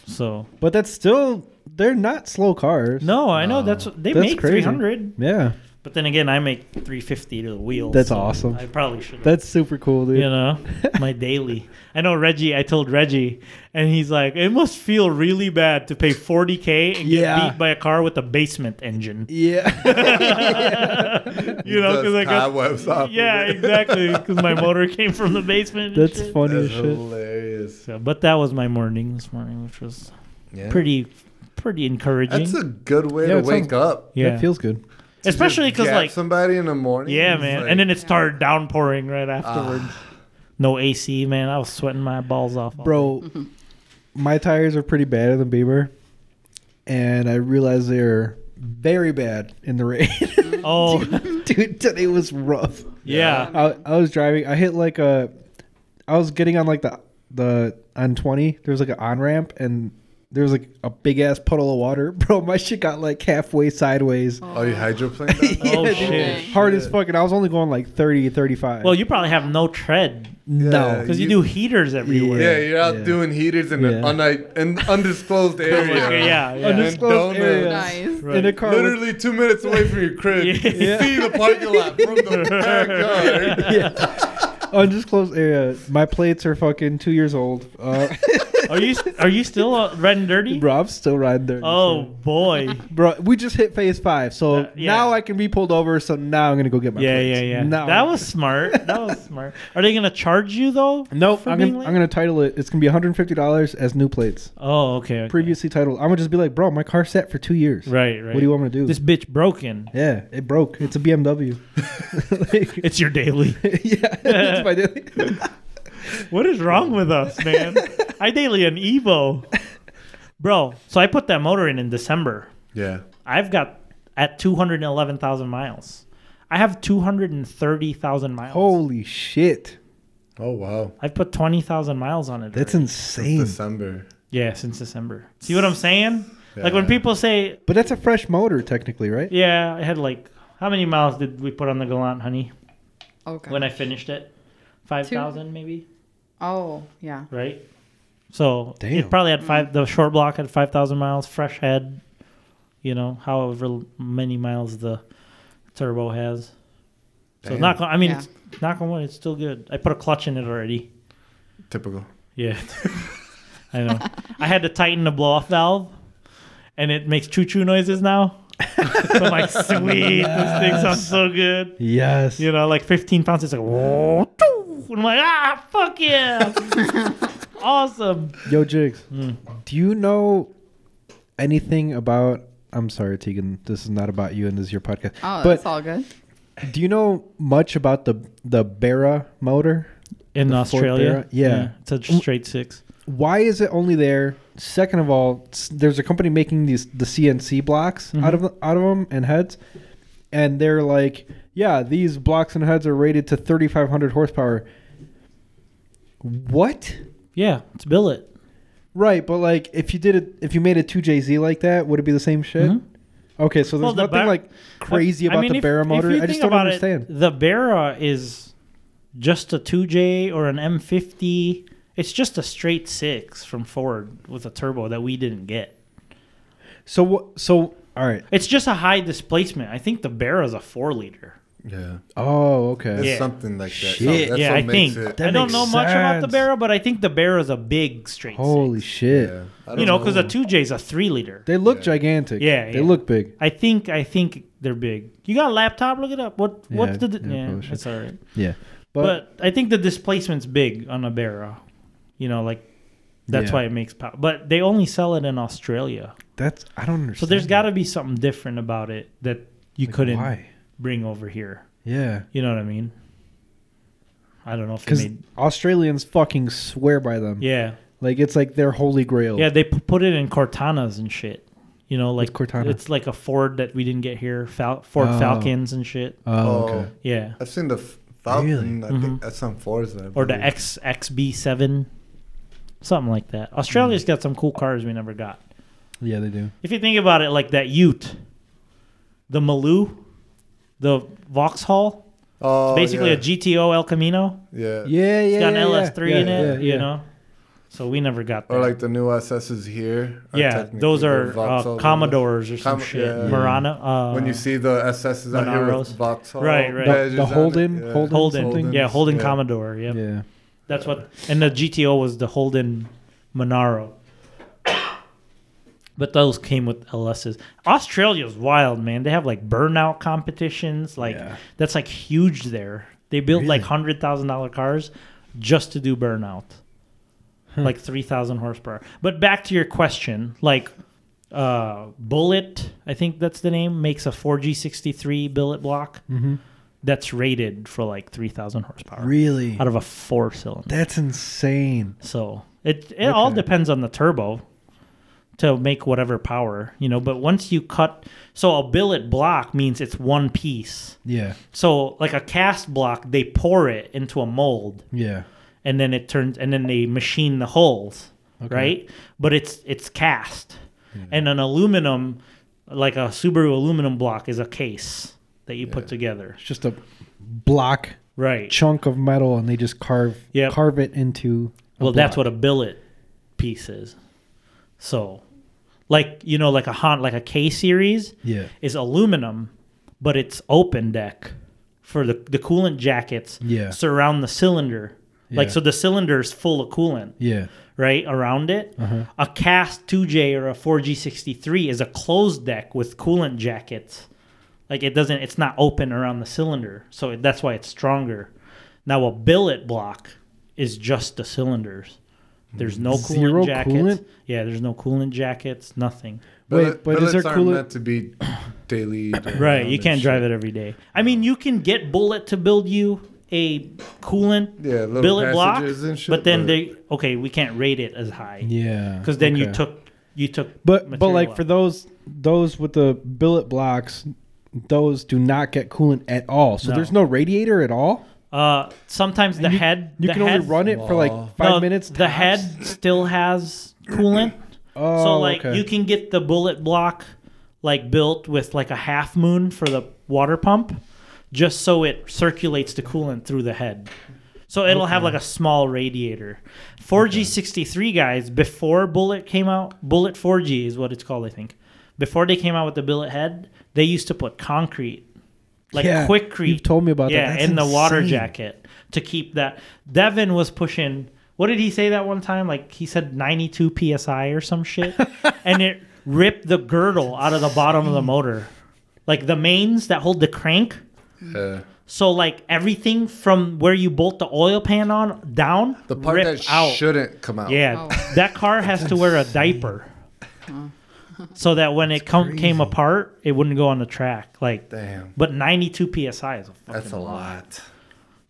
Speaker 3: So
Speaker 4: But that's still they're not slow cars.
Speaker 3: no, I know that's what- they
Speaker 4: That's
Speaker 3: make
Speaker 4: crazy.
Speaker 3: 300,
Speaker 4: Yeah,
Speaker 3: but then again, I make 350 to the wheel.
Speaker 4: That's
Speaker 3: so
Speaker 4: awesome.
Speaker 3: I probably should. have
Speaker 4: that's super cool, dude.
Speaker 3: you know my daily i know reggie i told reggie and he's like it must feel really bad to pay 40k and
Speaker 4: Yeah.
Speaker 3: get beat by a car with a basement engine
Speaker 4: Yeah,
Speaker 3: you know because i got
Speaker 1: cobwebs off. of
Speaker 3: yeah
Speaker 1: it.
Speaker 3: exactly because my motor came from the basement and
Speaker 4: that's
Speaker 3: shit.
Speaker 4: funny
Speaker 1: That's
Speaker 4: as shit.
Speaker 1: hilarious.
Speaker 3: So, but that was my morning this morning which was
Speaker 1: Yeah.
Speaker 3: pretty pretty encouraging
Speaker 1: That's a good way
Speaker 4: Yeah,
Speaker 1: to
Speaker 4: it
Speaker 1: wake
Speaker 4: sounds-
Speaker 1: up.
Speaker 3: yeah
Speaker 4: That feels good.
Speaker 3: especially because
Speaker 1: Gap
Speaker 3: like
Speaker 1: somebody in the morning.
Speaker 3: yeah
Speaker 1: it's
Speaker 3: man
Speaker 1: like,
Speaker 3: and then it started downpouring right afterwards no ac man i was sweating my balls off all day.
Speaker 4: Bro, my tires are pretty bad in the Beamer, and I realized they're very bad in the rain.
Speaker 3: oh
Speaker 4: Dude, today was rough.
Speaker 3: yeah
Speaker 4: I, I was driving. I hit like a. I was getting on like the the on twenty. There was like an on ramp, and there was like a big ass puddle of water, bro. My shit got like halfway sideways.
Speaker 1: Oh, you hydroplaned?
Speaker 4: Yeah,
Speaker 3: Oh,
Speaker 4: dude.
Speaker 3: shit.
Speaker 4: Hard as fuck, and I was only going like 30, 35.
Speaker 3: Well, you probably have no tread
Speaker 4: no,
Speaker 3: because you,
Speaker 1: You-
Speaker 3: do heaters everywhere.
Speaker 1: yeah, you're out
Speaker 4: Yeah.
Speaker 1: doing heaters in an
Speaker 4: Yeah.
Speaker 1: uni- an undisclosed area.
Speaker 3: yeah, yeah.
Speaker 1: And donuts.
Speaker 4: Undisclosed area.
Speaker 5: Nice.
Speaker 3: Right.
Speaker 4: in a car. with-
Speaker 1: Literally two minutes away from your crib.
Speaker 3: Yeah.
Speaker 1: You see the parking lot from the backyard.
Speaker 4: undisclosed area. My plates are fucking two years old. Uh,
Speaker 3: Are you are you still uh, red and dirty?
Speaker 4: bro, I'm still riding there.
Speaker 3: Oh boy.
Speaker 4: bro, we just hit phase five, so
Speaker 3: Uh, yeah.
Speaker 4: now I can be pulled over. So now I'm gonna go get my
Speaker 3: Yeah, yeah,
Speaker 4: plates.
Speaker 3: yeah.
Speaker 4: Now
Speaker 3: That was smart. That was smart. Are they gonna charge you though?
Speaker 4: nope.
Speaker 3: for
Speaker 4: I'm
Speaker 3: being
Speaker 4: gonna,
Speaker 3: late?
Speaker 4: I'm gonna title it. It's gonna be 150 dollars as new plates.
Speaker 3: Oh, okay. okay.
Speaker 4: Previously titled. I'm gonna just be like, bro, my car sat for two years.
Speaker 3: Right, right.
Speaker 4: What do you want me to do?
Speaker 3: This bitch broken.
Speaker 4: yeah, it broke. It's a BMW. Like,
Speaker 3: It's your daily.
Speaker 4: yeah, it's my daily.
Speaker 3: What is wrong with us, man? I daily an Evo, bro. So I put that motor in in December.
Speaker 1: Yeah.
Speaker 3: I've got at two hundred eleven thousand miles. I have two hundred and thirty thousand miles.
Speaker 4: Holy shit,
Speaker 1: Oh, wow.
Speaker 3: I've put twenty thousand miles on it.
Speaker 4: that's
Speaker 3: already.
Speaker 4: insane.
Speaker 1: December.
Speaker 3: yeah, since December. See what I'm saying? Like when
Speaker 1: Yeah.
Speaker 3: people say,
Speaker 4: But that's a fresh motor, technically, right?
Speaker 3: "Yeah, I had like how many miles did we put on the Galant, honey?"
Speaker 5: Okay.
Speaker 3: When I finished it, five thousand maybe,
Speaker 5: oh, yeah.
Speaker 3: right? So
Speaker 4: Damn.
Speaker 3: it probably had five. The short block had five thousand miles. Fresh head, you know, however many miles the turbo has. So it's
Speaker 1: Damn.
Speaker 3: not. I mean,
Speaker 5: Yeah.
Speaker 3: it's knock on wood. It's still good. I put a clutch in it already.
Speaker 1: Typical.
Speaker 3: Yeah. I know. I had to tighten the blow off valve and it makes choo choo noises now. so I'm like, sweet, this thing sounds so good.
Speaker 4: Yes.
Speaker 3: You know, like 15 pounds, it's like, "Whoa, too." and I'm like, ah, fuck yeah. awesome.
Speaker 4: Yo, Jigs, do you know anything about? I'm sorry, Tegan. This is not about you, and this is your podcast.
Speaker 5: Oh,
Speaker 4: but
Speaker 5: that's all good.
Speaker 4: do you know much about the the Bera motor?
Speaker 3: In
Speaker 4: The Ford
Speaker 3: Australia?
Speaker 4: Barrett? Yeah.
Speaker 3: It's a straight six.
Speaker 4: Why is it only there? Second of all, s- there's a company making these the CNC blocks out of out of them and heads, and they're like, yeah, these blocks and heads are rated to 3,500 horsepower. What?
Speaker 3: Yeah, it's billet.
Speaker 4: Right, but like if you did it, if you made a two JZ like that, would it be the same shit?
Speaker 3: Mhm.
Speaker 4: Okay, so there's
Speaker 3: Well, the
Speaker 4: nothing
Speaker 3: bar-
Speaker 4: like crazy
Speaker 3: I
Speaker 4: about
Speaker 3: mean,
Speaker 4: the
Speaker 3: if-
Speaker 4: Barra
Speaker 3: if
Speaker 4: motor.
Speaker 3: you
Speaker 4: I just
Speaker 3: think
Speaker 4: don't
Speaker 3: about it,
Speaker 4: understand.
Speaker 3: the Barra is just a 2J or an M50. It's just a straight six from Ford with a turbo that we didn't get.
Speaker 4: So what? So all right.
Speaker 3: It's just a high displacement. I think the Barra is a four liter.
Speaker 1: Yeah.
Speaker 4: Oh,
Speaker 1: It's
Speaker 4: okay.
Speaker 3: Yeah.
Speaker 1: something like that.
Speaker 4: Shit.
Speaker 1: That's
Speaker 3: yeah,
Speaker 1: what
Speaker 3: I
Speaker 1: makes
Speaker 3: think.
Speaker 1: it.
Speaker 4: That
Speaker 3: I don't
Speaker 4: makes
Speaker 3: know much about the
Speaker 4: sense.
Speaker 3: Barra, but I think the Barra is a big straight
Speaker 4: Holy
Speaker 3: six.
Speaker 4: shit!
Speaker 1: Yeah. I
Speaker 3: You
Speaker 1: don't
Speaker 3: know, because a 2J is a three liter.
Speaker 4: They look
Speaker 1: Yeah.
Speaker 4: gigantic.
Speaker 3: Yeah,
Speaker 4: they
Speaker 3: yeah.
Speaker 4: look big.
Speaker 3: I think I think they're big. You got a laptop? Look it up. What what's
Speaker 4: Yeah,
Speaker 3: the
Speaker 4: yeah,
Speaker 3: yeah?
Speaker 4: probably should.
Speaker 3: That's all right.
Speaker 4: Yeah, but,
Speaker 3: but I think the displacement's big on a Barra. You know, like that's
Speaker 4: Yeah.
Speaker 3: why it makes power. But they only sell it in Australia,
Speaker 4: that's I don't understand.
Speaker 3: so there's got to be something different about it that you couldn't
Speaker 4: why.
Speaker 3: bring over here.
Speaker 4: Yeah,
Speaker 3: You know what I mean? I don't know if they
Speaker 4: because
Speaker 3: made.
Speaker 4: Australians fucking swear by them.
Speaker 3: Yeah,
Speaker 4: Like it's like their holy grail.
Speaker 3: yeah, they p- put it in Cortanas and shit. You know, like
Speaker 4: What's Cortana?
Speaker 3: It's like a Ford that we didn't get here, Fal- Ford
Speaker 4: Oh.
Speaker 3: Falcons and shit.
Speaker 4: Oh, okay. Mm-hmm.
Speaker 3: Yeah,
Speaker 1: I've seen the F- Falcon. I
Speaker 3: Mhm.
Speaker 1: think that's on Forza. I
Speaker 3: or the
Speaker 1: believe.
Speaker 3: X XB7, something like that. Australia's
Speaker 4: Hmm.
Speaker 3: got some cool cars we never got.
Speaker 4: Yeah, they do.
Speaker 3: If you think about it, like that Ute, the Maloo, the Vauxhall,
Speaker 1: Oh,
Speaker 3: basically
Speaker 1: yeah.
Speaker 3: a GTO El Camino.
Speaker 1: Yeah.
Speaker 4: Yeah, yeah.
Speaker 3: It's got
Speaker 4: yeah,
Speaker 3: an
Speaker 4: yeah.
Speaker 3: LS3
Speaker 4: Yeah,
Speaker 3: in it,
Speaker 4: yeah,
Speaker 3: you
Speaker 4: yeah.
Speaker 3: know. So we never got that.
Speaker 1: Or like the new SSs here. are
Speaker 3: yeah,
Speaker 1: technically
Speaker 3: those
Speaker 1: the
Speaker 3: are uh,
Speaker 1: Vauxhall
Speaker 3: Commodores or some
Speaker 1: Com-
Speaker 3: shit.
Speaker 1: yeah.
Speaker 3: Murano. Uh,
Speaker 1: when you see the SSs out here with
Speaker 3: Monaros.
Speaker 1: Vauxhall.
Speaker 3: Right, right. The-
Speaker 1: badges
Speaker 4: the
Speaker 1: on it,
Speaker 4: Holden-
Speaker 1: yeah.
Speaker 4: Holden
Speaker 3: Holden,
Speaker 4: something?
Speaker 3: yeah, Holden
Speaker 1: Yeah.
Speaker 3: Commodore. Yep.
Speaker 4: Yeah.
Speaker 3: that's what. And the GTO was the Holden Monaro. But those came with LSs. Australia's wild, man. They have like burnout competitions. Like
Speaker 4: Yeah.
Speaker 3: that's like huge there. They built like
Speaker 4: Really?
Speaker 3: hundred thousand dollar cars just to do burnout, like three thousand horsepower. But back to your question, like uh, Bullet, I think that's the name, makes a four G sixty three billet block that's rated for like three thousand horsepower
Speaker 4: Mm-hmm. Really?
Speaker 3: out of a four cylinder.
Speaker 4: That's insane.
Speaker 3: So it it all
Speaker 4: Okay.
Speaker 3: depends on the turbo to make whatever power, you know. But once you cut, so a billet block means it's one piece.
Speaker 4: Yeah.
Speaker 3: So like a cast block, they pour it into a mold,
Speaker 4: Yeah.
Speaker 3: and then it turns, and then they machine the holes, right? But it's it's cast, and an aluminum, like a Subaru aluminum block, is a case that you put together,
Speaker 4: It's just a block
Speaker 3: right?
Speaker 4: chunk of metal, and they just carve
Speaker 3: Yep.
Speaker 4: carve it into. a
Speaker 3: Well, that's
Speaker 4: block.
Speaker 3: what a billet piece is. So, like you know, like a Hon, like a K series
Speaker 4: Yeah.
Speaker 3: is aluminum, but it's open deck for the the coolant jackets
Speaker 4: Yeah.
Speaker 3: surround the cylinder. Like
Speaker 4: Yeah.
Speaker 3: so, the cylinder is full of coolant,
Speaker 4: Yeah.
Speaker 3: right around it.
Speaker 4: Uh-huh.
Speaker 3: A cast 2J or a 4G63 is a closed deck with coolant jackets. Like it doesn't, it's not open around the cylinder, so it, that's why it's stronger. Now a billet block is just the cylinders. There's no coolant
Speaker 4: Zero
Speaker 3: jackets.
Speaker 4: coolant?
Speaker 3: Yeah, there's no coolant jackets. Nothing.
Speaker 4: Wait, but is
Speaker 1: billets
Speaker 4: there
Speaker 1: aren't
Speaker 4: coolant?
Speaker 1: meant to be daily.
Speaker 3: Right, you can't drive it every day. I mean, you can get bullet to build you a coolant
Speaker 1: Yeah, little
Speaker 3: billet block,
Speaker 1: passages and shit,
Speaker 3: but then
Speaker 1: but-
Speaker 3: they okay, we can't rate it as high.
Speaker 4: Yeah.
Speaker 3: because then you
Speaker 4: Okay.
Speaker 3: took you took
Speaker 4: But but
Speaker 3: material
Speaker 4: like
Speaker 3: out.
Speaker 4: for those those with the billet blocks, those do not get coolant at all. So
Speaker 3: No.
Speaker 4: there's no radiator at all.
Speaker 3: uh sometimes the
Speaker 4: you,
Speaker 3: head
Speaker 4: You
Speaker 3: the
Speaker 4: can only
Speaker 3: head-
Speaker 4: run it for like
Speaker 1: Wow.
Speaker 4: five
Speaker 3: no,
Speaker 4: minutes.
Speaker 3: the
Speaker 4: tops.
Speaker 3: head still has coolant
Speaker 4: Oh,
Speaker 3: so like
Speaker 4: okay.
Speaker 3: you can get the bullet block like built with like a half moon for the water pump just so it circulates the coolant through the head so it'll have like a small radiator 4g63 guys before bullet came out bullet 4g is what it's called i think before they came out with the billet head they used to put concrete like
Speaker 4: Yeah,
Speaker 3: quickcrete
Speaker 4: you've told me about that.
Speaker 3: yeah
Speaker 4: That's
Speaker 3: in the water
Speaker 4: insane.
Speaker 3: jacket to keep that devin was pushing what did he say that one time like he said 92 psi or some shit and it ripped the girdle out of the bottom of the motor like the mains that hold the crank
Speaker 1: Yeah.
Speaker 3: so like everything from where you bolt the oil pan on down
Speaker 1: The part
Speaker 3: ripped
Speaker 1: that
Speaker 3: out
Speaker 1: shouldn't come out.
Speaker 3: yeah,
Speaker 5: Oh.
Speaker 3: that car has to wear a diaper, so that when it come, came apart, it wouldn't go on the track. Like,
Speaker 1: Damn.
Speaker 3: But 92 psi is a fucking
Speaker 1: That's a
Speaker 3: lot.
Speaker 1: lot.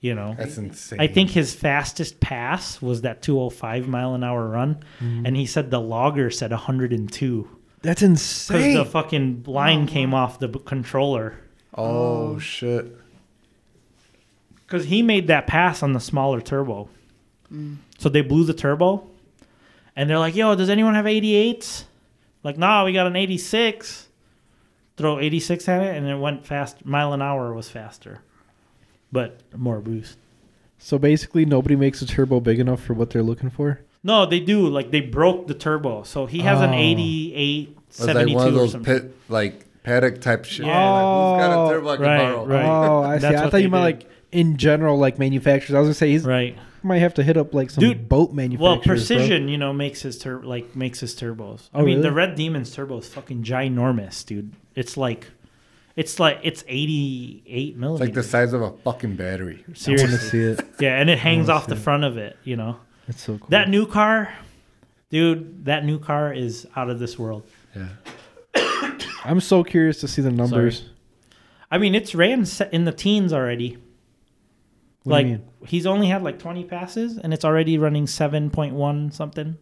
Speaker 3: You know,
Speaker 1: That's insane.
Speaker 3: I think his fastest pass was that 205 mile an hour run, and he said the logger said 102
Speaker 4: That's
Speaker 3: because
Speaker 4: insane.
Speaker 3: the fucking line came off the b- controller.
Speaker 1: Oh shit.
Speaker 3: because he made that pass on the smaller turbo. So they blew the turbo, and they're like, "Yo, does anyone have 88s?" Like, nah, we got an 86. Throw 86 at it, and it went fast. Mile an hour was faster, but more boost.
Speaker 4: so basically, nobody makes a turbo big enough for what they're looking for.
Speaker 3: No, they do. Like they broke the turbo, so he has an
Speaker 4: Oh.
Speaker 3: 88,
Speaker 1: Was like
Speaker 3: 72
Speaker 1: one of
Speaker 3: or
Speaker 1: those
Speaker 3: something.
Speaker 1: pit like paddock type shit.
Speaker 3: Yeah.
Speaker 1: Like, who's got a turbo I can
Speaker 3: Right,
Speaker 1: borrow?
Speaker 3: right.
Speaker 4: Oh, I see.
Speaker 3: That's
Speaker 4: I
Speaker 3: what
Speaker 4: thought you
Speaker 3: they
Speaker 4: meant
Speaker 3: did.
Speaker 4: like in general, like manufacturers. I was gonna say he's
Speaker 3: right.
Speaker 4: might have to hit up like some
Speaker 3: Dude,
Speaker 4: boat manufacturers.
Speaker 3: Well,
Speaker 4: bro.
Speaker 3: precision, you know, makes his tur- like makes his turbos. I
Speaker 4: Oh,
Speaker 3: mean, the
Speaker 4: really?
Speaker 3: Red Demon's turbo is fucking ginormous, dude. It's like, it's like it's eighty
Speaker 1: It's
Speaker 3: eight
Speaker 1: like
Speaker 3: millimeters.
Speaker 1: the size of a fucking battery.
Speaker 4: I want to
Speaker 3: Seriously,
Speaker 4: see it.
Speaker 3: yeah, and it hangs
Speaker 4: wanna
Speaker 3: off the
Speaker 4: see it.
Speaker 3: front of it. You know,
Speaker 4: That's so cool.
Speaker 3: that new car, dude. That new car is out of this world.
Speaker 1: Yeah.
Speaker 4: I'm so curious to see the numbers.
Speaker 3: I mean, it's ran se- in the teens already.
Speaker 4: What do
Speaker 3: like
Speaker 4: you mean?
Speaker 3: he's only had like 20 passes and it's already running 7.1 something.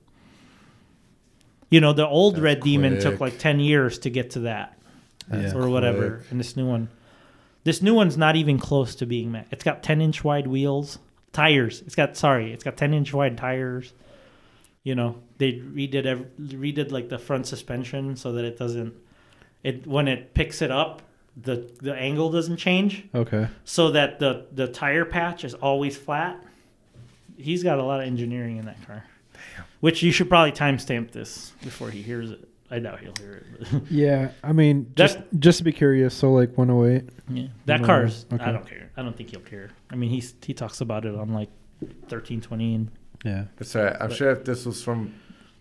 Speaker 3: You know, the old
Speaker 1: That's
Speaker 3: Red Demon took
Speaker 1: quick.
Speaker 3: like 10 years to get to that
Speaker 4: Yeah.
Speaker 3: or whatever.
Speaker 1: quick.
Speaker 3: And this new one, this new one's not even close to being met. It's got 10 inch wide wheels, tires. It's got sorry, it's got 10 inch wide tires. You know, they redid ev- redid like the front suspension so that it doesn't it when it picks it up, the the angle doesn't change
Speaker 4: Okay.
Speaker 3: so that the the tire patch is always flat. He's got a lot of engineering in that car. Which you should probably timestamp this before he hears it. I doubt he'll hear it. but-
Speaker 4: Yeah, I mean, just just to be curious, so like 108.
Speaker 3: Yeah, that
Speaker 4: No,
Speaker 3: car's.
Speaker 4: okay.
Speaker 3: I don't care. I don't think he'll care. I mean, he's he talks about it on like thirteen twenty and
Speaker 4: Yeah.
Speaker 1: It's all right. I'm sure if this was from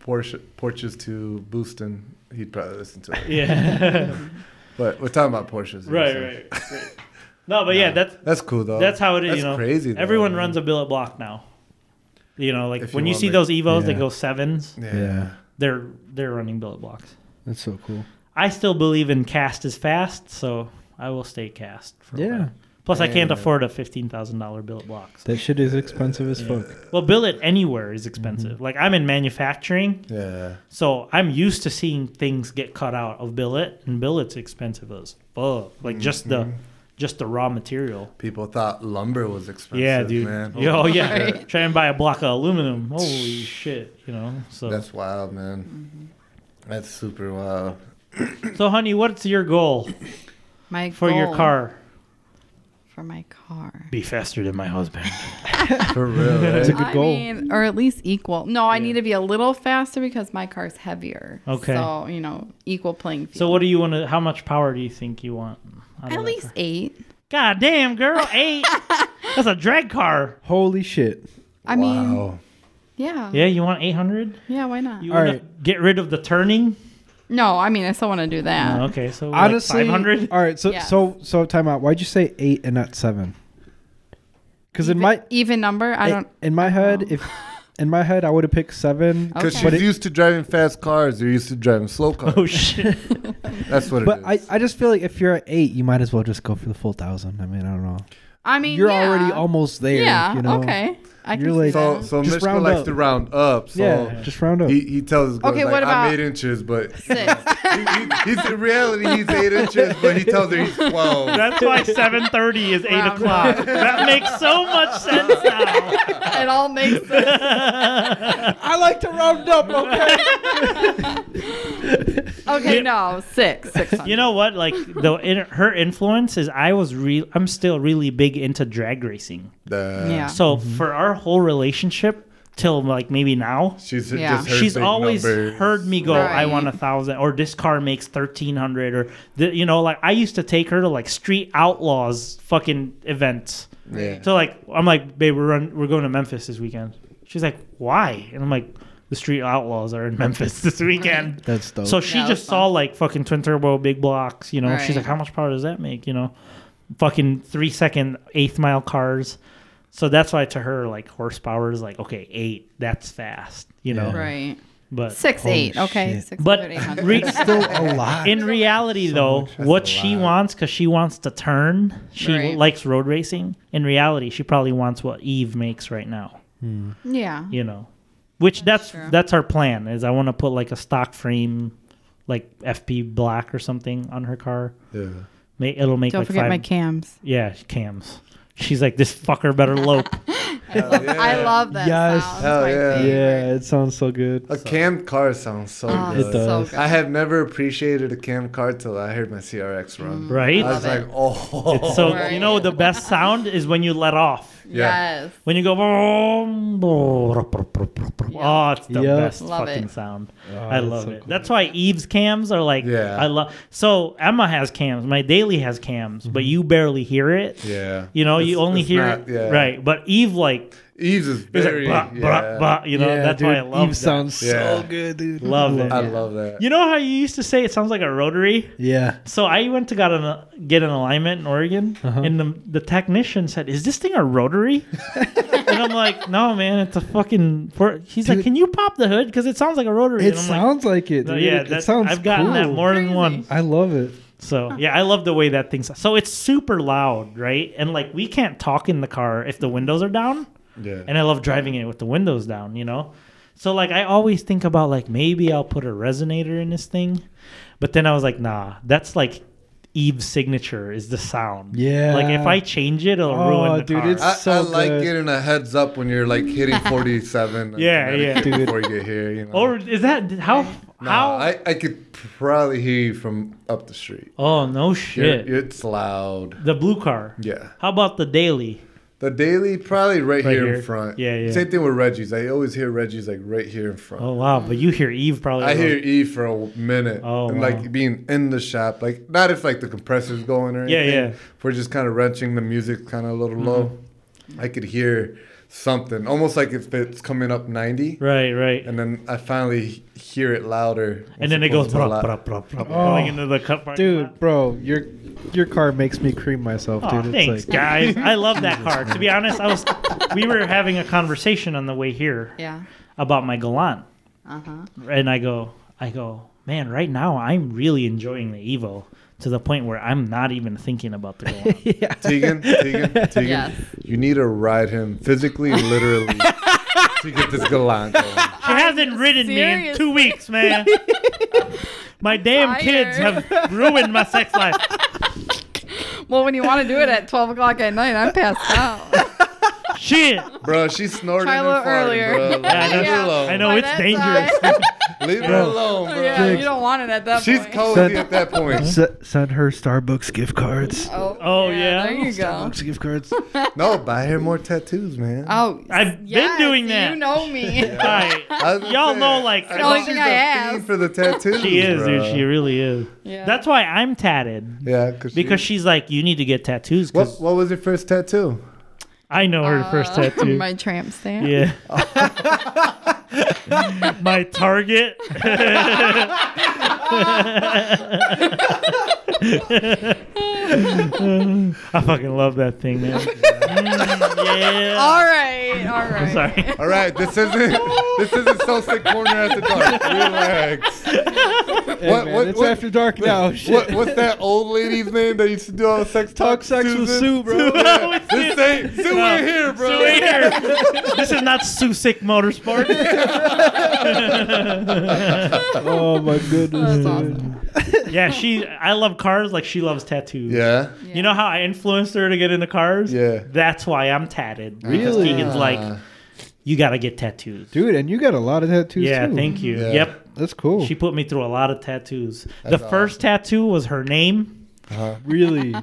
Speaker 1: Porsche, Porsches to Booston, he'd probably listen to it.
Speaker 3: yeah,
Speaker 1: But we're talking about Porsches. here,
Speaker 3: right,
Speaker 1: so-
Speaker 3: right, right. No, but yeah, that's
Speaker 1: That's cool though.
Speaker 3: that's how it is.
Speaker 1: That's
Speaker 3: you know,
Speaker 1: crazy. Though.
Speaker 3: Everyone runs a billet block now. You know, like
Speaker 1: If you
Speaker 3: when you
Speaker 1: want
Speaker 3: see
Speaker 1: me-
Speaker 3: those Evos that
Speaker 4: Yeah.
Speaker 3: go sevens,
Speaker 1: Yeah.
Speaker 4: Yeah.
Speaker 3: they're they're running billet blocks.
Speaker 4: That's so cool.
Speaker 3: I still believe in cast is fast, so I will stay cast. For a
Speaker 4: Yeah.
Speaker 3: while. Plus, I can't
Speaker 1: Yeah.
Speaker 3: afford a fifteen thousand dollar billet block. so-
Speaker 4: That shit is expensive as fuck.
Speaker 3: Well, billet anywhere is expensive.
Speaker 4: Mm-hmm.
Speaker 3: Like I'm in manufacturing,
Speaker 1: Yeah.
Speaker 3: So I'm used to seeing things get cut out of billet, and billet's expensive as fuck. Like just the
Speaker 1: Mm-hmm.
Speaker 3: just the raw material.
Speaker 1: People thought lumber was expensive.
Speaker 3: yeah, dude.
Speaker 1: Man.
Speaker 3: Yo,
Speaker 1: Holy
Speaker 3: yeah.
Speaker 1: shit.
Speaker 3: Try and buy a block of aluminum. Holy shit. You know. So
Speaker 1: That's wild, man.
Speaker 3: Mm-hmm.
Speaker 1: That's super wild.
Speaker 3: so, honey, what's your goal
Speaker 5: My
Speaker 3: for your
Speaker 5: goal
Speaker 3: car?
Speaker 5: For my car.
Speaker 3: Be faster than my husband.
Speaker 1: For real. eh? Right?
Speaker 4: Good
Speaker 5: I
Speaker 4: goal.
Speaker 5: mean, or at least equal. No, I
Speaker 3: Yeah.
Speaker 5: need to be a little faster because my car's heavier.
Speaker 3: Okay.
Speaker 5: So you know, equal playing field.
Speaker 3: So, what do you want to? How much power do you think you want? out of
Speaker 5: at
Speaker 3: that
Speaker 5: least
Speaker 3: car?
Speaker 5: eight.
Speaker 3: God damn, girl, eight. That's a drag car.
Speaker 4: Holy shit.
Speaker 5: I mean,
Speaker 1: wow.
Speaker 5: yeah, yeah,
Speaker 3: Yeah, you want eight hundred?
Speaker 5: Why not?
Speaker 3: You
Speaker 4: All
Speaker 3: want to
Speaker 4: right.
Speaker 3: get rid of the turning?
Speaker 5: no, I mean, I still want to do that.
Speaker 3: Okay, so
Speaker 4: Honestly,
Speaker 3: five hundred.
Speaker 4: All right, so
Speaker 5: Yes.
Speaker 4: so so time out. Why'd you say 8 and not 7? Cuz in
Speaker 5: even,
Speaker 4: my
Speaker 5: even number, I don't.
Speaker 4: in my head
Speaker 5: know.
Speaker 4: if in my head I would have picked 7
Speaker 5: Okay.
Speaker 1: Because
Speaker 4: But
Speaker 1: she's
Speaker 4: it-
Speaker 1: used to driving fast cars. You're used to driving slow cars.
Speaker 3: Oh shit.
Speaker 1: That's what
Speaker 4: but
Speaker 1: it
Speaker 4: I,
Speaker 1: is.
Speaker 4: I just feel like if you're at 8, you might as well just go for the full 1000. I mean, I don't know.
Speaker 5: I mean,
Speaker 4: You're
Speaker 5: yeah.
Speaker 4: already almost there,
Speaker 5: Yeah.
Speaker 4: you know.
Speaker 5: Okay. I can
Speaker 4: You're
Speaker 5: see
Speaker 4: like-
Speaker 1: so
Speaker 5: that.
Speaker 1: so
Speaker 4: Just
Speaker 1: Mishka
Speaker 4: round
Speaker 1: likes
Speaker 4: up.
Speaker 1: to round up. So
Speaker 4: Yeah, just round up.
Speaker 1: he, he tells his girls,
Speaker 5: Okay,
Speaker 1: like,
Speaker 5: what
Speaker 1: I'm
Speaker 5: about-
Speaker 1: eight inches, but
Speaker 5: Six.
Speaker 1: he, he, he's in reality he's eight inches, but he tells her he's twelve.
Speaker 3: That's why 7:30 is 8
Speaker 5: Wow, no.
Speaker 3: o'clock. That makes so much sense now.
Speaker 5: it all makes sense.
Speaker 4: I like to round up, okay?
Speaker 5: Okay,
Speaker 3: Yeah.
Speaker 5: no, six, six.
Speaker 3: You know what? Like the in, her influence is I was real. I'm still really big into drag racing.
Speaker 1: Nah.
Speaker 5: Yeah.
Speaker 3: So for our whole relationship till like maybe now,
Speaker 1: She's
Speaker 5: Yeah.
Speaker 1: just heard
Speaker 3: she's
Speaker 1: big
Speaker 3: always
Speaker 1: numbers.
Speaker 3: heard me go, "I
Speaker 5: Right.
Speaker 3: want a thousand, or "This car makes 1,300 or the, you know, like I used to take her to like street outlaws fucking events.
Speaker 1: Yeah.
Speaker 3: So like I'm like, babe, we're run, we're going to Memphis this weekend. She's like, why? And I'm like, the Street Outlaws are in Memphis this weekend.
Speaker 4: That's dope.
Speaker 3: So she
Speaker 5: Yeah, that
Speaker 3: just
Speaker 5: was
Speaker 3: saw like fucking twin turbo big blocks. You know, she's
Speaker 5: Right.
Speaker 3: like, how much power does that make? You know, fucking three second eighth mile cars. So that's why to her like horsepower is like okay eight. That's fast. You know,
Speaker 4: Yeah.
Speaker 5: Right.
Speaker 3: but
Speaker 5: Six,
Speaker 4: Holy
Speaker 5: eight. Okay.
Speaker 4: shit.
Speaker 5: Six,
Speaker 3: but
Speaker 5: seven, eight hundred.
Speaker 3: re-
Speaker 4: still a lot.
Speaker 3: in reality though
Speaker 1: That's
Speaker 3: what
Speaker 1: a
Speaker 3: she
Speaker 1: lot.
Speaker 3: wants because she wants to turn she
Speaker 5: Right.
Speaker 3: likes road racing in reality she probably wants what eve makes right now
Speaker 5: yeah.
Speaker 3: you know which that's that's,
Speaker 5: true.
Speaker 3: our plan is i want to put like a stock frame like fp black or something on her car
Speaker 1: Yeah.
Speaker 3: May, it'll make
Speaker 5: Don't
Speaker 3: like
Speaker 5: forget
Speaker 3: five
Speaker 5: my cams.
Speaker 3: yeah cams she's like this fucker better lope
Speaker 5: Oh, I love that.
Speaker 4: Yes.
Speaker 5: Sound.
Speaker 1: Hell
Speaker 5: It's my
Speaker 1: yeah.
Speaker 5: favorite.
Speaker 4: yeah, it sounds so good.
Speaker 1: A cam car sounds so
Speaker 5: Oh,
Speaker 1: good.
Speaker 4: It
Speaker 5: so
Speaker 4: does.
Speaker 5: good.
Speaker 1: I have never appreciated a cam car till I heard my CRX run.
Speaker 3: right
Speaker 1: I was
Speaker 5: Mm. Love
Speaker 1: like,
Speaker 5: it.
Speaker 1: oh,
Speaker 3: so
Speaker 5: Right.
Speaker 3: you know the best sound is when you let off
Speaker 1: Yeah.
Speaker 5: Yes.
Speaker 3: when you go vroom, vroom, vroom, vroom, vroom. oh it's the
Speaker 4: Yep.
Speaker 3: best
Speaker 5: Love
Speaker 3: fucking
Speaker 5: it.
Speaker 3: sound i love
Speaker 4: so
Speaker 3: it
Speaker 4: cool.
Speaker 3: that's why eve's cams are like
Speaker 1: Yeah.
Speaker 3: i love so emma has cams my daily has cams but you barely hear it
Speaker 1: yeah.
Speaker 3: You know, you
Speaker 1: It's-
Speaker 3: only
Speaker 1: it's
Speaker 3: hear
Speaker 1: not-
Speaker 3: it,
Speaker 1: yeah.
Speaker 3: right. But Eve like
Speaker 1: Eve's is
Speaker 3: is like
Speaker 1: very.
Speaker 3: blah,
Speaker 1: yeah.
Speaker 3: blah, blah, you know,
Speaker 4: Yeah,
Speaker 3: that's why I
Speaker 4: dude,
Speaker 3: love
Speaker 4: Eve
Speaker 3: that.
Speaker 4: sounds
Speaker 1: Yeah.
Speaker 4: so good, dude.
Speaker 3: Love it.
Speaker 1: I love that.
Speaker 3: You know how you used to say it sounds like a rotary?
Speaker 4: Yeah.
Speaker 3: So I went to got an get an alignment in Oregon and the, the technician said, "Is this thing a rotary?" and I'm like, "No, man, it's a fucking for-" He's like,
Speaker 4: Dude.
Speaker 3: "Can you pop the hood cuz it sounds like a rotary."
Speaker 4: It
Speaker 3: and I'm
Speaker 4: sounds like, it.
Speaker 3: like, "No,
Speaker 4: Dude.
Speaker 3: yeah,
Speaker 4: it
Speaker 3: that,
Speaker 4: sounds
Speaker 3: I've gotten that
Speaker 4: cool.
Speaker 3: more than
Speaker 5: Crazy.
Speaker 3: one.
Speaker 4: I love it.
Speaker 3: So yeah, I love the way that thing. So it's super loud, right? And like we can't talk in the car if the windows are down.
Speaker 1: Yeah.
Speaker 3: And I love driving it with the windows down, you know? So like I always think about like maybe I'll put a resonator in this thing. But then I was like, nah, that's like Eve's signature is the sound.
Speaker 4: Yeah.
Speaker 3: Like if I change it, it'll
Speaker 4: Oh,
Speaker 3: ruin the
Speaker 4: dude,
Speaker 3: car.
Speaker 4: it's-
Speaker 1: I,
Speaker 4: So
Speaker 1: I like
Speaker 4: good.
Speaker 1: getting a heads up when you're like hitting 47. and
Speaker 3: Yeah,
Speaker 1: everything
Speaker 3: yeah.
Speaker 4: Dude.
Speaker 1: Before you get here, you know.
Speaker 3: or is that how
Speaker 1: Nah,
Speaker 3: how
Speaker 1: I, I could probably hear you from up the street.
Speaker 3: Oh no shit.
Speaker 1: You're- It's loud.
Speaker 3: the blue car.
Speaker 1: Yeah.
Speaker 3: How about the daily?
Speaker 1: The daily probably right,
Speaker 3: Right
Speaker 1: here,
Speaker 3: here.
Speaker 1: in front.
Speaker 3: Yeah, yeah.
Speaker 1: Same thing with Reggie's. I always hear Reggie's like right here in front.
Speaker 3: Oh wow, but you hear Eve probably
Speaker 1: I
Speaker 3: goes,
Speaker 1: hear E for a minute.
Speaker 3: Oh,
Speaker 1: and
Speaker 3: wow.
Speaker 1: like being in the shop, like not if like the compressor's going or
Speaker 3: Yeah,
Speaker 1: anything.
Speaker 3: yeah.
Speaker 1: If we're just kind of wrenching the music kind of a little low.
Speaker 3: Mm-hmm.
Speaker 1: I could hear something, almost like if it's coming up 90.
Speaker 3: Right, right.
Speaker 1: And then I finally hear it louder.
Speaker 3: And then it goes
Speaker 1: It's a
Speaker 3: brah,
Speaker 1: lot-
Speaker 3: brah, brah, brah, going
Speaker 4: Oh.
Speaker 3: into the cup parking lot.
Speaker 4: dude, bro, your your car makes me cream myself,
Speaker 3: Aw,
Speaker 4: dude.
Speaker 3: thanks,
Speaker 4: it's like,
Speaker 3: guys. I love that car. To be honest, I was we were having a conversation on the way here
Speaker 5: Yeah.
Speaker 3: about my Galant,
Speaker 5: Uh huh.
Speaker 3: and I go, I go, man. Right now, I'm really enjoying the Evo to the point where I'm not even thinking about the Galant.
Speaker 1: Tegan, Tegan, Tegan,
Speaker 5: Yes.
Speaker 1: you need to ride him physically, literally, to get this galant going.
Speaker 3: She hasn't ridden me in
Speaker 5: serious.
Speaker 3: two weeks, man. my damn kids
Speaker 5: tired.
Speaker 3: have ruined my sex life.
Speaker 5: Well, when you want to do it at 12 o'clock at night, I'm passed out.
Speaker 3: Shit.
Speaker 1: Bro, she's snorting
Speaker 5: Try a little
Speaker 1: and farting,
Speaker 5: earlier.
Speaker 1: bro. Leave
Speaker 3: I know-
Speaker 1: her alone.
Speaker 3: I know
Speaker 5: By
Speaker 3: it's
Speaker 5: that
Speaker 3: dangerous.
Speaker 5: time-
Speaker 1: Leave her alone, bro.
Speaker 5: yeah, you don't want it at that
Speaker 1: She's
Speaker 5: point.
Speaker 1: cozy at that point.
Speaker 4: S- send her Starbucks gift cards.
Speaker 5: Oh,
Speaker 3: Oh, yeah.
Speaker 5: There you go.
Speaker 4: Starbucks gift cards.
Speaker 1: No, buy her more tattoos, man.
Speaker 5: Oh,
Speaker 3: I've been
Speaker 5: yes,
Speaker 3: doing that.
Speaker 5: You know me.
Speaker 3: All right.
Speaker 1: I was gonna
Speaker 3: Y'all
Speaker 1: say,
Speaker 3: know, like,
Speaker 1: I
Speaker 3: the
Speaker 1: know
Speaker 5: only
Speaker 1: she's
Speaker 5: thing
Speaker 1: a
Speaker 5: I have.
Speaker 1: fiend for the tattoos.
Speaker 3: She is,
Speaker 1: bro.
Speaker 3: dude. She really is.
Speaker 5: Yeah.
Speaker 3: That's why I'm tatted.
Speaker 1: Yeah, cause
Speaker 3: Because
Speaker 1: she,
Speaker 3: she's like, you need to get tattoos.
Speaker 1: what,
Speaker 3: Cause
Speaker 1: what was your first tattoo?
Speaker 3: I know her first
Speaker 5: Uh,
Speaker 3: tattoo.
Speaker 5: My tramp stamp.
Speaker 3: Yeah. My target. I fucking love that thing, man. Mm, yeah.
Speaker 5: All right. All right.
Speaker 3: Sorry.
Speaker 1: All right, this isn't this isn't so sick corner at the dark. Relax.
Speaker 4: Hey,
Speaker 1: What-
Speaker 4: man,
Speaker 1: what-
Speaker 4: it's
Speaker 1: what-
Speaker 4: after dark now. Shit.
Speaker 1: What, what's that old lady's name that used to do all the sex talk?
Speaker 4: Talk sex with
Speaker 1: Susan?
Speaker 4: Sue, bro.
Speaker 1: Yeah, this ain't Sue
Speaker 3: No.
Speaker 1: ain't here, bro.
Speaker 3: Sue ain't here. this is not Susick Motorsport.
Speaker 4: oh my goodness.
Speaker 5: That's awesome.
Speaker 3: yeah, she. I love cars like she loves tattoos.
Speaker 1: Yeah.
Speaker 3: You know how I influenced her to get into cars?
Speaker 1: Yeah. Ah.
Speaker 3: That's why I'm tatted. Because
Speaker 4: Really?
Speaker 3: Tegan's
Speaker 1: Uh,
Speaker 3: like, you gotta get tattoos.
Speaker 4: Dude, and you got a lot of tattoos
Speaker 3: yeah,
Speaker 4: too.
Speaker 3: thank you.
Speaker 1: Yeah.
Speaker 3: Yep.
Speaker 4: That's cool.
Speaker 3: She put me through a lot of tattoos. the
Speaker 1: That's
Speaker 3: first tattoo was her name,
Speaker 4: really,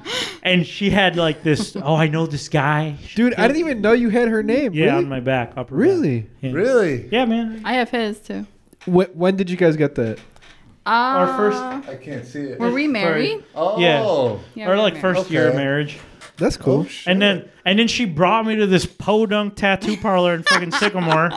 Speaker 3: and she had like this. oh, I know this guy.
Speaker 4: dude. I didn't even know you had her name.
Speaker 3: Yeah,
Speaker 4: really?
Speaker 3: on my back. Upper back.
Speaker 4: really.
Speaker 3: Yeah.
Speaker 1: Really?
Speaker 3: Yeah, man.
Speaker 5: I have his too.
Speaker 4: Wh- when did you guys get that?
Speaker 5: Uh,
Speaker 3: first-
Speaker 1: I can't see it.
Speaker 5: Were we married?
Speaker 1: Oh.
Speaker 5: Yeah,
Speaker 3: or
Speaker 5: we were
Speaker 3: like
Speaker 5: married.
Speaker 3: first year of
Speaker 1: Okay.
Speaker 3: marriage.
Speaker 4: That's cool.
Speaker 1: shit.
Speaker 3: And then and then she brought me to this podunk tattoo parlor in fucking Sycamore,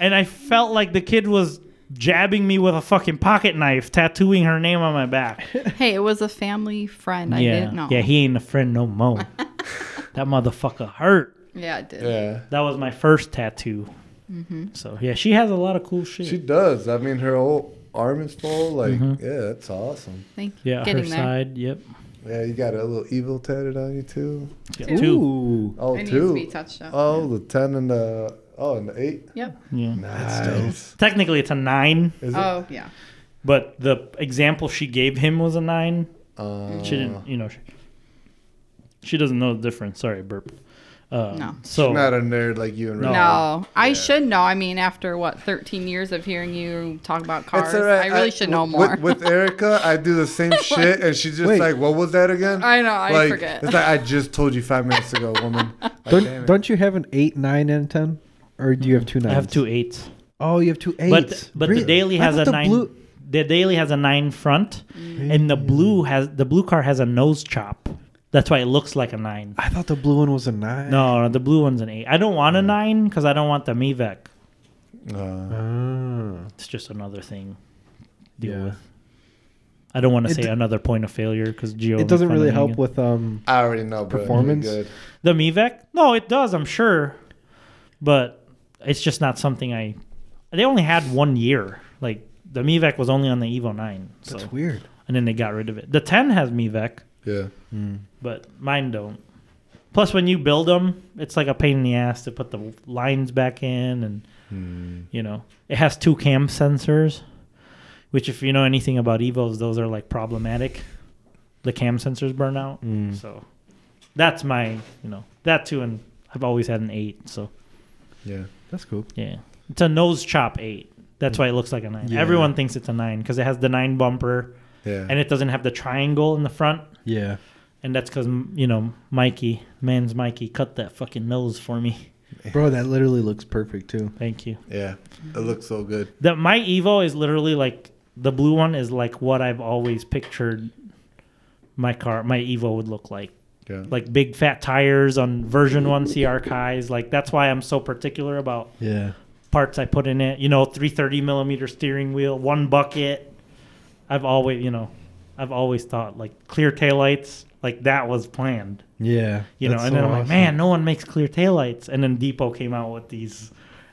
Speaker 3: and I felt like the kid was jabbing me with a fucking pocket knife, tattooing her name on my back.
Speaker 5: Hey, it was a family friend. I
Speaker 3: yeah,
Speaker 5: didn't know.
Speaker 3: yeah, he ain't a friend no more. that motherfucker hurt.
Speaker 5: Yeah, I did.
Speaker 1: Yeah.
Speaker 3: That was my first tattoo.
Speaker 5: Mm-hmm.
Speaker 3: So yeah, she has a lot of cool shit.
Speaker 1: She does. I mean, her whole arm is full. Like, yeah, that's awesome.
Speaker 5: Thank you.
Speaker 3: yeah, her
Speaker 5: Getting there.
Speaker 3: side. Yep.
Speaker 1: Yeah, you got a little evil tatted on you too.
Speaker 3: Got
Speaker 5: Two.
Speaker 3: Two.
Speaker 4: Ooh.
Speaker 1: Oh,
Speaker 5: It needs to
Speaker 1: two.
Speaker 5: be touched up.
Speaker 1: Oh, the ten and the oh and the eight.
Speaker 5: Yep.
Speaker 3: Yeah.
Speaker 1: Nice.
Speaker 3: Technically, it's a nine,
Speaker 1: Is it?
Speaker 5: Oh, yeah.
Speaker 3: but the example she gave him was a nine.
Speaker 1: Uh,
Speaker 3: She didn't, you know, she, she doesn't know the difference. Sorry, burp. Uh,
Speaker 5: No.
Speaker 3: So
Speaker 1: Not a nerd like you and
Speaker 3: No.
Speaker 1: Ray.
Speaker 5: No, I should know. I mean, after what, 13 years of hearing you talk about cars,
Speaker 1: It's all right.
Speaker 5: I really should know
Speaker 1: with-
Speaker 5: more.
Speaker 1: With, Erica, I do the same shit, and she's just
Speaker 4: Wait.
Speaker 1: like, "What was that again?"
Speaker 5: I know, I
Speaker 1: like,
Speaker 5: forget.
Speaker 1: It's like I just told you five minutes ago, woman. Like, damn
Speaker 4: Don't
Speaker 1: it.
Speaker 4: don't you have an eight, nine, and ten, or do you have two
Speaker 3: I
Speaker 4: nines?
Speaker 3: have two eights.
Speaker 4: Oh, you have two eights.
Speaker 3: But but
Speaker 4: Really?
Speaker 3: the daily
Speaker 4: I
Speaker 3: has
Speaker 4: thought
Speaker 3: a
Speaker 4: the
Speaker 3: nine.
Speaker 4: blue- Mm.
Speaker 3: The daily has a nine front, and the blue has the blue car has a nose chop. That's why it looks like a nine.
Speaker 4: I thought the blue one was a nine.
Speaker 3: No, no, the blue one's an eight. I don't want a
Speaker 4: Mm.
Speaker 3: nine because I don't want the Mivec.
Speaker 1: Uh,
Speaker 4: Ah.
Speaker 3: It's just another thing. to Deal
Speaker 4: Yeah.
Speaker 3: with. I don't want to
Speaker 4: It
Speaker 3: say
Speaker 4: d-
Speaker 3: another point of failure because Geo.
Speaker 4: It doesn't really help with um.
Speaker 1: I already know, bro. You're
Speaker 4: Performance?
Speaker 1: good.
Speaker 3: the Mivec. No, it does. I'm sure, but it's just not something I. They only had one year. Like the Mivec was only on the Evo Nine. So
Speaker 4: That's weird.
Speaker 3: and then they got rid of it. The 10 has Mivec,
Speaker 1: Yeah.
Speaker 3: Mm. but mine don't. Plus, when you build them, it's like a pain in the ass to put the lines back in, and
Speaker 1: Hmm,
Speaker 3: you know it has two cam sensors, which if you know anything about Evos, those are like problematic. The cam sensors burn out, so that's my you know that too, and I've always had an eight, so
Speaker 1: Yeah.
Speaker 4: That's cool.
Speaker 3: yeah, it's a nose chop eight. That's why it looks like a nine.
Speaker 4: Yeah.
Speaker 3: Everyone thinks it's a nine because it has the nine bumper
Speaker 1: Yeah.
Speaker 3: and it doesn't have the triangle in the front.
Speaker 4: Yeah.
Speaker 3: And that's because, you know, Mikey, man's Mikey, cut that fucking nose for me.
Speaker 4: Bro, that literally looks perfect too.
Speaker 3: Thank you.
Speaker 1: yeah. It looks so good.
Speaker 3: That my Evo is literally like the blue one is like what I've always pictured my car, my Evo would look like.
Speaker 1: Yeah.
Speaker 3: Like big fat tires on version one CR Kais. Like that's why I'm so particular about
Speaker 4: Yeah.
Speaker 3: parts I put in it. You know, 330 millimeter steering wheel, one bucket. I've always, you know, I've always thought like clear taillights, like that was planned.
Speaker 4: Yeah.
Speaker 3: you know.
Speaker 4: That's
Speaker 3: And
Speaker 4: so
Speaker 3: then I'm like,
Speaker 4: awesome.
Speaker 3: man, no one makes clear taillights. And then Depot came out with these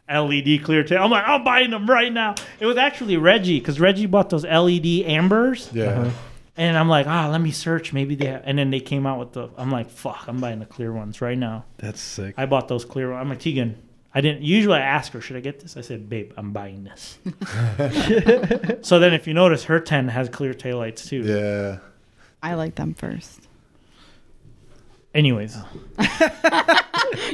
Speaker 3: LED clear tail. I'm like, I'm buying them right now. It was actually Reggie because Reggie bought those LED ambers,
Speaker 1: Yeah.
Speaker 3: and I'm like, ah, let me search. Maybe they. Have. And then they came out with the. I'm like, fuck, I'm buying the clear ones right now.
Speaker 4: That's sick.
Speaker 3: I bought those clear ones. I'm like, Tegan. I didn't usually I ask her, should I get this? I said, babe, I'm buying this. so then if you notice, her 10 has clear taillights too.
Speaker 1: Yeah.
Speaker 5: I like them first.
Speaker 3: Anyways.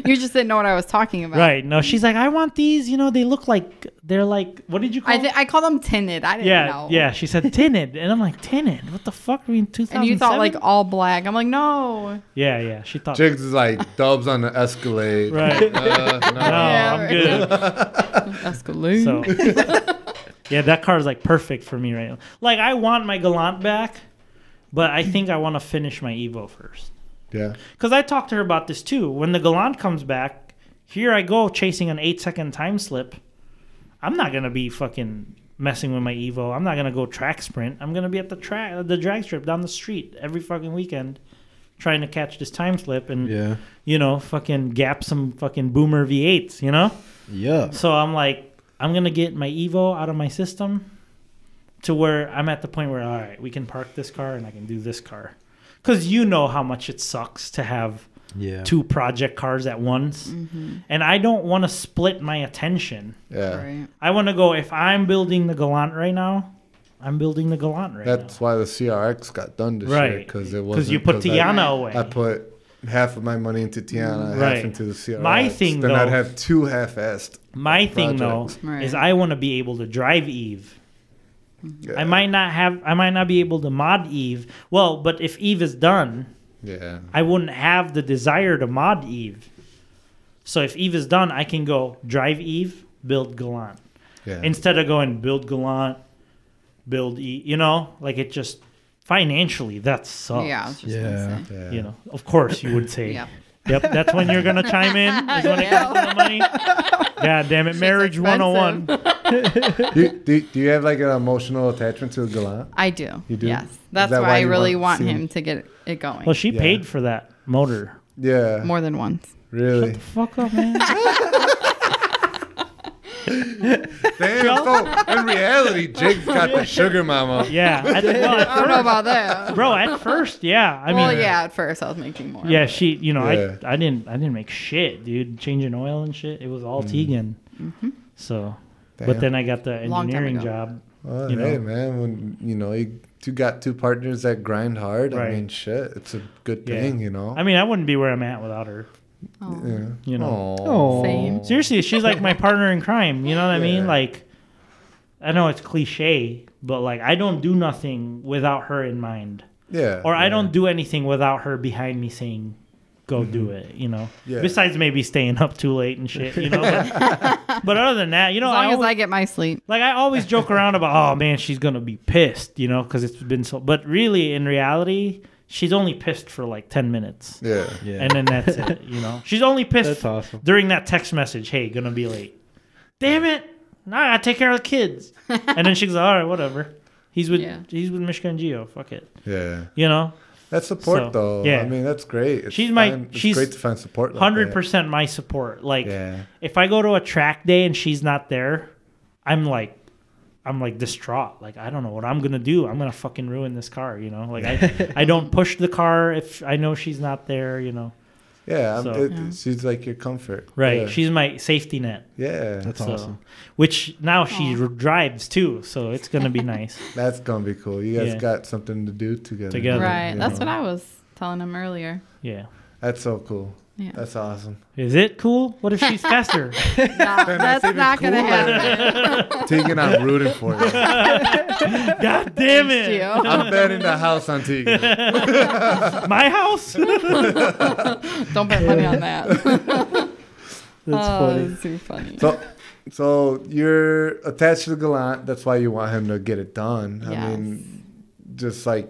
Speaker 5: You just didn't know what I was talking about.
Speaker 3: Right. No, she's like, I want these. You know, they look like, they're like, what did you call
Speaker 5: I think I call them tinted. I didn't
Speaker 3: Yeah,
Speaker 5: know.
Speaker 3: yeah. She said tinted, and I'm like tinted. What the fuck? Are we in
Speaker 5: And
Speaker 3: 2007?
Speaker 5: you thought like all black. I'm like, no.
Speaker 3: yeah, yeah. She thought
Speaker 1: Jigs is like dubs on the Escalade.
Speaker 3: right. No,
Speaker 1: Uh, no.
Speaker 3: I'm good.
Speaker 5: Escalade.
Speaker 3: So yeah, that car is like perfect for me right now. Like I want my Galant back, but I think I want to finish my Evo first.
Speaker 1: Yeah.
Speaker 3: Because I talked to her about this too. When the Galant comes back, here I go chasing an eight second time slip. I'm not gonna be fucking messing with my Evo. I'm not gonna go track sprint. I'm gonna be at the track, the drag strip down the street every fucking weekend, trying to catch this time slip and
Speaker 4: Yeah.
Speaker 3: you know fucking gap some fucking boomer V8s. You know.
Speaker 4: Yeah.
Speaker 3: So I'm like, I'm gonna get my Evo out of my system to where I'm at the point where all right, we can park this car and I can do this car. Cause you know how much it sucks to have
Speaker 4: Yeah.
Speaker 3: two project cars at once. And I don't want to split my attention.
Speaker 1: Yeah.
Speaker 5: Right.
Speaker 3: I want to go, if I'm building the Galant right now, I'm building the Galant right
Speaker 1: That's why the CRX got done this year
Speaker 3: Right.
Speaker 1: because it wasn't.
Speaker 3: Because you put
Speaker 1: I,
Speaker 3: Tiana away.
Speaker 1: I put half of my money into Tiana, half
Speaker 3: Right.
Speaker 1: into the CRX.
Speaker 3: My thing,
Speaker 1: then I'd
Speaker 3: though-
Speaker 1: have two half-assed.
Speaker 3: my thing, though,
Speaker 1: project.
Speaker 5: Right.
Speaker 3: is I want to be able to drive Eve.
Speaker 1: Yeah.
Speaker 3: I might not have, I might not be able to mod Eve. Well, but if Eve is done,
Speaker 1: Yeah.
Speaker 3: I wouldn't have the desire to mod Eve. So if Eve is done, I can go drive Eve, build Galant.
Speaker 1: Yeah.
Speaker 3: Instead of going build Galant, build Eve, you know, like it just financially that sucks.
Speaker 5: Yeah. I was just
Speaker 4: Yeah.
Speaker 5: gonna say.
Speaker 1: yeah.
Speaker 3: You know, of course you would say.
Speaker 5: Yep.
Speaker 3: Yep, that's when you're gonna chime in. Is when it comes to the money. God damn it, marriage one oh one.
Speaker 1: do, do, do you have like an emotional attachment to Galant?
Speaker 5: I do.
Speaker 1: You do?
Speaker 5: Yes.
Speaker 1: Is
Speaker 5: That's
Speaker 1: that
Speaker 5: why,
Speaker 1: why
Speaker 5: I
Speaker 1: you
Speaker 5: really
Speaker 1: want
Speaker 5: want
Speaker 1: to see-
Speaker 5: him to get it going
Speaker 3: Well she
Speaker 1: Yeah.
Speaker 3: paid for that motor.
Speaker 1: Yeah.
Speaker 5: more than once.
Speaker 1: really?
Speaker 3: Fuck up, man.
Speaker 1: Damn. So in reality, Jig's got the sugar mama.
Speaker 3: Yeah. At, well, at
Speaker 5: I don't know
Speaker 3: first-
Speaker 5: about that.
Speaker 3: bro, at first, yeah. I
Speaker 5: well,
Speaker 3: mean uh,
Speaker 5: yeah. At first, I was making more.
Speaker 3: Yeah, she. You know,
Speaker 1: Yeah.
Speaker 3: I I didn't I didn't make shit, dude. Changing oil and shit. It was all Tegan. So,
Speaker 1: Mm. Damn.
Speaker 3: but then I got the
Speaker 5: Mm-hmm. Long time
Speaker 3: engineering
Speaker 5: ago.
Speaker 3: job.
Speaker 1: Well,
Speaker 3: You know?
Speaker 1: Oh, hey, man, when you know you, you got two partners that grind hard, I
Speaker 3: Right.
Speaker 1: mean, shit, it's a good
Speaker 3: Yeah.
Speaker 1: thing, you know.
Speaker 3: I mean, I wouldn't be where I'm at without her.
Speaker 5: Oh.
Speaker 3: You know,
Speaker 1: Aw.
Speaker 5: Same.
Speaker 3: seriously, she's like my partner in crime. You know what I
Speaker 1: Oh. Yeah.
Speaker 3: mean? Like, I know it's cliche, but like I don't do nothing without her in mind,
Speaker 1: Yeah.
Speaker 3: or I
Speaker 1: yeah.
Speaker 3: don't do anything without her behind me saying. Go do it, you know.
Speaker 1: Mm-hmm. Yeah.
Speaker 3: Besides maybe staying up too late and shit, you know. But, but other than that, you know,
Speaker 5: As long
Speaker 3: I
Speaker 5: as
Speaker 3: always,
Speaker 5: I get my sleep.
Speaker 3: Like I always joke around about, oh man, she's gonna be pissed, you know, because it's been so. But really, in reality, she's only pissed for like ten minutes,
Speaker 1: Yeah.
Speaker 4: Yeah.
Speaker 3: and then that's it, you know. She's only pissed
Speaker 4: That's awesome.
Speaker 3: during that text message. Hey, gonna be late. Damn it! Nah, I gotta take care of the kids. and then she's like, all right, whatever. He's with
Speaker 5: Yeah.
Speaker 3: he's with Michigan Geo. Fuck it,
Speaker 1: Yeah.
Speaker 3: you know.
Speaker 1: That's support,
Speaker 3: So,
Speaker 1: though.
Speaker 3: yeah.
Speaker 1: I mean, that's great. It's
Speaker 3: She's my-
Speaker 1: fine- It's
Speaker 3: she's
Speaker 1: great to find support. like that.
Speaker 3: Hundred percent my support. Like
Speaker 1: Yeah.
Speaker 3: if I go to a track day and she's not there, I'm like, I'm like distraught. Like I don't know what I'm gonna do. I'm gonna fucking ruin this car. You know, like I I don't push the car if I know she's not there. You know,
Speaker 1: Yeah, I'm-
Speaker 3: So-
Speaker 1: it, she's like your comfort.
Speaker 3: right?
Speaker 1: Yeah.
Speaker 3: She's my safety net.
Speaker 1: yeah,
Speaker 4: That's
Speaker 3: so,
Speaker 4: awesome.
Speaker 3: Which now she drives too, so it's gonna be nice.
Speaker 1: that's gonna be cool. You guys
Speaker 3: Yeah.
Speaker 1: got something to do together.
Speaker 3: Together.
Speaker 5: right.
Speaker 1: you
Speaker 5: That's
Speaker 1: know.
Speaker 5: what I was telling him earlier.
Speaker 3: Yeah.
Speaker 1: That's so cool.
Speaker 5: Yeah.
Speaker 1: That's awesome.
Speaker 3: Is it cool? What if she's faster?
Speaker 5: Nah, that's not gonna happen.
Speaker 1: Tegan, I'm rooting for you.
Speaker 3: God damn
Speaker 5: Thanks,
Speaker 3: it!
Speaker 5: Gio.
Speaker 1: I'm betting the house on Tegan.
Speaker 3: My house.
Speaker 5: Don't bet money on that.
Speaker 4: That's
Speaker 5: oh,
Speaker 4: funny.
Speaker 5: it's too funny.
Speaker 1: So, so you're attached to Gallant. That's why you want him to get it done. I mean, just like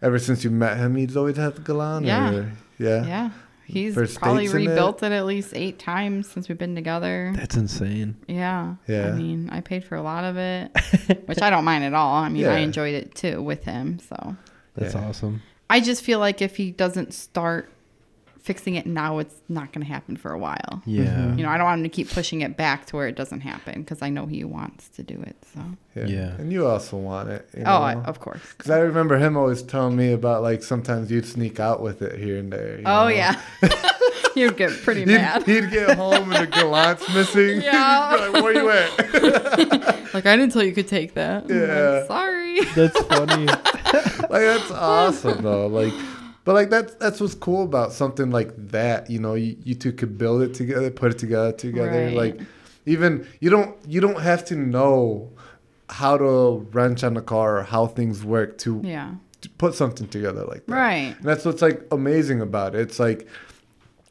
Speaker 1: ever since you met him, he's always had Gallant.
Speaker 5: Yeah.
Speaker 1: Or, yeah.
Speaker 5: yeah, he's
Speaker 1: First
Speaker 5: probably
Speaker 1: dates in it?
Speaker 5: rebuilt it at least eight times since we've been together.
Speaker 4: That's insane.
Speaker 5: Yeah.
Speaker 1: Yeah.
Speaker 5: I mean, I paid for a lot of it, which I don't mind at all. I mean, I
Speaker 1: Yeah.
Speaker 5: enjoyed it too with him. So
Speaker 4: That's
Speaker 1: Yeah.
Speaker 4: awesome.
Speaker 5: I just feel like if he doesn't start fixing it now, it's not going to happen for a while.
Speaker 4: Yeah.
Speaker 5: You know, I don't want him to keep pushing it back to where it doesn't happen because I know he wants to do it. So,
Speaker 1: yeah.
Speaker 4: Yeah.
Speaker 1: And you also want it. You know?
Speaker 5: oh, I, of course.
Speaker 1: Because I remember him always telling me about like sometimes you'd sneak out with it here and there. you
Speaker 5: Oh,
Speaker 1: know?
Speaker 5: yeah. You'd get pretty
Speaker 1: He'd,
Speaker 5: mad.
Speaker 1: he'd get home and the gallant's missing.
Speaker 5: Yeah.
Speaker 1: He'd be like, where you at?
Speaker 5: Like, I didn't tell you could take that. I'm like,
Speaker 1: Yeah.
Speaker 5: Sorry.
Speaker 4: That's funny.
Speaker 1: like that's awesome though. Like, but like that's that's what's cool about something like that. You know, you, you two could build it together, put it together together.
Speaker 5: Right.
Speaker 1: Like, even you don't you don't have to know how to wrench on the car or how things work to
Speaker 5: Yeah.
Speaker 1: to put something together like that.
Speaker 5: Right.
Speaker 1: And that's what's like amazing about it. It's like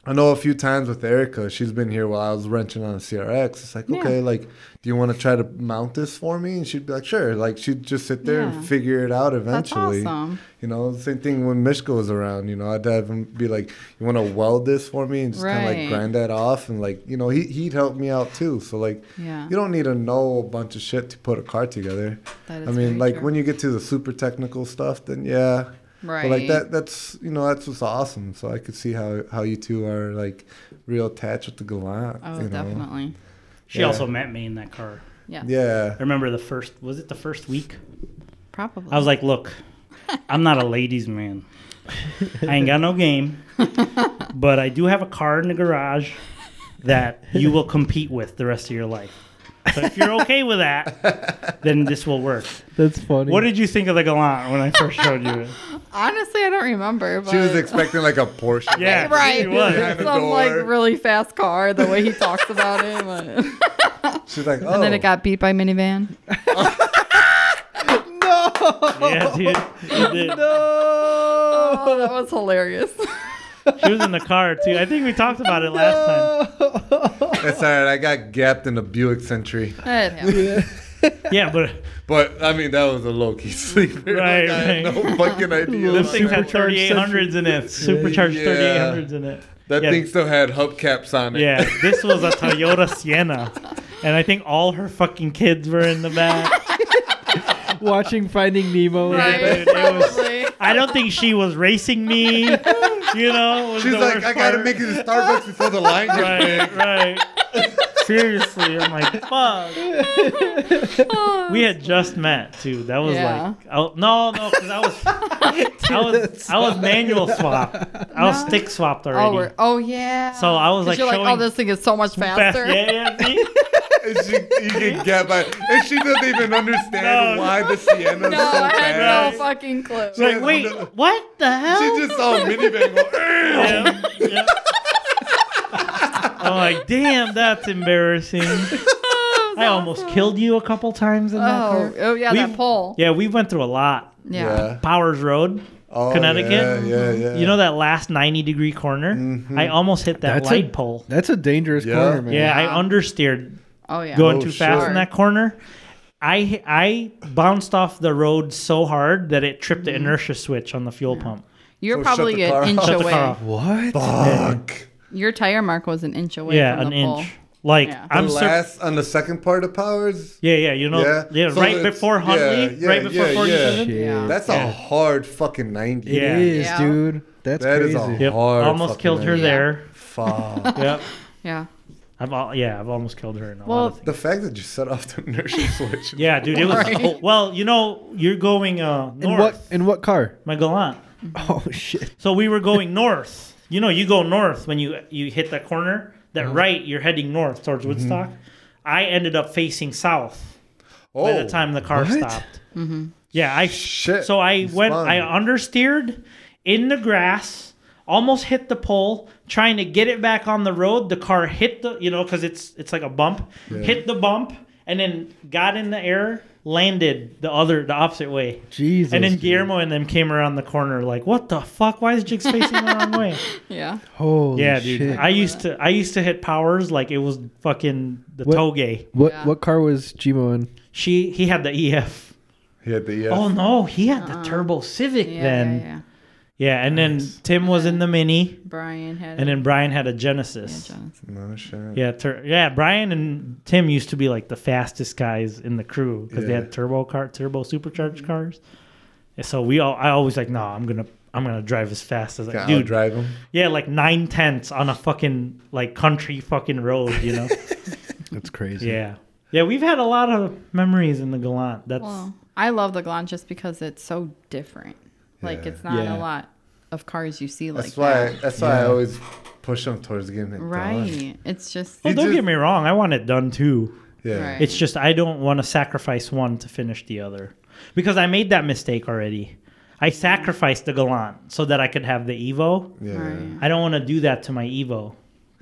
Speaker 1: I know a few times with Erica, she's been here while I was wrenching on a CRX. It's like,
Speaker 5: Yeah.
Speaker 1: okay, like, do you want to try to mount this for me? And she'd be like, sure. Like, she'd just sit there
Speaker 5: Yeah.
Speaker 1: and figure it out eventually.
Speaker 5: awesome.
Speaker 1: You know, same thing when Mishka was around. You know, I'd have him be like, you want to weld this for me? And just kind of
Speaker 5: Right.
Speaker 1: like grind that off. And like, you know, he, he'd help me out too. So, like,
Speaker 5: Yeah.
Speaker 1: you don't need to know a bunch of shit to put a car together.
Speaker 5: That is
Speaker 1: I mean,
Speaker 5: very
Speaker 1: like
Speaker 5: true.
Speaker 1: when you get to the super technical stuff, then yeah.
Speaker 5: Right.
Speaker 1: But like that, that's you know that's what's awesome. So I could see how how you two are like real attached with the Galant.
Speaker 5: Oh,
Speaker 1: you know?
Speaker 5: definitely.
Speaker 3: She
Speaker 1: Yeah.
Speaker 3: also met me in that car.
Speaker 5: Yeah.
Speaker 1: Yeah.
Speaker 3: I remember the first. Was it the first week?
Speaker 5: Probably.
Speaker 3: I was like, look, I'm not a ladies' man. I ain't got no game, but I do have a car in the garage that you will compete with the rest of your life. So if you're okay with that, then this will work.
Speaker 4: That's funny.
Speaker 3: What did you think of the Galant when I first showed you it?
Speaker 5: Honestly, I don't remember. But
Speaker 1: She was expecting like a Porsche.
Speaker 3: Yeah.
Speaker 5: right.
Speaker 3: She was.
Speaker 1: Behind the
Speaker 5: Some like
Speaker 1: door.
Speaker 5: really fast car. The way he talks about it. but-
Speaker 1: She's like, oh.
Speaker 5: And then it got beat by minivan.
Speaker 3: Yeah, dude. You did.
Speaker 5: Oh, that was hilarious.
Speaker 3: She was in the car too. I think we talked about it last time.
Speaker 1: That's all right. I got gapped in a Buick Century,
Speaker 5: That happened.
Speaker 3: Yeah, but
Speaker 1: but I mean that was a low key sleeper.
Speaker 3: Right,
Speaker 1: Like, I had
Speaker 3: right.
Speaker 1: no fucking idea.
Speaker 3: this thing had
Speaker 1: that.
Speaker 4: Supercharged
Speaker 3: 3800s in it. Supercharged
Speaker 1: Yeah.
Speaker 3: 3800s in it.
Speaker 1: That
Speaker 3: yeah.
Speaker 1: thing still had hubcaps on it.
Speaker 3: Yeah, this was a Toyota Sienna. And I think all her fucking kids were in the back.
Speaker 4: Watching Finding Nemo.
Speaker 3: Right.
Speaker 5: Right,
Speaker 3: dude, it was-
Speaker 5: probably.
Speaker 3: I don't think she was racing me. You know? was
Speaker 1: She's
Speaker 3: the
Speaker 1: like,
Speaker 3: worst
Speaker 1: I gotta
Speaker 3: part.
Speaker 1: make it to Starbucks before the line gets
Speaker 3: Right, right. Seriously, I'm like, fuck.
Speaker 5: Oh.
Speaker 3: We had just met too. That was
Speaker 5: Yeah.
Speaker 3: like, oh no, no, because I was, I was, I was manual swap. I was stick swapped
Speaker 5: Oh,
Speaker 3: already.
Speaker 5: we're, oh yeah.
Speaker 3: So I was,
Speaker 5: 'Cause
Speaker 3: like,
Speaker 5: you're like, oh,
Speaker 3: showing-
Speaker 5: this thing is so much
Speaker 3: Fast-
Speaker 5: faster.
Speaker 3: yeah, yeah, see?
Speaker 1: and she, you can get by. And she doesn't even understand
Speaker 3: No.
Speaker 1: why the Sienna's
Speaker 5: No,
Speaker 1: so
Speaker 5: I had
Speaker 1: bad.
Speaker 5: no fucking clue.
Speaker 1: She
Speaker 3: Like,
Speaker 1: has
Speaker 3: wait,
Speaker 1: no-
Speaker 3: what the hell?
Speaker 1: She just saw a minivan go, "Ew."
Speaker 3: Yeah, yeah. I'm like, damn, that's embarrassing. I almost killed you a couple times in that
Speaker 5: Oh,
Speaker 3: car.
Speaker 5: oh yeah,
Speaker 3: We've-
Speaker 5: that pole.
Speaker 3: Yeah, we went through a lot.
Speaker 5: Yeah.
Speaker 3: Powers Road.
Speaker 1: Oh,
Speaker 3: Connecticut?
Speaker 1: Yeah, yeah, yeah. Mm-hmm.
Speaker 3: You know that last 90 degree corner? I almost hit that
Speaker 4: That's
Speaker 3: light
Speaker 4: a-
Speaker 3: pole.
Speaker 4: That's a dangerous
Speaker 1: Yeah.
Speaker 4: corner, man.
Speaker 3: Yeah, I understeered
Speaker 5: Oh yeah.
Speaker 3: going
Speaker 1: Oh,
Speaker 3: too
Speaker 1: shit.
Speaker 3: fast in that corner. I I bounced off the road so hard that it tripped the
Speaker 5: Mm-hmm.
Speaker 3: inertia switch on the fuel pump.
Speaker 5: You're
Speaker 1: So shut
Speaker 5: probably
Speaker 1: the car
Speaker 5: an
Speaker 1: off.
Speaker 5: inch
Speaker 1: Shut
Speaker 3: Shut the car off.
Speaker 5: away.
Speaker 4: What?
Speaker 1: Fuck.
Speaker 5: Your tire mark was an inch away.
Speaker 3: Yeah,
Speaker 5: from
Speaker 3: an
Speaker 5: the pole.
Speaker 3: inch. Like
Speaker 5: Yeah.
Speaker 1: I'm
Speaker 3: I'm sur-
Speaker 1: last on the second part of Powers.
Speaker 3: Yeah, yeah, you know,
Speaker 1: Yeah.
Speaker 3: yeah,
Speaker 1: So
Speaker 3: right
Speaker 1: it's-
Speaker 3: before
Speaker 1: yeah,
Speaker 3: Huntley,
Speaker 1: yeah,
Speaker 3: right before
Speaker 1: yeah, yeah.
Speaker 3: 47.
Speaker 5: Yeah.
Speaker 1: That's a hard fucking 90.
Speaker 3: Yeah.
Speaker 4: It is,
Speaker 5: Yeah.
Speaker 4: dude. That's
Speaker 1: That is
Speaker 4: crazy.
Speaker 1: a
Speaker 3: Yep,
Speaker 1: hard
Speaker 3: almost
Speaker 1: fucking
Speaker 3: killed her
Speaker 1: 90.
Speaker 3: there.
Speaker 1: Fuck.
Speaker 3: Yep.
Speaker 5: Yeah.
Speaker 3: I've all, yeah, I've almost killed her. In a
Speaker 5: Well-
Speaker 3: lot of things.
Speaker 1: The fact that you set off the inertia switch.
Speaker 3: yeah, dude, it was.
Speaker 5: Right.
Speaker 3: Well, you know, you're going uh, north,
Speaker 4: In what in what car?
Speaker 3: my Gallant.
Speaker 5: Mm-hmm.
Speaker 4: Oh shit!
Speaker 3: So we were going north. You know, you go north when you you hit that corner. That right, you're heading north towards Woodstock. I ended up facing south
Speaker 1: Oh,
Speaker 3: by the time the car
Speaker 4: what?
Speaker 3: stopped. Yeah, I
Speaker 1: Shit.
Speaker 3: So I
Speaker 1: You
Speaker 3: went.
Speaker 1: spun.
Speaker 3: I understeered in the grass, almost hit the pole, trying to get it back on the road. The car hit the, you know, because it's it's like a bump. Hit the bump and then got in the air, landed the other the opposite way.
Speaker 4: Jesus.
Speaker 3: And then
Speaker 4: dude.
Speaker 3: Guillermo and them came around the corner like, what the fuck? Why is Jigs facing the wrong way?
Speaker 5: Yeah.
Speaker 4: Holy
Speaker 3: Yeah, dude.
Speaker 4: shit.
Speaker 3: I used to I used to hit powers like it was fucking the
Speaker 4: What-
Speaker 3: toge.
Speaker 4: what
Speaker 5: Yeah.
Speaker 4: what car was Gmo in?
Speaker 3: She he had the EF.
Speaker 1: he had the
Speaker 3: Oh
Speaker 1: uh,
Speaker 3: no, he had the Turbo Civic
Speaker 5: Uh-uh. Yeah,
Speaker 3: then.
Speaker 5: yeah, yeah.
Speaker 3: Yeah, and then Tim was in the Mini,
Speaker 5: Brian had
Speaker 3: and
Speaker 5: it.
Speaker 3: then Brian had a Genesis.
Speaker 5: Yeah,
Speaker 3: Yeah,
Speaker 5: Jonathan.
Speaker 1: no shit.
Speaker 3: tur- yeah. Brian and Tim used to be like the fastest guys in the crew because they
Speaker 1: Yeah.
Speaker 3: had turbo car, turbo supercharged cars. And so we all, I always like, no, I'm gonna, I'm gonna drive as fast as I,
Speaker 1: Can
Speaker 3: dude.
Speaker 1: drive him.
Speaker 3: Yeah, like nine tenths on a fucking like country fucking road, you know?
Speaker 4: That's crazy.
Speaker 3: yeah, yeah. We've had a lot of memories in the Gallant. That's
Speaker 5: Well, I love the Galant just because it's so different. Like
Speaker 1: Yeah.
Speaker 5: it's not
Speaker 4: Yeah.
Speaker 5: a lot of cars you see like
Speaker 1: That's why.
Speaker 5: that.
Speaker 1: That's why I always push him towards getting it done.
Speaker 5: Right. It's just
Speaker 3: well,
Speaker 1: You
Speaker 3: oh, don't
Speaker 1: just-
Speaker 3: get me wrong. I want it done too.
Speaker 1: Yeah.
Speaker 5: Right.
Speaker 3: It's just I don't want to sacrifice one to finish the other because I made that mistake already. I sacrificed the Gallant so that I could have the Evo.
Speaker 1: Yeah.
Speaker 5: Right.
Speaker 3: I don't want to do that to my Evo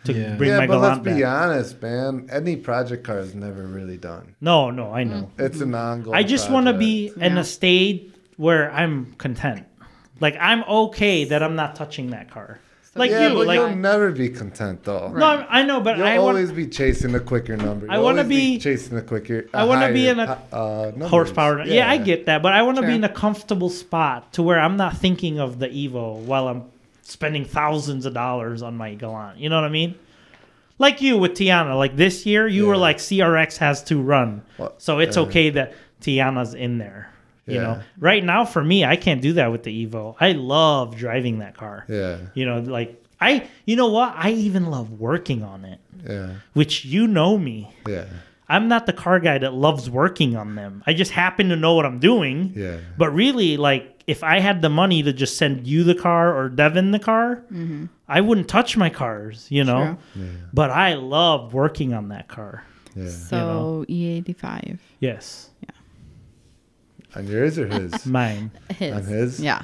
Speaker 3: to
Speaker 4: Yeah.
Speaker 3: bring
Speaker 1: yeah,
Speaker 3: my
Speaker 1: but let's
Speaker 3: Gallant
Speaker 1: be
Speaker 3: back.
Speaker 1: honest, man. Any project car is never really done.
Speaker 3: No, no, I know.
Speaker 1: It's an ongoing.
Speaker 3: Mm-hmm. I just want to
Speaker 1: project.
Speaker 3: be in
Speaker 5: Yeah.
Speaker 3: a state where I'm content. Like I'm okay that I'm not touching that car. Like
Speaker 1: yeah,
Speaker 3: you,
Speaker 1: but
Speaker 3: like
Speaker 1: you'll never be content though.
Speaker 3: no, I'm- I know, but
Speaker 1: You'll
Speaker 3: I want
Speaker 1: always be chasing the quicker number.
Speaker 3: I
Speaker 1: You'll
Speaker 3: wanna
Speaker 1: always
Speaker 3: be-
Speaker 1: chasing the quicker.
Speaker 3: I wanna be
Speaker 1: higher
Speaker 3: in a
Speaker 1: po- uh, numbers.
Speaker 3: horsepower. Yeah. I get that, but I want to
Speaker 5: Sure.
Speaker 3: be in a comfortable spot to where I'm not thinking of the Evo while I'm spending thousands of dollars on my Galant. You know what I mean? Like you with Tiana, like this year you were
Speaker 1: Yeah.
Speaker 3: like CRX has to run,
Speaker 1: Well,
Speaker 3: so it's
Speaker 1: yeah.
Speaker 3: okay that Tiana's in there. You know,
Speaker 1: Yeah.
Speaker 3: right now for me, I can't do that with the Evo. I love driving that car.
Speaker 1: Yeah,
Speaker 3: You know, like I, you know what? I even love working on it,
Speaker 1: yeah,
Speaker 3: which you know me.
Speaker 1: yeah,
Speaker 3: I'm not the car guy that loves working on them. I just happen to know what I'm doing.
Speaker 1: yeah.
Speaker 3: But really, like, if I had the money to just send you the car or Devin the car, I wouldn't touch my cars, you know? But I love working on that car.
Speaker 1: Yeah.
Speaker 5: So E E85.
Speaker 3: Yes,
Speaker 1: On yours or his?
Speaker 3: mine.
Speaker 5: His.
Speaker 1: On his?
Speaker 5: Yeah.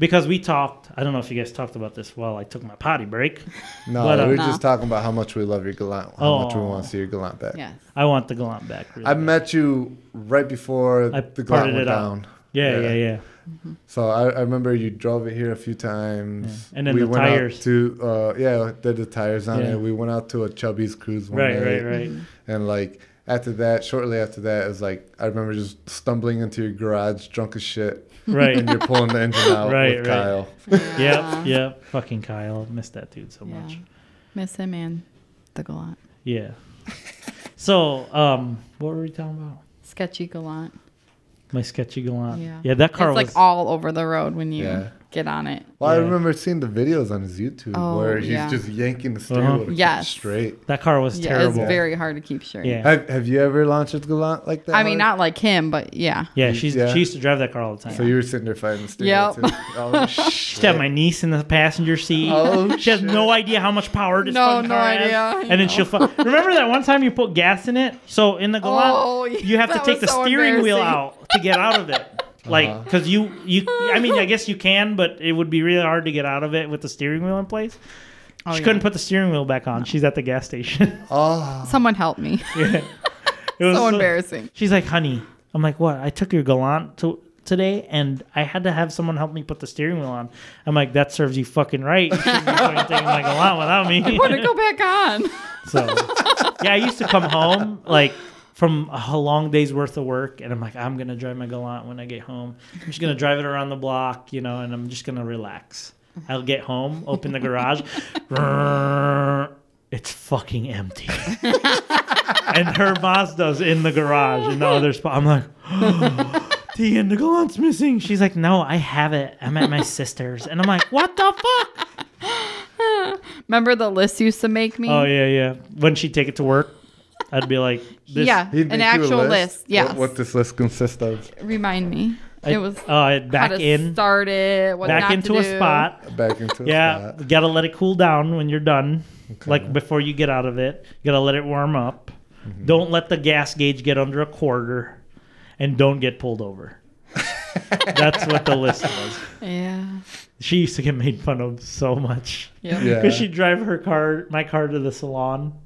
Speaker 3: Because we talked, I don't know if you guys talked about this while I took my potty break.
Speaker 1: No,
Speaker 3: But, uh,
Speaker 1: we were
Speaker 5: Nah.
Speaker 1: just talking about how much we love your galant, how much we
Speaker 3: Oh.
Speaker 1: want to see your galant back.
Speaker 5: Yes.
Speaker 3: I want the Galant back. Really
Speaker 1: I
Speaker 3: bad.
Speaker 1: met you right before
Speaker 3: I
Speaker 1: the
Speaker 3: parted
Speaker 1: galant went
Speaker 3: it out.
Speaker 1: down. yeah.
Speaker 3: Yeah, yeah, yeah.
Speaker 1: So I, I remember you drove it here a few times.
Speaker 3: Yeah. And then
Speaker 1: we
Speaker 3: the
Speaker 1: went out
Speaker 3: tires.
Speaker 1: to uh, yeah, did the tires on
Speaker 3: Yeah.
Speaker 1: it. We went out to a Chubby's cruise one
Speaker 3: Right,
Speaker 1: night,
Speaker 3: right, right.
Speaker 1: and like after that, shortly after that, it was like I remember just stumbling into your garage, drunk as shit,
Speaker 3: Right.
Speaker 1: and you're pulling the engine out
Speaker 3: Right,
Speaker 1: with
Speaker 3: right.
Speaker 1: Kyle.
Speaker 3: Yep, yep. Fucking Kyle. Miss that dude so
Speaker 5: Uh-huh. Yeah.
Speaker 3: much.
Speaker 5: Miss him and the Galant.
Speaker 3: Yeah. so, um, what were we talking about?
Speaker 5: Sketchy Galant.
Speaker 3: My sketchy Galant.
Speaker 5: Yeah.
Speaker 3: Uh, that car
Speaker 5: it's
Speaker 3: was
Speaker 5: like all over the road when you
Speaker 1: Yeah.
Speaker 5: get on it.
Speaker 1: Well, I
Speaker 3: Yeah.
Speaker 1: remember seeing the videos on his YouTube
Speaker 5: Oh,
Speaker 1: where he's
Speaker 5: yeah.
Speaker 1: just yanking the steering
Speaker 3: Uh-huh.
Speaker 1: wheel to keep it
Speaker 5: Yes.
Speaker 1: straight.
Speaker 3: that car was
Speaker 5: yeah,
Speaker 3: terrible.
Speaker 5: it's very hard to keep straight.
Speaker 3: yeah.
Speaker 1: Have Have you ever launched a galant like that?
Speaker 5: I mean,
Speaker 1: hard?
Speaker 5: not like him, but yeah.
Speaker 3: yeah, she's
Speaker 1: Yeah.
Speaker 3: she used to drive that car all the time.
Speaker 1: So you were sitting there fighting the steering wheel.
Speaker 5: Yep.
Speaker 1: Too. Oh,
Speaker 3: she
Speaker 1: shit.
Speaker 3: used to have my niece in the passenger seat.
Speaker 1: Oh,
Speaker 3: she has
Speaker 1: shit.
Speaker 3: no idea how much power this
Speaker 5: No,
Speaker 3: fucking
Speaker 5: no
Speaker 3: car
Speaker 5: idea.
Speaker 3: has.
Speaker 5: I
Speaker 3: And then she'll. Fu- Remember that one time you put gas in it? So in the Galant,
Speaker 5: Oh, yeah,
Speaker 3: you have to
Speaker 5: that
Speaker 3: take the
Speaker 5: was so
Speaker 3: steering wheel
Speaker 5: embarrassing.
Speaker 3: out to get out of it.
Speaker 1: Uh-huh.
Speaker 3: Like, because you, you, I mean, I guess you can, but it would be really hard to get out of it with the steering wheel in place.
Speaker 5: Oh,
Speaker 3: she
Speaker 5: yeah.
Speaker 3: couldn't put the steering wheel back on. She's at the gas station.
Speaker 1: Oh.
Speaker 5: Someone help me.
Speaker 3: It was
Speaker 5: so embarrassing.
Speaker 3: She's like, honey, I'm like, what? I took your galant to today and I had to have someone help me put the steering wheel on. I'm like, that serves you fucking right. You shouldn't be fucking taking my galant without
Speaker 5: Want to
Speaker 3: me.
Speaker 5: go back on?
Speaker 3: so yeah, I used to come home like from a long day's worth of work and I'm like, I'm gonna drive my galant when I get home. I'm just gonna drive it around the block, you know, and I'm just gonna relax. I'll get home, open the garage. it's fucking empty. and her Mazda's in the garage in the other spot. I'm like, T and the Galant's missing. She's like, no, I have it. I'm at my sister's. And I'm like, what the fuck?
Speaker 5: Remember the list used to make me?
Speaker 3: Oh yeah, yeah. Wouldn't she take it to work? I'd be like, this,
Speaker 5: yeah,
Speaker 1: He'd make
Speaker 5: an
Speaker 1: you a
Speaker 5: actual list.
Speaker 1: What-
Speaker 5: Yes.
Speaker 1: What, this list consists of.
Speaker 5: Remind me.
Speaker 3: I-
Speaker 5: it was
Speaker 3: uh,
Speaker 5: how
Speaker 3: back
Speaker 5: to
Speaker 3: in,
Speaker 5: start it. What
Speaker 3: back
Speaker 5: not
Speaker 3: into
Speaker 5: to
Speaker 3: a
Speaker 5: do.
Speaker 3: spot.
Speaker 1: Back into a
Speaker 3: Yeah,
Speaker 1: spot.
Speaker 3: gotta let it cool down when you're done. Like before you get out of it, you gotta let it warm up.
Speaker 1: Mm-hmm.
Speaker 3: Don't let the gas gauge get under a quarter, and don't get pulled over. That's what the list was.
Speaker 5: Yeah.
Speaker 3: She used to get made fun of so much
Speaker 5: Yep.
Speaker 1: Yeah.
Speaker 3: because she'd drive her car, my car, to the salon,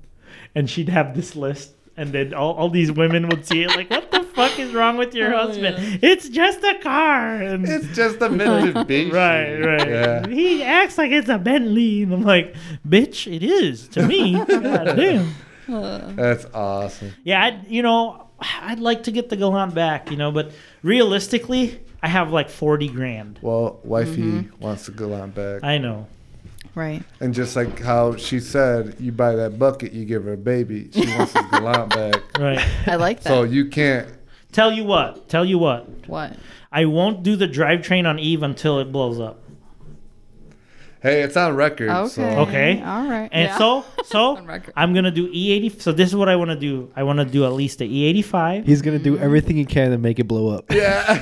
Speaker 3: and she'd have this list. And then all, all these women would see it like, what the fuck is wrong with your
Speaker 5: Oh,
Speaker 3: husband? It's just a car. And
Speaker 1: It's just a Mitsubishi.
Speaker 3: Right, right.
Speaker 1: Yeah.
Speaker 3: He acts like it's a Bentley, and I'm like, bitch, it is to me. God damn.
Speaker 5: Uh,
Speaker 1: That's awesome.
Speaker 3: Yeah, I'd, you know, I'd like to get the Galant back, you know, but realistically, I have like 40 grand.
Speaker 1: Well, wifey wants to go on back.
Speaker 3: I know.
Speaker 5: right.
Speaker 1: And just like how she said, you buy that bucket, you give her a baby. She wants to gallant back.
Speaker 3: Right.
Speaker 5: I like that.
Speaker 1: So you can't.
Speaker 3: Tell you what. Tell you what.
Speaker 5: what?
Speaker 3: I won't do the drivetrain on Eve until it blows up.
Speaker 1: Hey, it's on record. So.
Speaker 5: Okay.
Speaker 3: Okay.
Speaker 5: All right.
Speaker 3: And
Speaker 5: Yeah.
Speaker 3: so, so
Speaker 5: On record.
Speaker 3: I'm gonna do E80. So this is what I want to do. I want to do at least a E E85.
Speaker 4: He's gonna
Speaker 5: Mm-hmm.
Speaker 4: do everything he can to make it blow up.
Speaker 1: Yeah.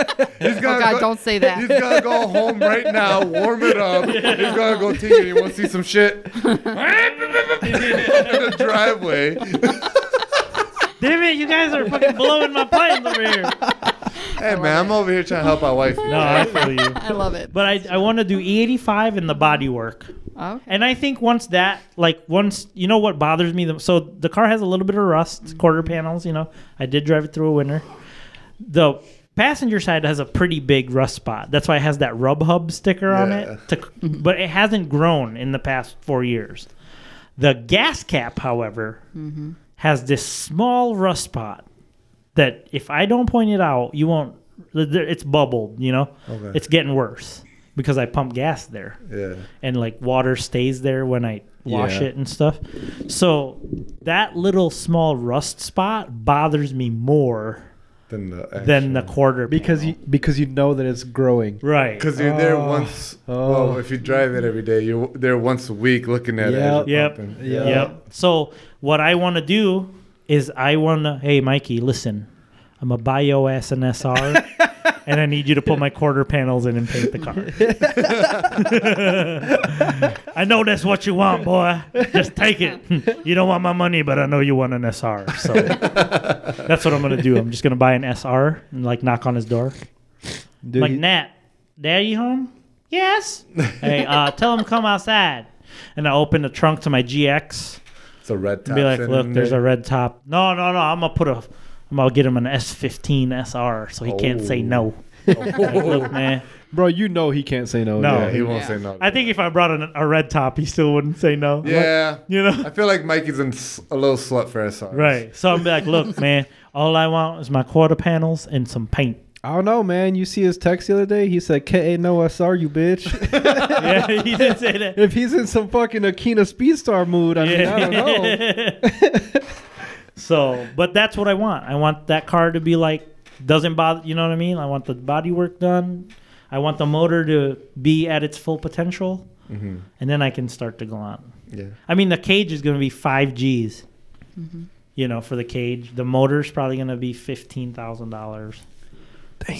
Speaker 1: he's gonna
Speaker 5: God, don't say that.
Speaker 1: He's gonna go home right now, warm it up. He's gonna go take it. You want to see some shit? In the driveway.
Speaker 3: Damn it! You guys are fucking blowing my plans over here.
Speaker 1: Hey man, I'm over here trying to help my wife.
Speaker 3: No, I feel you.
Speaker 5: I love it.
Speaker 3: But I, I want to do E85 and the body work.
Speaker 5: Okay.
Speaker 3: And I think once that, like, once, you know what bothers me? The, so the car has a little bit of
Speaker 1: Mm-hmm.
Speaker 3: rust, quarter panels, you know. I did drive it through a winter. The passenger side has a pretty big rust spot. That's why it has that rub hub sticker on
Speaker 1: Yeah. Mm-hmm.
Speaker 3: it. To, but it hasn't grown in the past four years. The gas cap, however,
Speaker 1: Mm-hmm.
Speaker 3: has this small rust spot that if I don't point it out, you won't. It's bubbled, you know.
Speaker 1: Okay.
Speaker 3: It's getting worse because I pump gas there,
Speaker 1: Yeah.
Speaker 3: and like water stays there when I wash
Speaker 1: Yeah.
Speaker 3: it and stuff. So that little small rust spot bothers me more
Speaker 1: Then the actual.
Speaker 3: than the quarter
Speaker 4: Because you
Speaker 3: panel.
Speaker 4: because you know that it's growing.
Speaker 3: right.
Speaker 1: Because you're there
Speaker 4: Oh.
Speaker 1: once.
Speaker 4: Oh.
Speaker 1: Well, if you drive it every day, you're there once a week looking at it. as you're
Speaker 3: Yep.
Speaker 1: pumping.
Speaker 4: Yep.
Speaker 3: Yep. So what I want to do is I want to. Hey, Mikey, listen. I'm a buy your ass an SR, and I need you to put my quarter panels in and paint the car. I know that's what you want, boy. Just take it. You don't want my money, but I know you want an SR. So that's what I'm gonna do. I'm just gonna buy an SR and like knock on his door.
Speaker 4: Dude,
Speaker 3: Like
Speaker 4: he-
Speaker 3: Nat, Daddy home? Yes. hey, uh, tell him come outside. And I open the trunk to my GX
Speaker 1: It's a red top.
Speaker 3: and be like,
Speaker 1: sitting
Speaker 3: look,
Speaker 1: in
Speaker 3: there's a
Speaker 1: there.
Speaker 3: red top. No, no, no. I'm gonna put a. I'm gonna get him an S15 SR, so he can't say no. Like, look, man.
Speaker 4: bro, you know he can't say no.
Speaker 3: No.
Speaker 1: Yeah, he won't
Speaker 5: Yeah.
Speaker 1: say no.
Speaker 3: I think if I brought an, a red top, he still wouldn't say no.
Speaker 1: Yeah.
Speaker 3: You know.
Speaker 1: I feel like Mikey's in s- a little slut for SR.
Speaker 3: Right. So I'm like, look, man. All I want is my quarter panels and some paint.
Speaker 4: I don't know, man. You see his text the other day. He said, "K no SR, you bitch."
Speaker 3: yeah, he did say that.
Speaker 4: if he's in some fucking Akina Speedstar mood, I mean, I don't know.
Speaker 3: so, but that's what I want. I want that car to be like doesn't bother. You know what I mean? I want the body work done. I want the motor to be at its full potential, and then I can start to go on.
Speaker 1: Mm-hmm. Yeah.
Speaker 3: I mean, the cage is going to be five G's. You know, for the cage, the motor's probably going to be fifteen thousand dollars.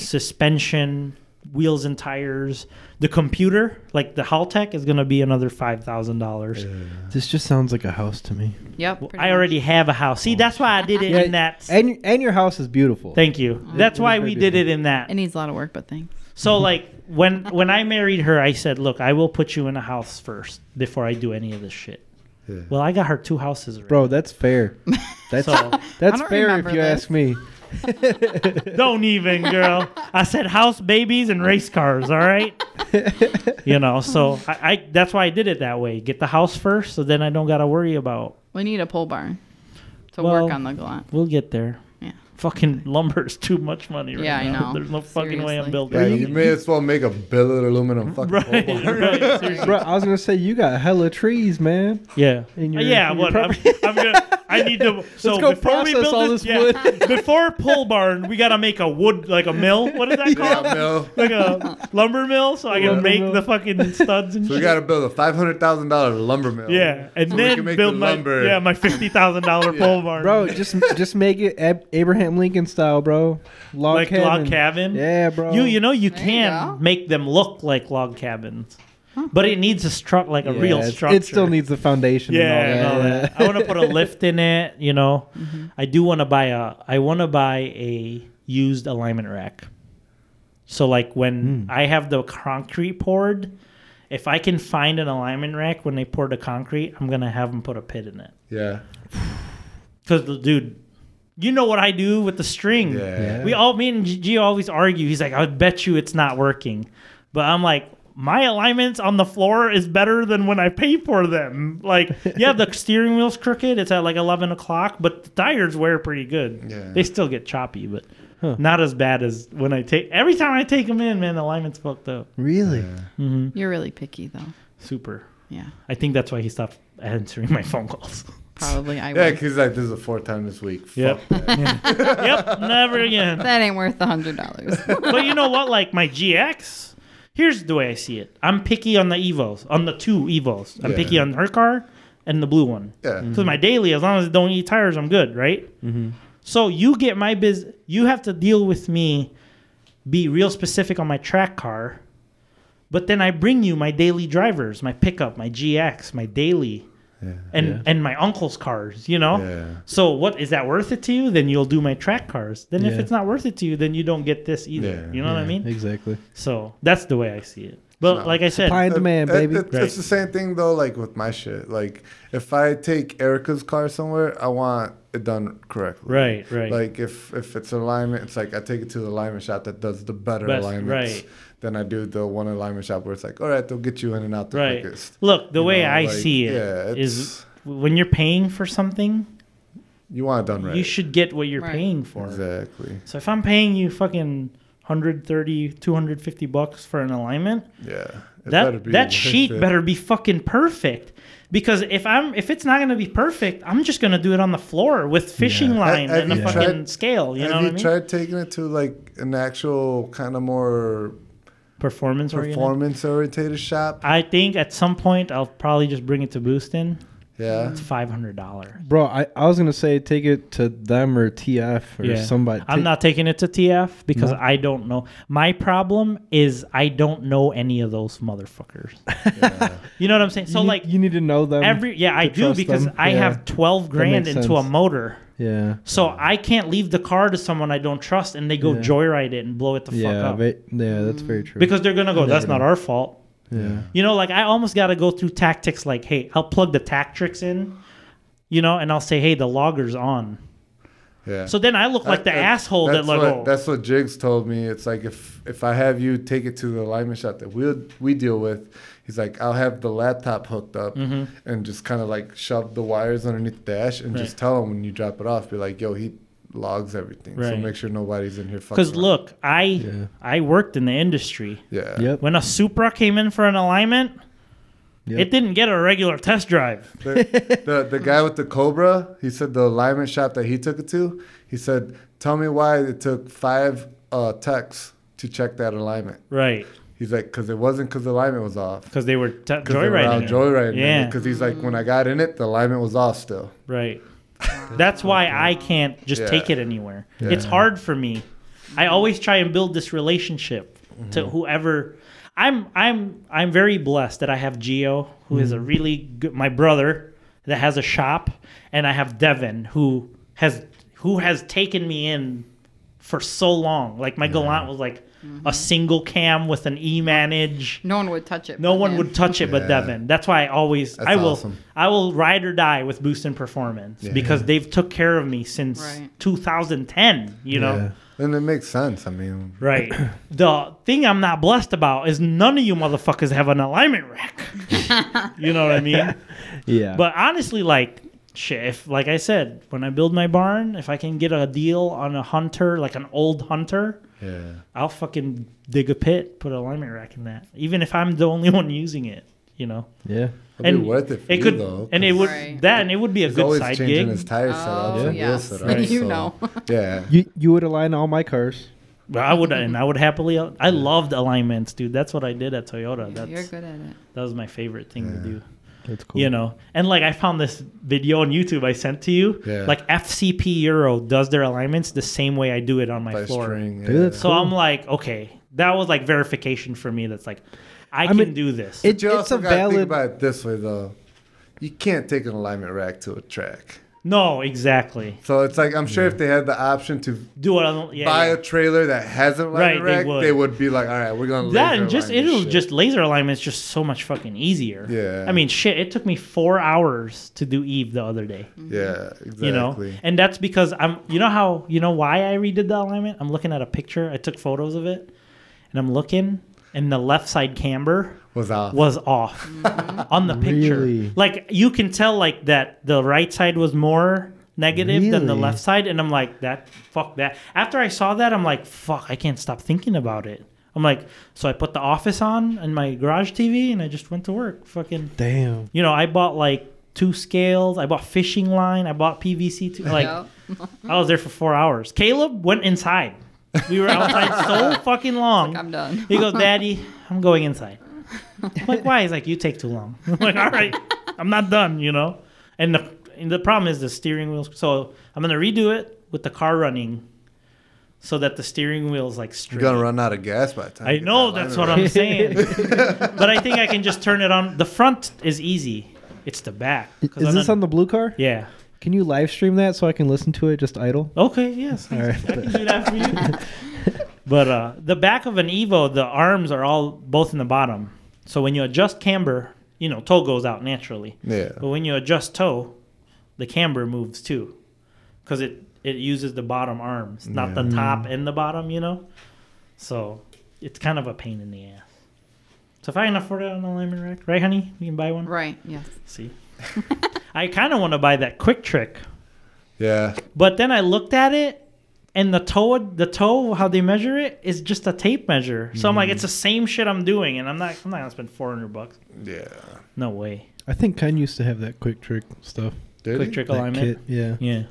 Speaker 3: Suspension, wheels and tires, the computer, like the Haltech, is going to be another five thousand dollars.
Speaker 4: This just sounds like a house to me.
Speaker 5: Yep. pretty
Speaker 3: I
Speaker 5: much.
Speaker 3: already have a house. See, that's why I did it
Speaker 4: Yeah,
Speaker 3: in that.
Speaker 4: And and your house is beautiful.
Speaker 3: Thank you. That's
Speaker 4: it
Speaker 3: why
Speaker 4: is
Speaker 3: we
Speaker 4: very
Speaker 3: did it in that.
Speaker 5: It needs a lot of work, but thanks.
Speaker 3: So like when when I married her, I said, "Look, I will put you in a house first before I do any of this shit."
Speaker 1: Yeah.
Speaker 3: Well, I got her two houses, already.
Speaker 4: bro, that's fair. That's
Speaker 3: So
Speaker 4: that's
Speaker 5: don't
Speaker 4: fair if
Speaker 5: remember
Speaker 4: you
Speaker 5: this.
Speaker 4: ask me.
Speaker 3: Don't even, girl. I said house babies and race cars. All right. you know, so I, I that's why I did it that way. Get the house first, so then I don't gotta worry about.
Speaker 5: We need a pole barn to
Speaker 3: Well-
Speaker 5: work on the glant.
Speaker 3: We'll get there.
Speaker 5: Yeah.
Speaker 3: fucking lumber's too much money right
Speaker 5: Yeah, I
Speaker 3: now.
Speaker 5: know.
Speaker 3: There's no fucking way I'm
Speaker 5: Seriously.
Speaker 3: building.
Speaker 1: Yeah, you may as well make a billet aluminum fucking
Speaker 3: Right,
Speaker 1: pole barn.
Speaker 3: right, seriously.
Speaker 4: Bro, I was gonna say you got hella trees, man.
Speaker 3: Yeah. Uh,
Speaker 4: in your-
Speaker 3: yeah.
Speaker 4: in your
Speaker 3: What? I'm, I'm gonna. I need to. So
Speaker 4: go
Speaker 3: before we
Speaker 4: process
Speaker 3: build
Speaker 4: all
Speaker 3: this,
Speaker 4: this
Speaker 3: yeah, before pole barn, we gotta make a wood like a mill. What is that
Speaker 1: Yeah,
Speaker 3: called?
Speaker 1: Bill.
Speaker 3: Like a lumber mill, so I can
Speaker 4: Lumber
Speaker 3: make
Speaker 4: mill.
Speaker 3: the fucking studs and
Speaker 1: So we
Speaker 3: shit.
Speaker 1: got to build a five hundred thousand dollar lumber mill.
Speaker 3: yeah, and
Speaker 1: So we
Speaker 3: then
Speaker 1: can make
Speaker 3: build
Speaker 1: the
Speaker 3: my
Speaker 1: lumber.
Speaker 3: yeah my fifty thousand dollar pole barn,
Speaker 4: Bro, just just make it Ab- Abraham Lincoln style, bro. Log
Speaker 3: like
Speaker 4: cabin.
Speaker 3: log cabin.
Speaker 4: Yeah, bro.
Speaker 3: You you know you
Speaker 5: There you
Speaker 3: can
Speaker 5: go.
Speaker 3: make them look like log cabins, but it needs a stru- like a
Speaker 4: Yeah,
Speaker 3: real
Speaker 4: it's-
Speaker 3: structure.
Speaker 4: It still needs the foundation.
Speaker 3: yeah,
Speaker 4: and all that.
Speaker 3: and all that. I want to put a lift in it. You know,
Speaker 1: Mm-hmm.
Speaker 3: I do want to buy a. I want to buy a used alignment rack. So like when
Speaker 4: Hmm.
Speaker 3: I have the concrete poured, if I can find an alignment rack when they pour the concrete, I'm gonna have them put a pit in it.
Speaker 1: yeah,
Speaker 3: Because dude, you know what I do with the string.
Speaker 1: yeah.
Speaker 3: Mm. We all, me and Gio always argue. He's like, I bet you it's not working. But I'm like, my alignments on the floor is better than when I pay for them. Like, yeah, the steering wheel's crooked. It's at like 11 o'clock, but the tires wear pretty good.
Speaker 1: Yeah.
Speaker 3: They still get choppy, but not as bad as when I take, every time I take them in, man, the alignment's fucked up.
Speaker 4: Really?
Speaker 5: You're really picky though.
Speaker 3: Super.
Speaker 5: Yeah,
Speaker 3: I think that's why he stopped answering my phone calls.
Speaker 5: probably I
Speaker 1: Yeah,
Speaker 5: would.
Speaker 1: because like this is the fourth time this week. Fuck
Speaker 3: Yep.
Speaker 1: that.
Speaker 3: yep, never again.
Speaker 5: That ain't worth the hundred dollars.
Speaker 3: but you know what? Like my GX, here's the way I see it. I'm picky on the Evos, on the two Evos. I'm
Speaker 1: Yeah. Mm-hmm.
Speaker 3: picky on her car and the blue one.
Speaker 1: Yeah.
Speaker 3: Because my daily, as long as it don't eat tires, I'm good, right?
Speaker 1: Mm-hmm.
Speaker 3: So you get my biz. You have to deal with me, be real specific on my track car, but then I bring you my daily drivers, my pickup, my GX, my daily,
Speaker 1: Yeah.
Speaker 3: and and my uncle's cars. You know.
Speaker 1: Yeah.
Speaker 3: So what is that worth it to you? Then you'll do my track cars. Then if
Speaker 4: Yeah.
Speaker 3: it's not worth it to you, then you don't get this either.
Speaker 1: Yeah.
Speaker 3: You know what I mean?
Speaker 4: Exactly.
Speaker 3: So that's the way I see it. But
Speaker 1: No.
Speaker 3: like I said,
Speaker 4: Supply and demand,
Speaker 1: It-
Speaker 4: baby.
Speaker 1: it- It's the same thing though, like with my shit. Like if I take Erica's car somewhere, I want it done correctly.
Speaker 3: right, right,
Speaker 1: Like if if it's an alignment, it's like I take it to the alignment shop that does the better
Speaker 3: Best-
Speaker 1: alignments
Speaker 3: right.
Speaker 1: than I do the one alignment shop where it's like, all right, they'll get you in and out the
Speaker 3: right.
Speaker 1: quickest.
Speaker 3: Look, the
Speaker 1: You
Speaker 3: way
Speaker 1: know,
Speaker 3: I
Speaker 1: like,
Speaker 3: see it is
Speaker 1: yeah, it's-
Speaker 3: when you're paying for something,
Speaker 1: You want it done right.
Speaker 3: you should get what you're
Speaker 5: Right.
Speaker 3: paying for.
Speaker 1: exactly.
Speaker 3: So if I'm paying you fucking 130, 250 bucks for an alignment,
Speaker 1: Yeah. It better
Speaker 3: that
Speaker 1: be
Speaker 3: that
Speaker 1: worth
Speaker 3: sheet
Speaker 1: it.
Speaker 3: better be fucking perfect. Because if I'm if it's not gonna be perfect, I'm just gonna do it on the floor with fishing
Speaker 1: Ha-
Speaker 3: line
Speaker 1: have
Speaker 3: and a
Speaker 1: you
Speaker 3: fucking
Speaker 1: tried-
Speaker 3: scale. You
Speaker 1: Have
Speaker 3: know what
Speaker 1: you
Speaker 3: I mean?
Speaker 1: tried taking it to like an actual kind of more
Speaker 3: Performance oriented.
Speaker 1: performance oriented shop?
Speaker 3: I think at some point I'll probably just bring it to Boostin.
Speaker 1: Yeah.
Speaker 3: It's five hundred dollars.
Speaker 4: Bro, I, I was gonna say take it to them or TF or
Speaker 3: Yeah.
Speaker 4: somebody.
Speaker 3: I'm
Speaker 4: Take-
Speaker 3: not taking it to TF because
Speaker 4: No.
Speaker 3: I don't know. My problem is I don't know any of those motherfuckers. you know what I'm saying?
Speaker 4: You
Speaker 3: So
Speaker 4: need-
Speaker 3: like
Speaker 4: you need to know them.
Speaker 3: every yeah, I
Speaker 4: to
Speaker 3: do
Speaker 4: trust
Speaker 3: because
Speaker 4: them.
Speaker 3: I
Speaker 4: Yeah.
Speaker 3: have twelve grand
Speaker 4: makes
Speaker 3: into a
Speaker 4: sense.
Speaker 3: motor.
Speaker 4: yeah.
Speaker 3: So I can't leave the car to someone I don't trust and they go
Speaker 4: Yeah.
Speaker 3: joyride it and blow it the fuck
Speaker 4: Yeah,
Speaker 3: up.
Speaker 4: ve- yeah, that's very true.
Speaker 3: because they're gonna go,
Speaker 4: Never
Speaker 3: That's not
Speaker 4: know."
Speaker 3: our fault.
Speaker 4: yeah.
Speaker 3: You know, like I almost got to go through tactics like, hey, I'll plug the tactics in, you know, and I'll say, hey, the logger's on.
Speaker 1: Yeah.
Speaker 3: So then I look like the
Speaker 1: That-
Speaker 3: asshole that
Speaker 1: that's
Speaker 3: like,
Speaker 1: what,
Speaker 3: oh,
Speaker 1: that's what Jigs told me. It's like if if I have you take it to the alignment shop that we will we deal with, he's like I'll have the laptop hooked up and just kind of like shove the wires underneath the dash and just
Speaker 3: Mm-hmm. Right.
Speaker 1: tell him when you drop it off, be like, yo, he logs everything, so
Speaker 3: Right.
Speaker 1: make sure nobody's in here. fucking
Speaker 3: because
Speaker 1: around."
Speaker 3: look, I
Speaker 4: Yeah.
Speaker 3: I worked in the industry.
Speaker 1: yeah,
Speaker 4: Yep.
Speaker 3: When a Supra came in for an alignment,
Speaker 4: Yep.
Speaker 3: it didn't get a regular test drive.
Speaker 1: The, the the guy with the Cobra, he said the alignment shop that he took it to, he said, tell me why it took five uh, techs to check that alignment.
Speaker 3: Right.
Speaker 1: He's like, because it wasn't because the alignment was off.
Speaker 3: Because they were t-
Speaker 1: Because they were out
Speaker 3: joyriding. it.
Speaker 1: Joyriding.
Speaker 3: Yeah.
Speaker 1: Because he's like, when I got in it, the alignment was off still.
Speaker 3: Right. That's why I can't just
Speaker 1: Yeah.
Speaker 3: take it anywhere. It's hard for me. I always try and build this relationship to
Speaker 1: Mm-hmm.
Speaker 3: whoever I'm I'm I'm very blessed that I have Gio who is a
Speaker 1: Mm-hmm.
Speaker 3: really good my brother that has a shop and I have Devin who has who has taken me in for so long. Like my Gallant was like a single cam with an E manage.
Speaker 5: no one would touch it.
Speaker 3: No
Speaker 5: but
Speaker 3: one
Speaker 5: him.
Speaker 3: would touch it but
Speaker 1: Yeah.
Speaker 3: Devin. That's why I always
Speaker 1: That's
Speaker 3: I will
Speaker 1: awesome.
Speaker 3: I will ride or die with Boost and Performance
Speaker 1: Yeah.
Speaker 3: because they've took care of me since
Speaker 5: Right.
Speaker 3: 2010, you know.
Speaker 4: Yeah.
Speaker 1: And it makes sense. I mean,
Speaker 3: Right. the thing I'm not blessed about is none of you motherfuckers have an alignment rack. you know what I mean?
Speaker 4: Yeah.
Speaker 3: But honestly like shit, if like I said, when I build my barn, if I can get a deal on a hunter, like an old hunter,
Speaker 1: Yeah.
Speaker 3: I'll fucking dig a pit, put a alignment rack in that, even if I'm the only one using it. You know,
Speaker 4: Yeah.
Speaker 1: It'd
Speaker 3: and
Speaker 1: be worth it for
Speaker 3: it
Speaker 1: you
Speaker 3: could,
Speaker 1: though.
Speaker 3: and it would
Speaker 5: Right.
Speaker 3: that, and it would be a
Speaker 1: He's
Speaker 3: good
Speaker 1: always
Speaker 3: side
Speaker 1: changing
Speaker 3: gig.
Speaker 1: his tire setups
Speaker 5: Oh,
Speaker 1: and wheel
Speaker 5: yes.
Speaker 1: setups.
Speaker 5: You
Speaker 1: so-
Speaker 5: know.
Speaker 1: Yeah.
Speaker 4: You you would align all my cars.
Speaker 3: But I would, and I would happily. uh, I loved alignments, dude. That's what I did at Toyota.
Speaker 5: You're
Speaker 3: That's
Speaker 5: good at it.
Speaker 3: that was my favorite thing to
Speaker 1: Yeah.
Speaker 3: do.
Speaker 4: That's cool.
Speaker 3: You know, and like I found this video on YouTube I sent to you.
Speaker 1: Yeah.
Speaker 3: Like FCP Euro does their alignments the same way I do it on my
Speaker 1: By
Speaker 3: floor.
Speaker 1: string.
Speaker 4: Dude,
Speaker 1: yeah.
Speaker 4: that's
Speaker 3: So I'm like, okay, that was like verification for me. That's like, I, can
Speaker 4: mean,
Speaker 3: do this.
Speaker 4: it-
Speaker 1: But you
Speaker 4: it's
Speaker 1: also
Speaker 4: a
Speaker 1: gotta
Speaker 4: valid-
Speaker 1: think about it this way though. You can't take an alignment rack to a track.
Speaker 3: no, exactly.
Speaker 1: So it's like I'm sure if they had the option to
Speaker 3: Do it. on- Yeah,
Speaker 1: buy
Speaker 3: yeah.
Speaker 1: a trailer that has an alignment
Speaker 3: Right, they
Speaker 1: rack,
Speaker 3: would.
Speaker 1: they would be like, all right, we're gonna
Speaker 3: that
Speaker 1: laser
Speaker 3: and just
Speaker 1: align this
Speaker 3: it'll
Speaker 1: shit."
Speaker 3: just laser alignment's just so much fucking easier.
Speaker 1: Yeah.
Speaker 3: I mean, shit, it took me four hours to do Eve the other day.
Speaker 1: yeah exactly.
Speaker 3: You know, and that's because I'm. You know how you know why I redid the alignment? I'm looking at a picture. I took photos of it, and I'm looking, and the left side camber
Speaker 1: was off.
Speaker 3: was off
Speaker 5: Mm-hmm.
Speaker 3: on the picture.
Speaker 4: Really?
Speaker 3: Like you can tell like that the right side was more negative than the
Speaker 4: Really?
Speaker 3: left side and I'm like that fuck that. After I saw that I'm like fuck, I can't stop thinking about it. I'm like so I put the office on and my garage TV and I just went to work fucking
Speaker 4: Damn.
Speaker 3: you know, I bought like two scales, I bought fishing line, I bought PVC too. like
Speaker 5: Yep.
Speaker 3: I was there for 4 hours. Caleb went inside. We were outside so fucking long.
Speaker 5: I'm done.
Speaker 3: He goes, Daddy, I'm going inside. I'm like, why? He's like, you take too long. I'm like, all right, I'm not done, you know? And the, and the problem is the steering wheels. So I'm going to redo it with the car running so that the steering wheel's like
Speaker 1: You're
Speaker 3: straight.
Speaker 1: gonna run out of gas by the time.
Speaker 3: I
Speaker 1: you get
Speaker 3: know,
Speaker 1: that
Speaker 3: that's what
Speaker 1: alignment
Speaker 3: I'm saying. but I think I can just turn it on. The front is easy, it's the back. 'Cause
Speaker 4: Is
Speaker 3: I'm
Speaker 4: this
Speaker 3: not-
Speaker 4: on the blue car?
Speaker 3: Yeah.
Speaker 4: Can you live stream that so I can listen to it just idle?
Speaker 3: Okay, yes.
Speaker 4: All
Speaker 3: I
Speaker 4: right.
Speaker 3: can do that for you. but uh, the back of an Evo, the arms are all both in the bottom. So when you adjust camber, you know, toe goes out naturally.
Speaker 1: rack.
Speaker 3: But when you adjust toe, the camber moves too. Because it, it uses the bottom arms, not the top
Speaker 4: Mm.
Speaker 3: and the bottom, you know? So it's kind of a pain in the ass. So if I can afford it on the alignment rack, right, honey? We can buy one?
Speaker 5: Right. Yes.
Speaker 3: See? I kind of want to buy that quick trick.
Speaker 1: Yeah. Yeah.
Speaker 3: But then I looked at it, and the toe, the toe, how they measure it is just a tape measure. So I'm like,
Speaker 1: Mm-hmm.
Speaker 3: it's the same shit I'm doing, and I'm not, I'm not gonna spend 400 bucks.
Speaker 1: Yeah.
Speaker 3: No way.
Speaker 4: I think Ken used to have that quick trick stuff.
Speaker 1: Did
Speaker 3: Quick
Speaker 1: he?
Speaker 3: trick
Speaker 4: That
Speaker 3: alignment.
Speaker 4: kit, Yeah.
Speaker 3: Yeah,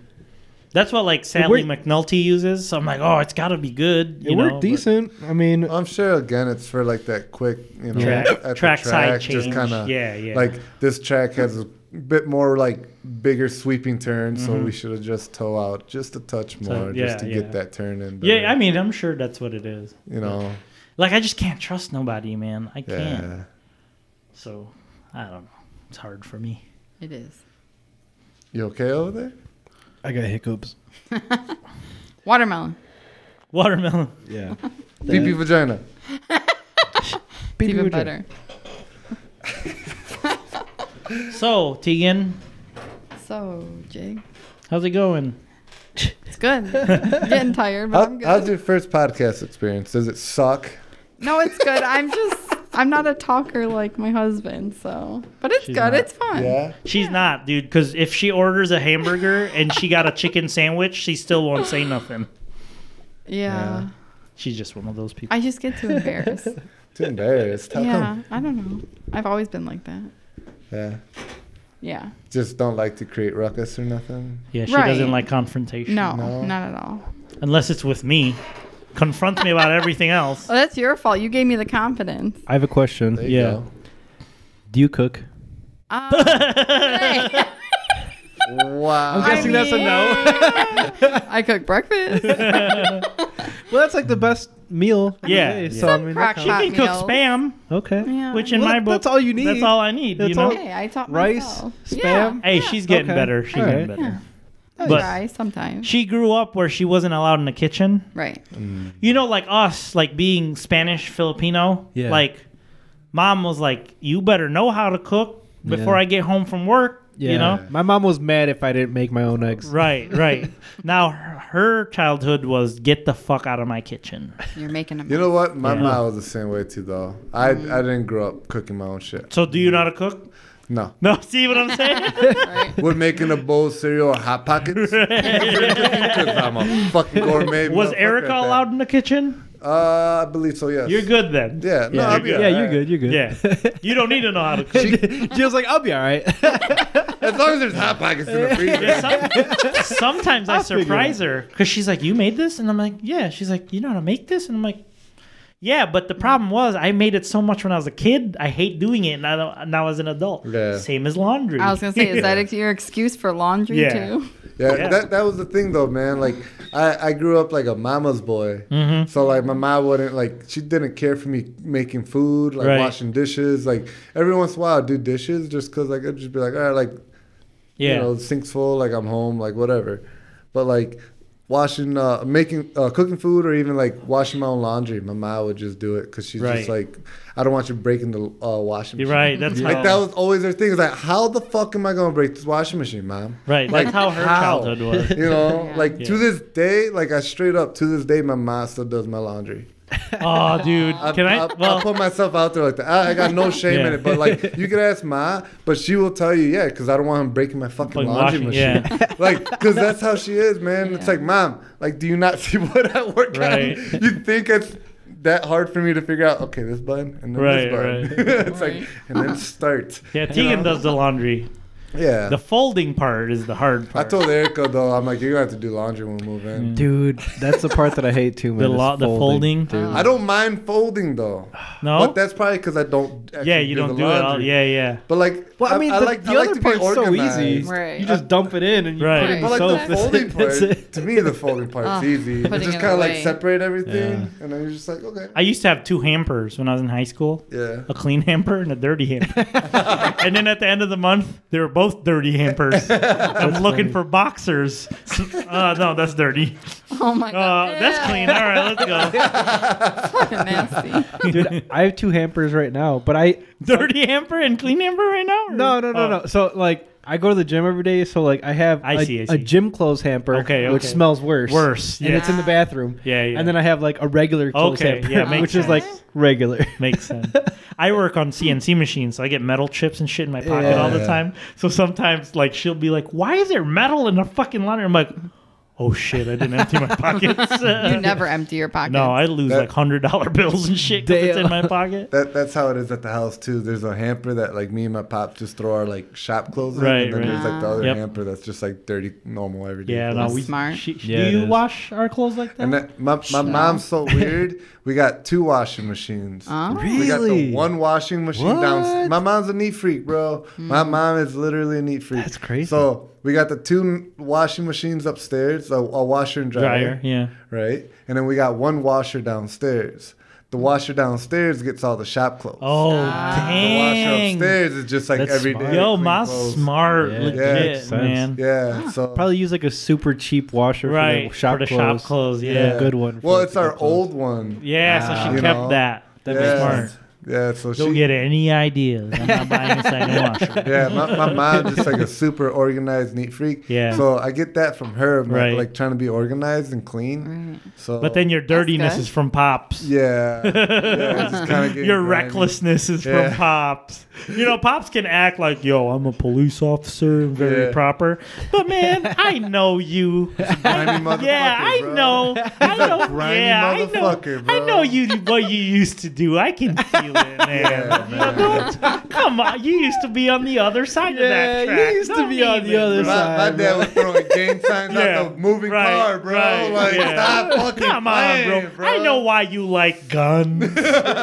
Speaker 3: that's what like Sally
Speaker 4: worked-
Speaker 3: McNulty uses. So I'm like, oh, it's gotta be good.
Speaker 4: It
Speaker 3: you
Speaker 4: worked
Speaker 3: know, but-
Speaker 4: decent. I mean,
Speaker 1: I'm sure again it's for like that quick, you know,
Speaker 3: Track-
Speaker 1: at the
Speaker 3: track side
Speaker 1: just
Speaker 3: change.
Speaker 1: kind of
Speaker 3: Yeah, yeah.
Speaker 1: Like this track has a bit more like bigger sweeping turn, so we should have just toe out just a touch
Speaker 3: Mm-hmm. So,
Speaker 1: more
Speaker 3: yeah,
Speaker 1: just to
Speaker 3: yeah.
Speaker 1: get that turn in. better,
Speaker 3: Yeah, I mean, I'm sure that's what it is.
Speaker 1: you know,
Speaker 3: Like, I just can't trust nobody, man. I can't.
Speaker 1: yeah.
Speaker 3: So, I don't know. It's hard for me.
Speaker 5: It is.
Speaker 1: You okay over there?
Speaker 4: I got hiccups.
Speaker 5: Watermelon.
Speaker 3: Watermelon.
Speaker 4: Yeah.
Speaker 1: DP vagina.
Speaker 5: It's even better.
Speaker 3: So, Tegan,
Speaker 5: So, Jig,
Speaker 3: how's it going?
Speaker 5: it's good. Getting tired, but
Speaker 1: How,
Speaker 5: I'm good.
Speaker 1: how's your first podcast experience? Does it suck?
Speaker 5: No, it's good. I'm just I'm not a talker like my husband, so but it's
Speaker 3: She's
Speaker 5: good.
Speaker 3: not.
Speaker 5: It's fun.
Speaker 1: Yeah.
Speaker 3: She's not, dude, because if she orders a hamburger and she got a chicken sandwich, she still won't say nothing.
Speaker 5: Yeah.
Speaker 1: Yeah.
Speaker 3: She's just one of those people.
Speaker 5: I just get too embarrassed.
Speaker 1: Too embarrassed. How
Speaker 5: yeah,
Speaker 1: come?
Speaker 5: I don't know. I've always been like that.
Speaker 1: Yeah.
Speaker 5: Yeah.
Speaker 1: Just don't like to create ruckus or nothing.
Speaker 3: yeah, she
Speaker 5: Right.
Speaker 3: doesn't like confrontation.
Speaker 5: No,
Speaker 1: No.
Speaker 5: not at all.
Speaker 3: Unless it's with me. Confronts me about everything else.
Speaker 5: Well, that's your fault. You gave me the confidence.
Speaker 4: I have a
Speaker 1: There
Speaker 4: question.
Speaker 1: you
Speaker 3: Yeah.
Speaker 1: go.
Speaker 4: Do you cook?
Speaker 5: Um,
Speaker 1: Wow.
Speaker 4: I'm guessing that's a
Speaker 5: no. I cook breakfast.
Speaker 4: Well, that's like the best meal. of the
Speaker 3: Yeah.
Speaker 4: day,
Speaker 1: Yeah.
Speaker 4: So I mean, that
Speaker 5: crock
Speaker 3: She
Speaker 4: counts.
Speaker 5: pot
Speaker 3: can cook
Speaker 5: meals.
Speaker 3: spam,
Speaker 4: okay.
Speaker 5: Yeah.
Speaker 3: which in
Speaker 4: Well,
Speaker 3: my
Speaker 4: that's
Speaker 3: book,
Speaker 4: all you need.
Speaker 3: That's all I need,
Speaker 4: That's
Speaker 3: you know?
Speaker 4: all-
Speaker 5: Hey, I taught
Speaker 4: Rice,
Speaker 5: myself.
Speaker 4: spam?
Speaker 3: Hey, she's getting
Speaker 4: Okay.
Speaker 3: better. She's
Speaker 4: All
Speaker 3: getting
Speaker 4: right.
Speaker 3: better.
Speaker 5: Yeah. I
Speaker 3: But-
Speaker 5: try sometimes.
Speaker 3: She grew up where she wasn't allowed in the kitchen.
Speaker 5: right.
Speaker 3: you know, like us, like being Spanish Filipino,
Speaker 4: Yeah.
Speaker 3: like mom was like, "You better know how to cook before
Speaker 4: Yeah.
Speaker 3: I get home from work." You know,
Speaker 4: My mom was mad if I didn't make my own eggs.
Speaker 3: right, right. now her, her childhood was get the fuck out of my kitchen.
Speaker 5: You're making a
Speaker 1: You know what? My
Speaker 3: Yeah.
Speaker 1: mom was the same way too, though. I I didn't grow up cooking my own shit.
Speaker 3: So, do you know how to cook?
Speaker 1: No.
Speaker 3: No, see what I'm saying?
Speaker 5: right?
Speaker 1: We're making a bowl of cereal or hot pockets. 'Cause I'm a fucking gourmet.
Speaker 3: Was
Speaker 1: motherfucker
Speaker 3: Erica
Speaker 1: at that.
Speaker 3: allowed in the kitchen?
Speaker 1: Uh, I believe so. Yes.
Speaker 3: You're good then.
Speaker 1: Yeah. No,
Speaker 4: yeah,
Speaker 1: I'll be
Speaker 4: yeah,
Speaker 1: all
Speaker 4: you're
Speaker 1: right.
Speaker 4: good. You're good.
Speaker 3: Yeah. You don't need to know how to cook.
Speaker 4: Jill's like, I'll be all right.
Speaker 1: As long as there's hot pockets in the freezer.
Speaker 3: Yeah, some- sometimes I
Speaker 4: I'll figure it
Speaker 3: surprise her because she's like, "You made this," and I'm like, "Yeah." She's like, "You know how to make this?" And I'm like, "Yeah." But the problem was, I made it so much when I was a kid. I hate doing it now. that- Now as an adult,
Speaker 1: Yeah.
Speaker 3: same as laundry.
Speaker 5: I was gonna say, is that your excuse for laundry
Speaker 3: Yeah.
Speaker 5: too?
Speaker 1: Yeah,
Speaker 3: Yeah.
Speaker 1: That, that was the thing though, man. Like I, I grew up like a mama's boy, so like my mom wouldn't like she didn't care for me making food, like
Speaker 3: Right.
Speaker 1: washing dishes. Like every once in a while, I'd do dishes just cause like I'd just be like, all right, like
Speaker 3: yeah,
Speaker 1: you know, the sink's full, like I'm home, like whatever. But like washing, uh, making, uh, cooking food, or even like washing my own laundry, my mom would just do it because she's just
Speaker 3: Right.
Speaker 1: like, I don't want you breaking the uh, washing.
Speaker 3: you're
Speaker 1: machine.
Speaker 3: right. That's how.
Speaker 1: Like that was always their thing. It's like, how the fuck am I gonna break this washing machine, mom?
Speaker 3: right.
Speaker 1: like,
Speaker 3: that's how her
Speaker 1: how?
Speaker 3: childhood was.
Speaker 1: You know,
Speaker 5: Yeah.
Speaker 1: like
Speaker 3: Yeah.
Speaker 1: to this day, like I straight up to this day, my mom still does my laundry.
Speaker 3: oh, dude.
Speaker 1: I,
Speaker 3: Can I?
Speaker 1: I, I
Speaker 3: Well,
Speaker 1: put myself out there like that. I, I got no shame in
Speaker 3: Yeah.
Speaker 1: it, but like you can ask ma, but she will tell you, yeah, because I don't want him breaking my fucking
Speaker 3: Fucking
Speaker 1: laundry
Speaker 3: washing,
Speaker 1: machine. like, because that's how she is, man. It's
Speaker 5: Yeah.
Speaker 1: like, mom, like, do you not see what I work
Speaker 3: Right.
Speaker 1: on? You think it's that hard for me to figure out? Okay, this button and then
Speaker 3: Right,
Speaker 1: this button. it's
Speaker 5: Right.
Speaker 1: like and then start.
Speaker 3: yeah. Tegan does the laundry.
Speaker 1: Yeah.
Speaker 3: The folding part is the hard
Speaker 1: I
Speaker 3: part.
Speaker 1: told Erica though, I'm like, you're gonna have to do laundry when we move in.
Speaker 4: Dude, that's the part that I hate too much.
Speaker 3: the lo- the folding.
Speaker 1: I don't mind folding though.
Speaker 3: No.
Speaker 1: But that's probably because I don't. Actually
Speaker 3: Yeah, you
Speaker 1: do
Speaker 3: don't
Speaker 1: the
Speaker 3: do it. All,
Speaker 1: laundry.
Speaker 3: yeah, yeah.
Speaker 1: But like,
Speaker 4: Well, I mean, the,
Speaker 1: like
Speaker 4: the other part's so easy.
Speaker 5: Right.
Speaker 4: You just dump it in and you
Speaker 3: Right.
Speaker 4: put it in
Speaker 1: But like
Speaker 4: soap.
Speaker 1: the
Speaker 5: That's-
Speaker 1: folding
Speaker 4: That's
Speaker 1: part,
Speaker 4: it.
Speaker 1: to me, the folding part's
Speaker 5: Ah,
Speaker 1: easy. You
Speaker 5: putting
Speaker 1: just
Speaker 5: it
Speaker 1: kind of like
Speaker 5: away.
Speaker 1: separate everything,
Speaker 4: Yeah.
Speaker 1: and then you're just like, okay,
Speaker 3: I used to have two hampers when I was in high school.
Speaker 1: yeah.
Speaker 3: a clean hamper and a dirty hamper. and then at the end of the month, they were both dirty hampers. I'm looking for boxers. Uh, no, that's dirty.
Speaker 5: Oh my god,
Speaker 3: Uh, that's
Speaker 5: Ew.
Speaker 3: clean. All right, let's go.
Speaker 5: Fucking nasty.
Speaker 4: Dude, I have two hampers right now, but I
Speaker 3: Dirty hamper and clean hamper right now? or-
Speaker 4: no no no
Speaker 3: Oh,
Speaker 4: no. So like I go to the gym every day, so like I have
Speaker 3: I
Speaker 4: a-
Speaker 3: see, I
Speaker 4: a
Speaker 3: see.
Speaker 4: gym clothes hamper,
Speaker 3: Okay,
Speaker 4: which
Speaker 3: okay.
Speaker 4: smells worse,
Speaker 3: Oh, Worse.
Speaker 4: and
Speaker 3: Yeah,
Speaker 4: it's in the bathroom.
Speaker 3: yeah, yeah.
Speaker 4: And then I have like a regular clothes
Speaker 3: Okay,
Speaker 4: hamper,
Speaker 3: yeah, makes
Speaker 4: which is like
Speaker 5: sense.
Speaker 4: regular.
Speaker 3: Makes sense. I work on CNC machines, so I get metal chips and shit in my pocket all the
Speaker 1: Yeah.
Speaker 3: time. So sometimes, like, she'll be like, "Why is there metal in the fucking laundry?" I'm like, "Oh shit, I didn't empty my pockets."
Speaker 5: You never empty your pockets.
Speaker 3: No, I lose
Speaker 1: That-
Speaker 3: like hundred dollar bills and shit because it's
Speaker 4: Damn.
Speaker 3: in my pocket.
Speaker 1: That, that's how it is at the house too. There's a hamper that like me and my pop just throw our like shop clothes in,
Speaker 3: Right,
Speaker 1: and then
Speaker 3: right.
Speaker 1: there's like the other
Speaker 3: Yep.
Speaker 1: hamper that's just like dirty, normal everyday.
Speaker 3: Yeah, no,
Speaker 1: clothes.
Speaker 5: That's
Speaker 3: we
Speaker 5: smart.
Speaker 3: She, she-
Speaker 4: Yeah, it
Speaker 3: do you
Speaker 4: is.
Speaker 3: wash our clothes like that?
Speaker 1: And that, my my mom's so weird. We got two washing machines.
Speaker 5: Oh.
Speaker 1: We got the
Speaker 4: Really?
Speaker 1: one washing machine
Speaker 4: What?
Speaker 1: downstairs. My mom's a neat freak, bro. My mom is literally a neat freak.
Speaker 4: That's crazy.
Speaker 1: So we got the two washing machines upstairs, a, a washer and dryer,
Speaker 3: Dryer, yeah.
Speaker 1: right? And then we got one washer downstairs. The washer downstairs gets all the shop clothes.
Speaker 3: Oh,
Speaker 1: the washer
Speaker 3: dang.
Speaker 1: upstairs is just like
Speaker 4: That's
Speaker 1: every day.
Speaker 4: smart.
Speaker 3: Yo,
Speaker 1: clean
Speaker 3: ma's
Speaker 1: clothes.
Speaker 3: smart,
Speaker 4: Yeah,
Speaker 3: legit,
Speaker 1: makes
Speaker 4: sense.
Speaker 3: man.
Speaker 1: Yeah. So
Speaker 4: Probably use like a super cheap washer
Speaker 3: Right,
Speaker 4: for the shop
Speaker 3: for the
Speaker 4: clothes.
Speaker 3: shop clothes, yeah.
Speaker 4: Yeah,
Speaker 3: Yeah,
Speaker 4: good one. for
Speaker 1: Well,
Speaker 4: the
Speaker 1: it's our
Speaker 4: shop clothes.
Speaker 1: old one.
Speaker 3: so
Speaker 4: Ah.
Speaker 3: she
Speaker 1: You
Speaker 3: kept
Speaker 1: know?
Speaker 3: that. That was
Speaker 1: yeah.
Speaker 3: smart.
Speaker 1: Yeah. So
Speaker 3: Don't
Speaker 1: she
Speaker 3: get any ideas. I'm not buying a second washer.
Speaker 1: Yeah, my, my mom's just like a super organized, neat freak.
Speaker 3: Yeah.
Speaker 1: So I get that from her, my-
Speaker 3: Right.
Speaker 1: like trying to be organized and clean.
Speaker 5: Right.
Speaker 1: So.
Speaker 3: But then your dirtiness
Speaker 5: good.
Speaker 3: is from pops.
Speaker 1: Yeah. yeah it's just kinda getting
Speaker 3: Your
Speaker 1: grimy.
Speaker 3: recklessness is
Speaker 1: Yeah.
Speaker 3: from pops. You know, pops can act like, "Yo, I'm a police officer, I'm very
Speaker 1: Yeah.
Speaker 3: proper," but man, I know you.
Speaker 1: Grimy motherfucker,
Speaker 3: Yeah, I
Speaker 1: bro.
Speaker 3: know. I
Speaker 1: a
Speaker 3: know.
Speaker 1: grimy
Speaker 3: yeah, I know.
Speaker 1: motherfucker,
Speaker 3: I
Speaker 1: bro.
Speaker 3: know you what you used to do. I can feel it, man.
Speaker 1: Yeah,
Speaker 3: You
Speaker 1: man.
Speaker 3: don't- come on, you used to be on the other side of
Speaker 4: Yeah,
Speaker 3: that
Speaker 4: you
Speaker 3: track.
Speaker 4: used to
Speaker 3: Don't
Speaker 4: be on the
Speaker 3: even,
Speaker 4: other
Speaker 3: bro.
Speaker 4: side.
Speaker 1: My, my dad was throwing gang signs
Speaker 3: Yeah,
Speaker 1: out the moving
Speaker 3: right,
Speaker 1: car, bro.
Speaker 3: right,
Speaker 1: like,
Speaker 3: yeah.
Speaker 1: stop fucking
Speaker 3: Come on,
Speaker 1: playing,
Speaker 3: bro. I know why you like guns.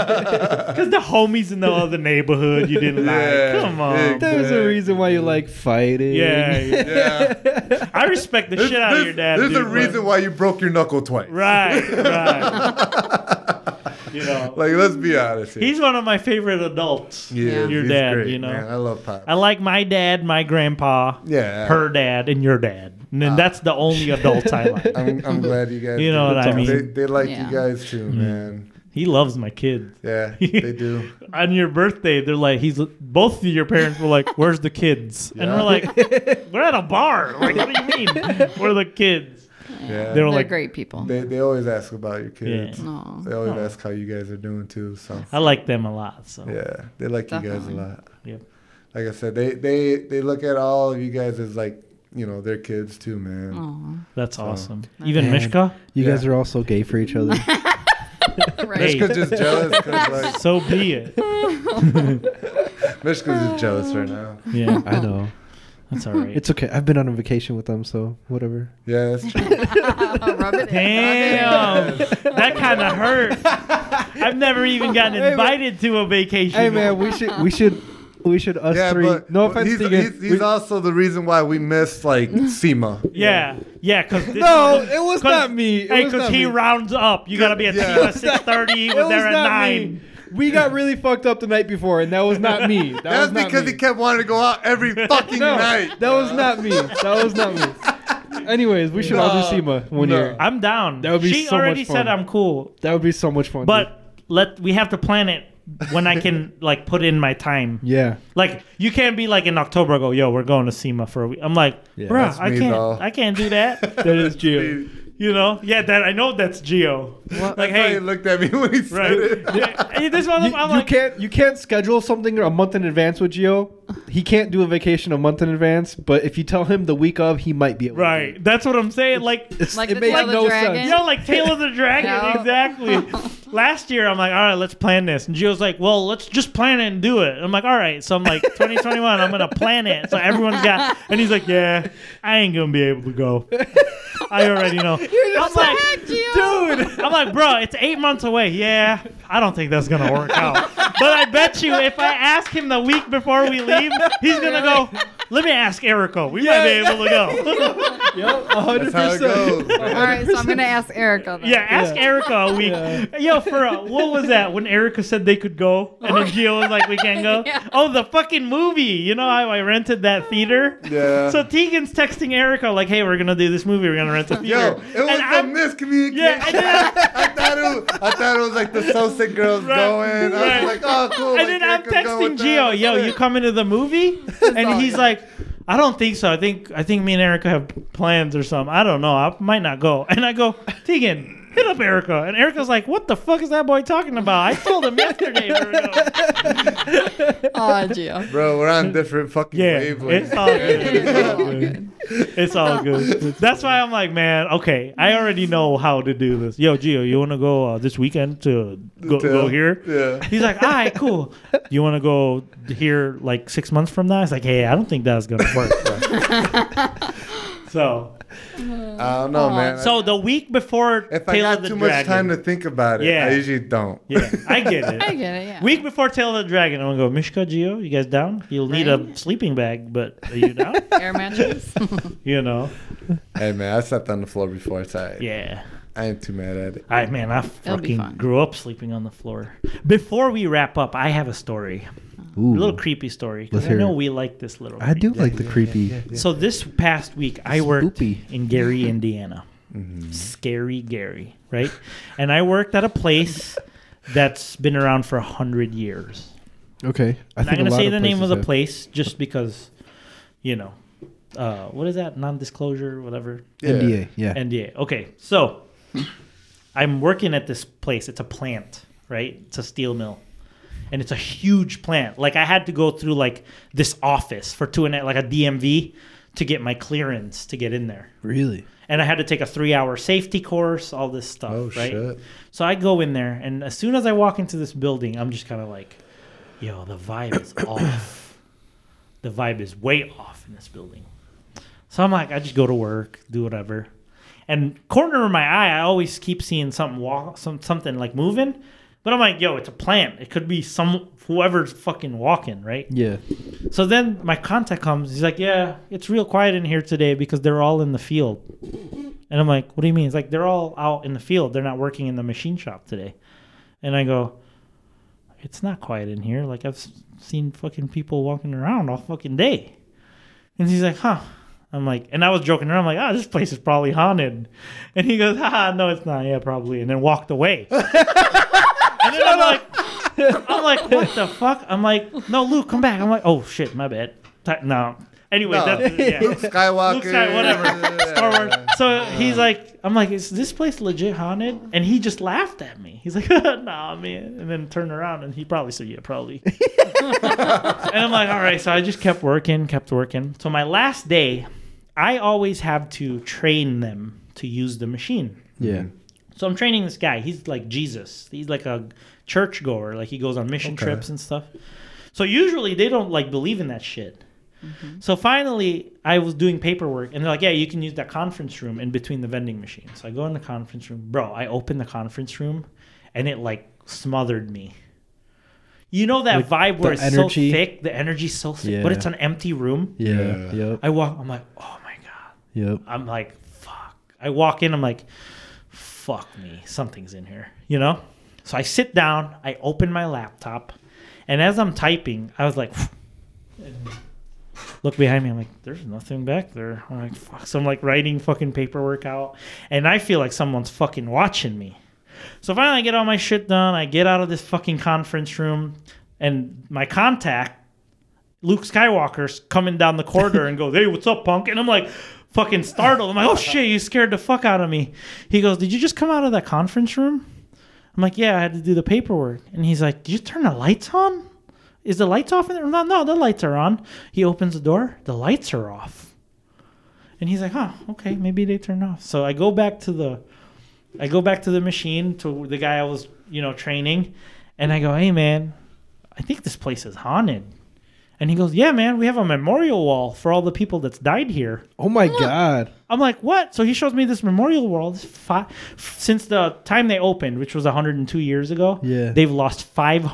Speaker 3: Because the homies in the other neighborhood you didn't
Speaker 1: Yeah,
Speaker 3: like. Come on.
Speaker 1: big-
Speaker 4: There's a reason why you like fighting.
Speaker 3: Yeah, yeah.
Speaker 1: Yeah.
Speaker 3: I respect the
Speaker 1: There's,
Speaker 3: shit out of your
Speaker 1: there's-
Speaker 3: dad.
Speaker 1: there's
Speaker 3: dude,
Speaker 1: a
Speaker 3: but-
Speaker 1: reason why you broke your knuckle twice.
Speaker 3: Right, right. you know.
Speaker 1: Like, let's be honest. Here.
Speaker 3: He's one of my favorite adults.
Speaker 1: yeah,
Speaker 3: your
Speaker 1: he's
Speaker 3: dad,
Speaker 1: great,
Speaker 3: you know.
Speaker 1: man. I love Pop.
Speaker 3: I like my dad, my grandpa,
Speaker 1: yeah.
Speaker 3: her dad, and your dad. And
Speaker 4: Uh,
Speaker 3: then that's the only adults I like.
Speaker 1: I'm, I'm glad you guys.
Speaker 3: You know
Speaker 1: do.
Speaker 3: what I mean. Mm-hmm.
Speaker 1: They, they like
Speaker 5: Yeah.
Speaker 1: you guys too, man.
Speaker 3: He loves my kids.
Speaker 1: Yeah, they do.
Speaker 3: On your birthday, they're like, he's both of your parents were like, "Where's the kids?" And
Speaker 1: Yeah.
Speaker 3: we're like, "We're at a bar." Like, what do you mean? We're the kids.
Speaker 1: Yeah.
Speaker 3: They
Speaker 5: They're
Speaker 3: were like,
Speaker 5: great people.
Speaker 1: They, they always ask about your kids.
Speaker 3: Yeah. Oh.
Speaker 5: Aw.
Speaker 1: They always ask how you guys are doing too. So
Speaker 3: I like them a lot. So
Speaker 1: yeah, they like you guys a
Speaker 5: Definitely.
Speaker 1: lot.
Speaker 3: Yep.
Speaker 1: like I said, they they they look at all of you guys as like you know their kids too, man.
Speaker 5: Aw.
Speaker 3: That's awesome. Even
Speaker 4: Man.
Speaker 3: Mishka?
Speaker 4: You
Speaker 1: Yeah.
Speaker 4: guys are all so gay for each other.
Speaker 5: right.
Speaker 3: Hey,
Speaker 1: Mishka's just jealous. 'cause, like,
Speaker 3: so be it.
Speaker 1: Mishka's just jealous right now.
Speaker 3: Yeah,
Speaker 4: I know.
Speaker 3: that's all right.
Speaker 4: It's okay. I've been on a vacation with them, so whatever.
Speaker 1: Yeah, that's true.
Speaker 5: Rub it in, rub it in.
Speaker 3: Damn, that kind of hurt. I've never even gotten
Speaker 4: man.
Speaker 3: invited to a vacation.
Speaker 4: Hey man, we should we should we should us
Speaker 1: yeah,
Speaker 4: three.
Speaker 1: but
Speaker 4: no
Speaker 1: but
Speaker 4: offense
Speaker 1: he's,
Speaker 4: to you.
Speaker 1: he's, he's
Speaker 4: we-
Speaker 1: also the reason why we missed like SEMA.
Speaker 3: yeah, yeah, because
Speaker 4: no, it was not me. It was
Speaker 3: because
Speaker 4: not
Speaker 3: he
Speaker 4: me.
Speaker 3: rounds up. You gotta be at
Speaker 1: Yeah.
Speaker 3: yeah. six thirty.
Speaker 4: It was
Speaker 3: Was there at
Speaker 4: not me.
Speaker 3: nine?
Speaker 4: We got really fucked up the night before, and that was not me. That
Speaker 1: That's
Speaker 4: was not
Speaker 1: because
Speaker 4: me.
Speaker 1: he kept wanting to go out every fucking
Speaker 4: no,
Speaker 1: night.
Speaker 4: That was not me. That was not me. Anyways, we should all do
Speaker 1: No,
Speaker 4: SEMA one
Speaker 1: no.
Speaker 4: year.
Speaker 3: I'm down.
Speaker 4: That would be
Speaker 3: she
Speaker 4: so much
Speaker 3: already said
Speaker 4: fun.
Speaker 3: I'm cool,
Speaker 4: That would be so much fun. dude.
Speaker 3: but let we have to plan it when I can like put in my time.
Speaker 4: yeah,
Speaker 3: Like you can't be like in October I go, yo, we're going to SEMA for a week. I'm like,
Speaker 4: Yeah,
Speaker 3: bruh,
Speaker 1: that's
Speaker 3: I
Speaker 1: me,
Speaker 3: can't,
Speaker 1: though."
Speaker 3: I can't do that.
Speaker 4: that is Gio.
Speaker 3: you know? Yeah, that I know that's Geo. Like,
Speaker 1: That's why
Speaker 3: hey,
Speaker 1: he looked at me when he said
Speaker 3: right?
Speaker 1: it.
Speaker 3: Yeah, hey, this one,
Speaker 4: You,
Speaker 3: I'm I'm
Speaker 4: you
Speaker 3: like,
Speaker 4: can't you can't schedule something a month in advance with Gio. He can't do a vacation a month in advance. But if you tell him the week of, he might be able. to do it.
Speaker 3: right? That's what I'm saying. Like,
Speaker 4: It's,
Speaker 5: Like
Speaker 4: it
Speaker 5: the
Speaker 4: makes
Speaker 5: Tail of the
Speaker 4: no
Speaker 5: Dragon?
Speaker 4: sense.
Speaker 3: yo, like Tale of the Dragon,
Speaker 5: Yeah.
Speaker 3: exactly. Last year, I'm like, all right, let's plan this, and Gio's like, well, let's just plan it and do it. I'm like, all right, so I'm like, 2021, I'm gonna plan it, so everyone's got, and he's like, yeah, I ain't gonna be able to go. I already know. I'm like,
Speaker 4: Dude,
Speaker 3: I'm like, bro, it's eight months away. Yeah, I don't think that's gonna work out. But I bet you, if I ask him the week before we leave, he's gonna go. Let me ask Erico. We might be able to go.
Speaker 4: yep, hundred
Speaker 1: That's how it goes.
Speaker 4: percent.
Speaker 5: All
Speaker 1: man.
Speaker 5: right, so I'm gonna ask Erica. Then.
Speaker 3: yeah, ask Erica a week. Yo, for uh, what was that when Erica said they could go and then Gio was like, we can't go.
Speaker 5: Yeah.
Speaker 3: Oh, the fucking movie. You know how I rented that theater.
Speaker 1: Yeah.
Speaker 3: So Tegan's texting Erica like, "Hey, we're gonna do this movie. We're gonna rent a
Speaker 1: Yo,
Speaker 3: theater."
Speaker 1: it was a
Speaker 3: I'm-
Speaker 1: miscommunication.
Speaker 3: yeah, and then I'm-
Speaker 1: I thought it, was, I thought it was like the so sick girls
Speaker 3: Right,
Speaker 1: going. I
Speaker 3: right.
Speaker 1: was like, oh, cool. like,
Speaker 3: and then
Speaker 1: yeah,
Speaker 3: I'm
Speaker 1: could go with
Speaker 3: texting
Speaker 1: that.
Speaker 3: Gio, yo, you coming to the movie?
Speaker 5: all
Speaker 3: And he's
Speaker 5: good.
Speaker 3: like, I don't think so. I think I think me and Erica have plans or something. I don't know. I might not go. And I go, Tegan, hit up Erica. And Erica's like, What the fuck is that boy talking about? I told him yesterday. we were going."
Speaker 5: Oh, Gio.
Speaker 1: Bro, we're on different fucking
Speaker 3: Yeah,
Speaker 1: wavelengths.
Speaker 3: it's all good.
Speaker 5: Oh, good.
Speaker 3: It's all good. That's why I'm like, man, okay, I already know how to do this. Yo, Gio, you want to go uh, this weekend to go,
Speaker 1: To-
Speaker 3: go here?
Speaker 1: Yeah.
Speaker 3: He's like, all right, cool. You want to go here like six months from now? It's like, hey, I don't think that's gonna work. so,
Speaker 1: I don't know, man.
Speaker 3: so the week before
Speaker 1: if I
Speaker 3: Tale
Speaker 1: got
Speaker 3: of the
Speaker 1: too much
Speaker 3: Dragon,
Speaker 1: time to think about it,
Speaker 3: Yeah.
Speaker 1: I usually don't.
Speaker 3: yeah, I get it.
Speaker 5: I get it. Yeah.
Speaker 3: Week before Tale of the Dragon, I'm gonna go Mishka Geo. You guys down? You'll need a
Speaker 5: Right.
Speaker 3: sleeping bag, but are you down?
Speaker 5: air mattress.
Speaker 3: you know?
Speaker 1: Hey, man, I slept on the floor before. It's all right.
Speaker 3: Yeah.
Speaker 1: I ain't too mad at it.
Speaker 3: I man, I
Speaker 5: be
Speaker 3: fucking
Speaker 5: fun.
Speaker 3: grew up sleeping on the floor. Before we wrap up, I have a story, a little creepy story
Speaker 4: Let's
Speaker 3: because I
Speaker 4: hear
Speaker 3: know
Speaker 4: it.
Speaker 3: we like this little.
Speaker 4: I
Speaker 3: creep.
Speaker 4: do like the creepy.
Speaker 3: So this past week, I worked
Speaker 4: Spoopy.
Speaker 3: in Gary, Indiana.
Speaker 1: Mm-hmm.
Speaker 3: Scary Gary, right? And I worked at a place that's been around for a hundred years.
Speaker 4: Okay, I
Speaker 3: I'm not
Speaker 4: a
Speaker 3: gonna
Speaker 4: lot
Speaker 3: say the name
Speaker 4: places
Speaker 3: of the
Speaker 4: have-
Speaker 3: place just because, you know, uh, what is that non-disclosure, whatever.
Speaker 1: Yeah.
Speaker 4: NDA. Yeah.
Speaker 3: NDA. Okay, so I'm working at this place. It's a plant, right? It's a steel mill, and it's a huge plant. Like I had to go through like this office for two and a, like a DMV to get my clearance to get in there,
Speaker 4: really?
Speaker 3: and I had to take a three-hour safety course, all this stuff.
Speaker 1: Oh,
Speaker 3: right?
Speaker 1: shit.
Speaker 3: So I go in there, and as soon as I walk into this building, I'm just kind of like, yo, the vibe is off. The vibe is way off in this building. So I'm like, I just go to work, do whatever. And corner of my eye, I always keep seeing something walk, some something like moving. But I'm like, yo, it's a plant. It could be some whoever's fucking walking, right?
Speaker 4: Yeah.
Speaker 3: So then my contact comes. He's like, "Yeah, it's real quiet in here today because they're all in the field." And I'm like, "What do you mean?" He's like, "They're all out in the field. They're not working in the machine shop today." And I go, "It's not quiet in here. Like I've s- seen fucking people walking around all fucking day." And he's like, "Huh." I'm like, and I was joking around, like, oh, this place is probably haunted. And he goes, ah, no, it's not. Yeah, probably. And then walked away. and then I'm like, I'm like, what the fuck? I'm like, no, Luke, come back. I'm like, oh shit, my bad. Ti- No, Anyway,
Speaker 1: No.
Speaker 3: that's yeah.
Speaker 1: Luke Skywalker.
Speaker 3: Luke Skywalker, whatever. Star Wars. So he's like, I'm like, is this place legit haunted? And he just laughed at me. He's like, nah, man. And then turned around and he probably said, yeah, probably. and I'm like, all right. So I just kept working, kept working. So my last day, I always have to train them to use the machine.
Speaker 4: Yeah.
Speaker 3: So I'm training this guy. He's like Jesus. He's like a churchgoer. Like he goes on mission
Speaker 1: Okay.
Speaker 3: trips and stuff. So usually they don't like believe in that shit. So finally, I was doing paperwork, and they're like, "Yeah, you can use that conference room in between the vending machine." So I go in the conference room, bro. I open the conference room, and it like smothered me. You know that vibe where
Speaker 4: the
Speaker 3: it's
Speaker 4: energy?
Speaker 3: so thick, the energy's so thick, but
Speaker 4: Yeah.
Speaker 3: it's an empty room.
Speaker 4: Yeah.
Speaker 1: Yeah.
Speaker 4: Yep.
Speaker 3: I walk. I'm like, oh my god.
Speaker 4: Yep.
Speaker 3: I'm like, fuck. I walk in, I'm like, fuck me, something's in here, you know? So I sit down, I open my laptop, and as I'm typing, I was like, and look behind me, I'm like, there's nothing back there. I'm like, fuck. So I'm like writing fucking paperwork out, and I feel like someone's fucking watching me. So finally, I get all my shit done. I get out of this fucking conference room, and my contact, Luke Skywalker's coming down the corridor and goes, "Hey, what's up, punk?" And I'm like, fucking startled. I'm like, "Oh shit, you scared the fuck out of me." He goes, "Did you just come out of that conference room?" I'm like, "Yeah, I had to do the paperwork." And he's like, "Did you turn the lights on? Is the lights off in there?" I'm like, no, the lights are on. He opens the door, the lights are off. And he's like, "Huh, okay, maybe they turned off." So I go back to the I go back to the machine to the guy I was, you know, training, and I go, "Hey, man, I think this place is haunted." And he goes, "Yeah, man, we have a memorial wall for all the people that's died here."
Speaker 4: Oh my god.
Speaker 3: I'm like, "What?" So he shows me this memorial wall. This fi- since the time they opened, which was 102 years ago,
Speaker 4: Yeah.
Speaker 3: they've lost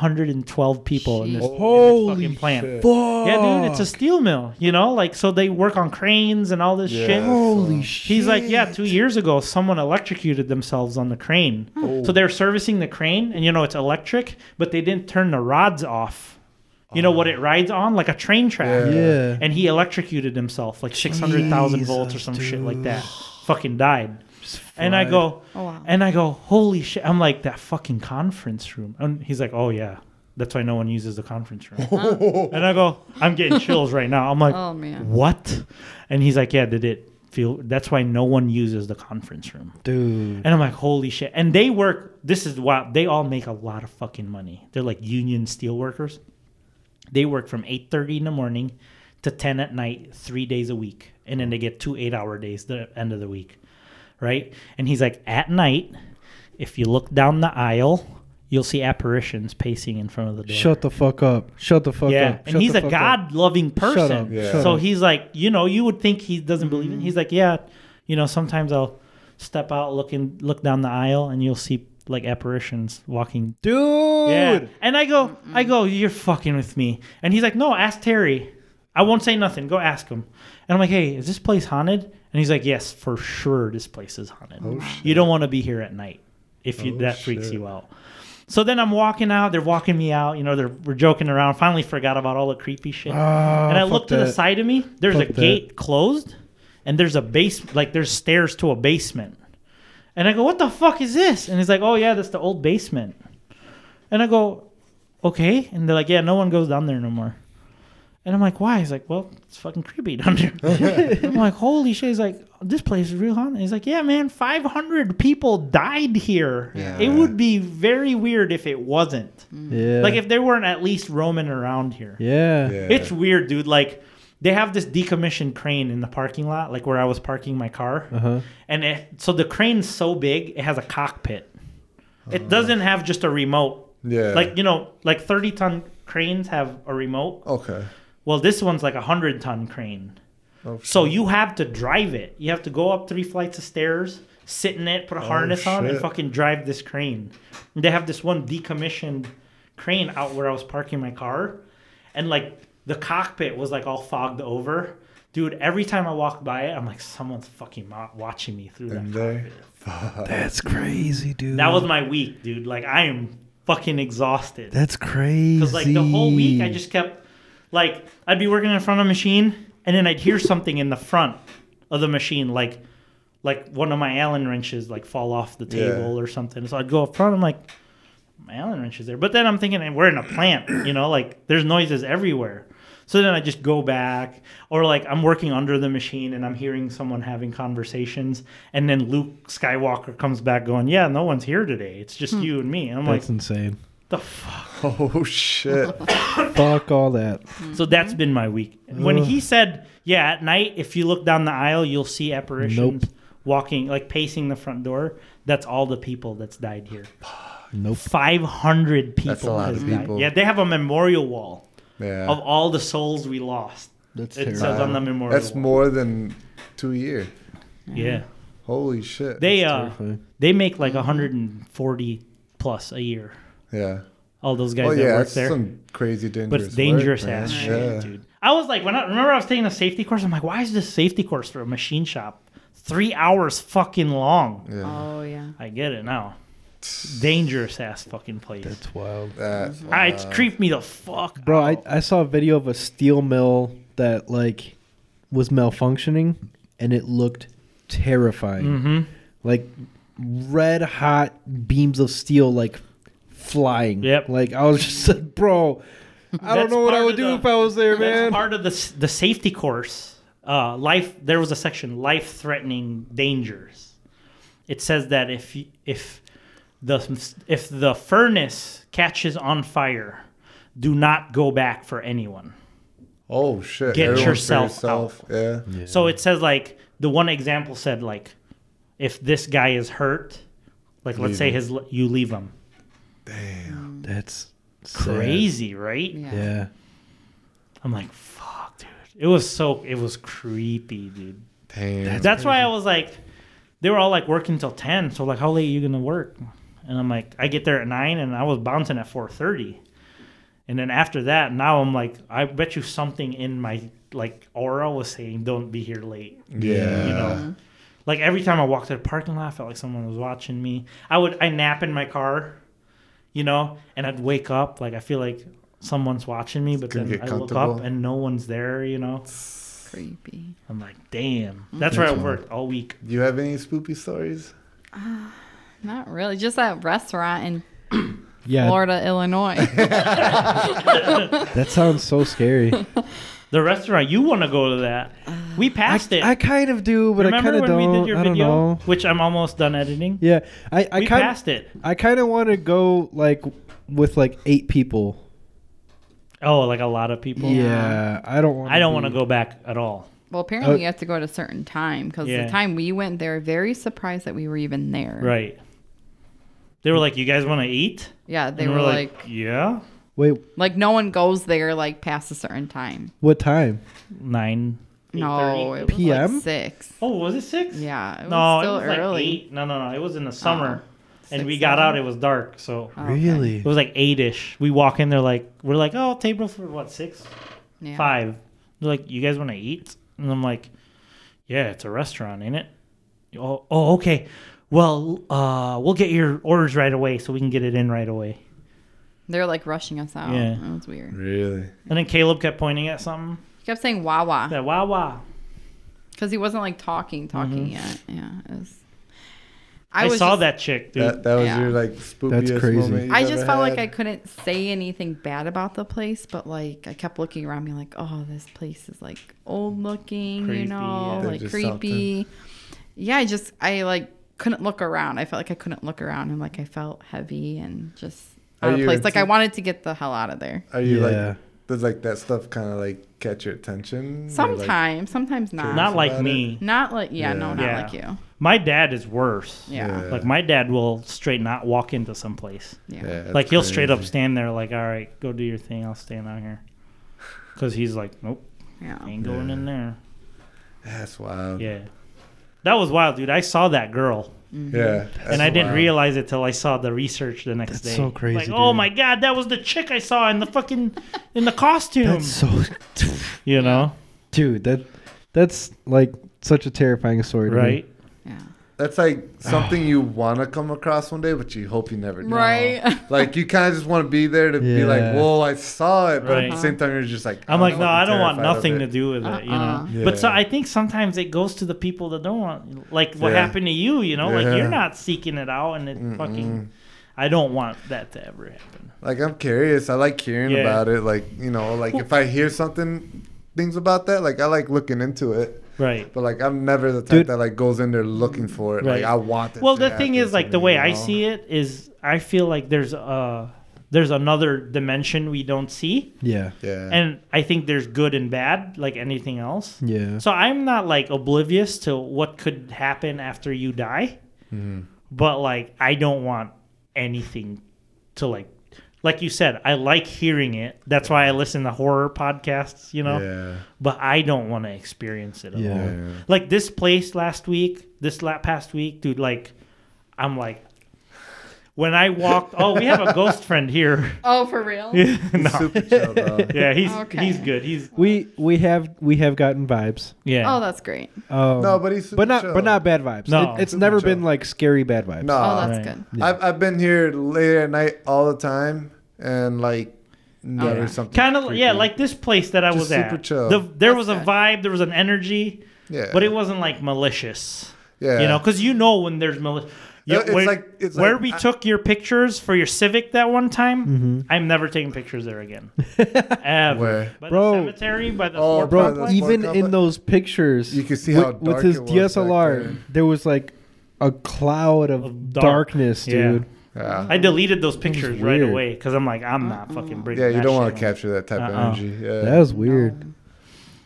Speaker 3: 512 people in this, in this
Speaker 4: Holy
Speaker 3: fucking plant.
Speaker 1: shit.
Speaker 4: fuck.
Speaker 3: Yeah, dude, it's a steel mill. You know, like so they work on cranes and all this shit.
Speaker 4: Holy shit.
Speaker 3: He's like, yeah, two years ago, someone electrocuted themselves on the crane. So they're servicing the crane, and you know, it's electric, but they didn't turn the rods off. You know what it rides on? Like a train track.
Speaker 1: Yeah.
Speaker 4: Yeah.
Speaker 3: And he electrocuted himself, like 600,000 volts or
Speaker 4: Jesus,
Speaker 3: some shit like
Speaker 4: dude.
Speaker 3: that. Fucking died. And I
Speaker 4: fried.
Speaker 3: go,
Speaker 5: Oh, wow.
Speaker 3: and I go, holy shit. I'm like, that fucking conference room. And he's like, oh, yeah. That's why no one uses the conference room. and I go, I'm getting chills right now. I'm like,
Speaker 5: Oh, man.
Speaker 3: what? And he's like, yeah, did it feel? That's why no one uses the conference room.
Speaker 4: dude.
Speaker 3: And I'm like, holy shit. And they work, this is why they all make a lot of fucking money. They're like union steel workers. They work from 8.30 in the morning to 10 at night, three days a week. And then they get two eight hour days the end of the week. Right? And he's like, at night, if you look down the aisle, you'll see apparitions pacing in front of the door.
Speaker 4: Shut the fuck up. Shut the fuck
Speaker 3: yeah,
Speaker 4: up.
Speaker 3: and
Speaker 4: Shut
Speaker 3: he's
Speaker 4: the
Speaker 3: a
Speaker 4: fuck up.
Speaker 3: God-loving person.
Speaker 4: up.
Speaker 1: Yeah.
Speaker 4: Shut
Speaker 3: So
Speaker 4: up.
Speaker 3: he's like, you know, you would think he doesn't believe
Speaker 4: Mm-hmm.
Speaker 3: it. He's like, yeah, you know, sometimes I'll step out, look in, look down the aisle, and you'll see like apparitions walking.
Speaker 4: Dude.
Speaker 3: Yeah, and I go, I go, you're fucking with me. And he's like, no, ask Terry. I won't say nothing. Go ask him. And I'm like, hey, is this place haunted? And he's like, yes, for sure, this place is haunted.
Speaker 4: Oh,
Speaker 3: you don't want to be here at night if you,
Speaker 1: Oh,
Speaker 3: that freaks
Speaker 1: shit.
Speaker 3: you out. So then I'm walking out. They're walking me out. You know, they're we're joking around. Finally, forgot about all the creepy shit. and I
Speaker 4: Ah, fuck
Speaker 3: look to the
Speaker 4: that.
Speaker 3: side of me. There's
Speaker 4: Fuck
Speaker 3: a
Speaker 4: that.
Speaker 3: gate closed, and there's a base like there's stairs to a basement. And I go, "What the fuck is this?" And he's like, "Oh yeah, that's the old basement." And I go, "Okay." And they're like, "Yeah, no one goes down there no more." And I'm like, "Why?" He's like, "Well, it's fucking creepy down there." I'm like, "Holy shit!" He's like, "This place is real haunted." He's like, "Yeah, man, 500 people died here. It would be very weird if it wasn't.
Speaker 4: Yeah.
Speaker 3: Like if they weren't at least roaming around here."
Speaker 4: Yeah.
Speaker 1: Yeah.
Speaker 3: It's weird, dude. Like they have this decommissioned crane in the parking lot, like where I was parking my car,
Speaker 4: Uh-huh.
Speaker 3: and it, so the crane's so big it has a cockpit. It doesn't have just a remote.
Speaker 1: Oh. Yeah.
Speaker 3: Like you know, like thirty ton cranes have a remote.
Speaker 1: Okay.
Speaker 3: Well, this one's like a hundred ton crane.
Speaker 1: Oh,
Speaker 3: So you have to drive it. You have to go up three flights of stairs, sit in it, put a harness on, and
Speaker 1: Oh, shit.
Speaker 3: fucking drive this crane. And they have this one decommissioned crane out where I was parking my car, and like the cockpit was like all fogged over. Dude, every time I walked by it, I'm like, someone's fucking mo- watching me through that.
Speaker 1: And uh, they,
Speaker 4: That's crazy, dude.
Speaker 3: That was my week, dude. Like I am fucking exhausted.
Speaker 4: That's crazy.
Speaker 3: Because like the whole week, I just kept like I'd be working in front of a machine, and then I'd hear something in the front of the machine, like like one of my Allen wrenches like fall off the
Speaker 1: Yeah.
Speaker 3: table or something. So I'd go up front. I'm like, my Allen wrench is there. But then I'm thinking, and we're in a plant, you know, like there's noises everywhere. So then I just go back, or like I'm working under the machine and I'm hearing someone having conversations, and then Luke Skywalker comes back going, "Yeah, no one's here today. It's just you and me." And I'm
Speaker 4: That's
Speaker 3: like,
Speaker 4: insane.
Speaker 3: "The fuck."
Speaker 1: Oh shit!
Speaker 4: Fuck all that.
Speaker 3: So that's been my week. When he said, "Yeah, at night, if you look down the aisle, you'll see apparitions walking, like pacing the front door." That's all the people that's died here.
Speaker 4: Nope.
Speaker 3: Five hundred people.
Speaker 1: That's a lot
Speaker 3: has
Speaker 1: of
Speaker 3: died.
Speaker 1: people.
Speaker 3: Yeah, they have a memorial wall
Speaker 1: Yeah,
Speaker 3: of all the souls we lost.
Speaker 4: That's
Speaker 3: It
Speaker 4: terrible.
Speaker 3: says on the memorial.
Speaker 1: that's
Speaker 3: wall.
Speaker 1: more than two a year.
Speaker 3: Yeah,
Speaker 1: Holy shit!
Speaker 3: they uh,
Speaker 4: terrifying.
Speaker 3: they make like hundred and forty plus a year.
Speaker 1: yeah.
Speaker 3: All those guys
Speaker 1: Oh
Speaker 3: that
Speaker 1: yeah,
Speaker 3: work
Speaker 1: that's
Speaker 3: there.
Speaker 1: some crazy dangerous.
Speaker 3: but it's dangerous
Speaker 1: work, man.
Speaker 3: ass shit,
Speaker 1: Yeah.
Speaker 3: dude. I was like, when I remember I was taking a safety course, I'm like, why is this safety course for a machine shop three hours fucking long?
Speaker 1: Yeah.
Speaker 5: Oh yeah.
Speaker 3: I get it now. Dangerous ass fucking place.
Speaker 4: That's wild.
Speaker 1: That's
Speaker 3: Ah, it's creeped me the fuck,
Speaker 4: Bro, I,
Speaker 3: out.
Speaker 4: I saw a video of a steel mill that like was malfunctioning and it looked terrifying.
Speaker 3: Mm-hmm.
Speaker 4: Like red hot beams of steel like flying.
Speaker 3: Yep.
Speaker 4: Like I was just like, bro, I don't
Speaker 3: That's
Speaker 4: know what I
Speaker 3: part
Speaker 4: would
Speaker 3: of
Speaker 4: do
Speaker 3: the-
Speaker 4: if I was there,
Speaker 3: That's
Speaker 4: man.
Speaker 3: part of the s- the safety course. Uh, life. There was a section life threatening dangers. It says that if y- if the if the furnace catches on fire, do not go back for anyone.
Speaker 1: Oh shit!
Speaker 3: Get
Speaker 1: Everyone for
Speaker 3: yourself
Speaker 1: Yeah.
Speaker 3: So it says like the one example said like if this guy is hurt, like let's say his you leave him.
Speaker 4: That's sad.
Speaker 3: Crazy, right?
Speaker 5: Yeah.
Speaker 4: Yeah.
Speaker 3: I'm like, fuck, dude. It was so it was creepy, dude.
Speaker 1: Damn.
Speaker 3: That's why I was like, they were all like working till ten. So like, how late are you gonna work? And I'm like, I get there at nine, and I was bouncing at four thirty. And then after that, now I'm like, I bet you something in my like aura was saying, don't be here late.
Speaker 1: yeah.
Speaker 3: You know, like every time I walked to the parking lot, I felt like someone was watching me. I would I nap in my car, you know, and I'd wake up like I feel like someone's watching me, but
Speaker 1: Couldn't
Speaker 3: then
Speaker 1: get
Speaker 3: I look up
Speaker 1: comfortable.
Speaker 3: and no one's there. You know,
Speaker 5: Creepy.
Speaker 3: I'm like, damn.
Speaker 4: Mm-hmm.
Speaker 3: That's where I worked all week.
Speaker 1: Do you have any spoopy stories?
Speaker 5: Not really. Just that restaurant in
Speaker 4: Yeah.
Speaker 5: Florida, Illinois.
Speaker 4: That sounds so scary.
Speaker 3: The restaurant you want to go to that?
Speaker 5: Uh,
Speaker 3: We passed it.
Speaker 4: I kind of do, but
Speaker 3: Remember
Speaker 4: I kind of
Speaker 3: when
Speaker 4: don't.
Speaker 3: we did your
Speaker 4: I don't
Speaker 3: video,
Speaker 4: know.
Speaker 3: which I'm almost done editing.
Speaker 4: Yeah. I I
Speaker 3: we
Speaker 4: kind of
Speaker 3: passed it.
Speaker 4: I kind of want to go like with like eight people.
Speaker 3: Oh, like a lot of people.
Speaker 4: Yeah, I don't want.
Speaker 3: I don't want to go back at all.
Speaker 5: well, apparently
Speaker 4: Oh.
Speaker 5: you have to go at a certain time because
Speaker 3: Yeah.
Speaker 5: the time we went there, very surprised that we were even there.
Speaker 3: Right. They were like, "You guys want to eat?"
Speaker 5: Yeah, they
Speaker 3: And
Speaker 5: were like,
Speaker 3: "Yeah,
Speaker 4: Wait,
Speaker 5: like no one goes there like past a certain time.
Speaker 4: what time?
Speaker 3: nine.
Speaker 5: No, it was
Speaker 4: PM?
Speaker 5: like six.
Speaker 3: Oh, was it six?
Speaker 5: Yeah, it was
Speaker 3: no,
Speaker 5: still
Speaker 3: it was
Speaker 5: early. Oh,
Speaker 3: like eight. No, no, no. It was in the summer, and
Speaker 5: Six,
Speaker 3: we got out. It
Speaker 5: seven?
Speaker 3: was dark, so
Speaker 5: Oh, okay.
Speaker 4: Really?
Speaker 3: it was like eight-ish. We walk in, they're like, "We're like, oh, table for what six,
Speaker 5: Yeah.
Speaker 3: five. They're like, "You guys want to eat?" And I'm like, "Yeah, it's a restaurant, ain't it?" Oh, oh, okay. Well, uh, we'll get your orders right away, so we can get it in right away.
Speaker 5: They're like rushing us out.
Speaker 3: Yeah.
Speaker 5: Yeah. That was weird.
Speaker 1: Really?
Speaker 3: And then Caleb kept pointing at something.
Speaker 5: He kept saying Wawa
Speaker 3: That wow, wow.
Speaker 5: because he wasn't like talking, talking yet. Yeah. It was,
Speaker 3: I,
Speaker 5: was
Speaker 3: saw
Speaker 5: just-
Speaker 3: that chick, dude.
Speaker 1: Mm-hmm. That that was
Speaker 5: Yeah.
Speaker 1: your like spoopiest
Speaker 4: crazy.
Speaker 1: moment. you
Speaker 5: I just
Speaker 1: ever
Speaker 5: felt
Speaker 1: had?
Speaker 5: like I couldn't say anything bad about the place, but like I kept looking around me like, oh, this place is like old looking,
Speaker 3: Creepy,
Speaker 5: you know,
Speaker 3: yeah.
Speaker 1: There's
Speaker 5: like
Speaker 1: just
Speaker 5: creepy. Yeah, I just I like couldn't look around. I felt like I couldn't look around and like I felt heavy and just
Speaker 1: Are
Speaker 5: out of
Speaker 1: you
Speaker 5: place. Like
Speaker 1: into-
Speaker 5: I wanted to get the hell out of there.
Speaker 1: Are you
Speaker 4: Yeah.
Speaker 1: like? Does like that stuff kind of like catch your attention? You're, like-
Speaker 5: Sometimes, sometimes not.
Speaker 3: not
Speaker 1: was
Speaker 3: like
Speaker 1: about it.
Speaker 3: me.
Speaker 5: Not like yeah, no,
Speaker 1: Yeah.
Speaker 5: not
Speaker 3: Yeah.
Speaker 5: like you.
Speaker 3: My dad is worse.
Speaker 5: Yeah.
Speaker 1: Yeah.
Speaker 3: Like my dad will straight not walk into some place.
Speaker 5: Yeah.
Speaker 1: Yeah, that's
Speaker 3: like he'll
Speaker 1: crazy.
Speaker 3: straight up stand there, like, all right, go do your thing. I'll stand out here. Cause he's like, nope,
Speaker 5: Yeah.
Speaker 3: ain't going
Speaker 1: Yeah.
Speaker 3: in there.
Speaker 1: That's wild. Yeah.
Speaker 3: Yeah, that was wild, dude. I saw that girl,
Speaker 1: that's
Speaker 3: and I didn't
Speaker 1: wild.
Speaker 3: realize it till I saw the research the next
Speaker 4: That's
Speaker 3: day.
Speaker 4: so crazy,
Speaker 3: Like, oh
Speaker 4: dude.
Speaker 3: my god, that was the chick I saw in the fucking in the costume.
Speaker 4: That's so,
Speaker 3: you know,
Speaker 4: dude. That that's like such a terrifying story, to me.
Speaker 3: right?
Speaker 5: Yeah.
Speaker 1: That's like something you want to come across one day, but you hope you never do.
Speaker 5: Right.
Speaker 1: Like you kind of just want to be there to be like,
Speaker 4: Yeah.
Speaker 1: "Whoa, I saw it," but at
Speaker 3: Right.
Speaker 1: the same time, you're just like,
Speaker 3: I'm like, no, I
Speaker 1: fucking
Speaker 3: don't want
Speaker 1: terrified of
Speaker 3: nothing to
Speaker 1: it."
Speaker 3: do with it, you know.
Speaker 5: Uh-uh.
Speaker 3: But so
Speaker 1: Yeah.
Speaker 3: I think sometimes it goes to the people that don't want, like what
Speaker 1: Yeah.
Speaker 3: happened to you, you know, like
Speaker 1: Yeah.
Speaker 3: you're not seeking it out, and it fucking. I don't want that to ever happen.
Speaker 1: Like I'm curious. I like hearing
Speaker 3: Yeah.
Speaker 1: about it. Like you know, like if I hear something, things about that. Like I like looking into it.
Speaker 3: Right.
Speaker 1: But like I'm never the type
Speaker 4: Dude.
Speaker 1: that like goes in there looking for it.
Speaker 3: Right.
Speaker 1: Like I want it.
Speaker 3: Well,
Speaker 1: to
Speaker 3: the thing
Speaker 1: happen
Speaker 3: is,
Speaker 1: to
Speaker 3: like the
Speaker 1: me,
Speaker 3: way
Speaker 1: you
Speaker 3: I
Speaker 1: know?
Speaker 3: see it is, I feel like there's a there's another dimension we don't see,
Speaker 4: Yeah.
Speaker 1: Yeah.
Speaker 3: and I think there's good and bad, like anything else.
Speaker 4: Yeah.
Speaker 3: So I'm not like oblivious to what could happen after you die,
Speaker 4: Mm-hmm.
Speaker 3: but like I don't want anything to like, like you said, I like hearing it. That's why I listen to horror podcasts, you know.
Speaker 1: Yeah.
Speaker 3: But I don't want to experience it. At
Speaker 4: Yeah.
Speaker 3: all.
Speaker 1: Yeah.
Speaker 3: Like this place last week, this la- past week, dude. Like, I'm like, when I walked, oh, we have a ghost friend here.
Speaker 5: Oh, for real?
Speaker 3: no.
Speaker 1: Super chill, though.
Speaker 3: Yeah, he's
Speaker 5: Okay.
Speaker 3: he's good. He's
Speaker 4: We we have we have gotten vibes.
Speaker 3: yeah.
Speaker 5: Oh, that's great.
Speaker 4: Um,
Speaker 1: No, but he's super
Speaker 4: but not
Speaker 1: chill.
Speaker 4: but not bad vibes.
Speaker 3: No.
Speaker 4: It- it's
Speaker 1: Super
Speaker 4: never
Speaker 1: chill.
Speaker 4: been like scary bad vibes.
Speaker 1: No.
Speaker 5: Oh, that's
Speaker 3: Right.
Speaker 5: good.
Speaker 1: I've I've been here late at night all the time, and like never
Speaker 5: yeah.
Speaker 1: something.
Speaker 3: Kind of
Speaker 1: creepy.
Speaker 3: Oh, yeah, like this place that I
Speaker 1: Just
Speaker 3: was
Speaker 1: super
Speaker 3: at.
Speaker 1: chill.
Speaker 3: The, there was a
Speaker 5: That's good.
Speaker 3: vibe, there was an energy,
Speaker 1: yeah.
Speaker 3: but it wasn't like malicious.
Speaker 1: yeah.
Speaker 3: You know, because you know when there's malicious.
Speaker 1: No, it's like- it's
Speaker 3: where
Speaker 1: like-
Speaker 3: we
Speaker 1: I- Mm-hmm.
Speaker 3: took your pictures for your Civic that one time, I'm never taking pictures there again. Ever.
Speaker 1: Where?
Speaker 3: By
Speaker 4: Bro.
Speaker 3: the cemetery, by the
Speaker 1: Oh,
Speaker 3: sport
Speaker 1: bro,
Speaker 3: complex.
Speaker 4: Bro,
Speaker 1: Like-
Speaker 4: even
Speaker 1: Like-
Speaker 4: in those pictures,
Speaker 1: You could see
Speaker 4: with,
Speaker 1: how
Speaker 4: with
Speaker 1: dark
Speaker 4: his
Speaker 1: it was back
Speaker 4: DSLR,
Speaker 1: then.
Speaker 4: there was like a cloud of,
Speaker 3: Of dark.
Speaker 4: darkness,
Speaker 3: Yeah.
Speaker 4: dude.
Speaker 1: Yeah.
Speaker 3: I deleted those pictures right
Speaker 4: weird.
Speaker 3: away because I'm like, I'm not fucking bringing
Speaker 1: Oh. Yeah, you
Speaker 3: that
Speaker 1: don't want
Speaker 3: shit
Speaker 1: to
Speaker 3: on.
Speaker 1: capture that type
Speaker 3: Uh-uh.
Speaker 1: of energy. Yeah.
Speaker 4: That was weird.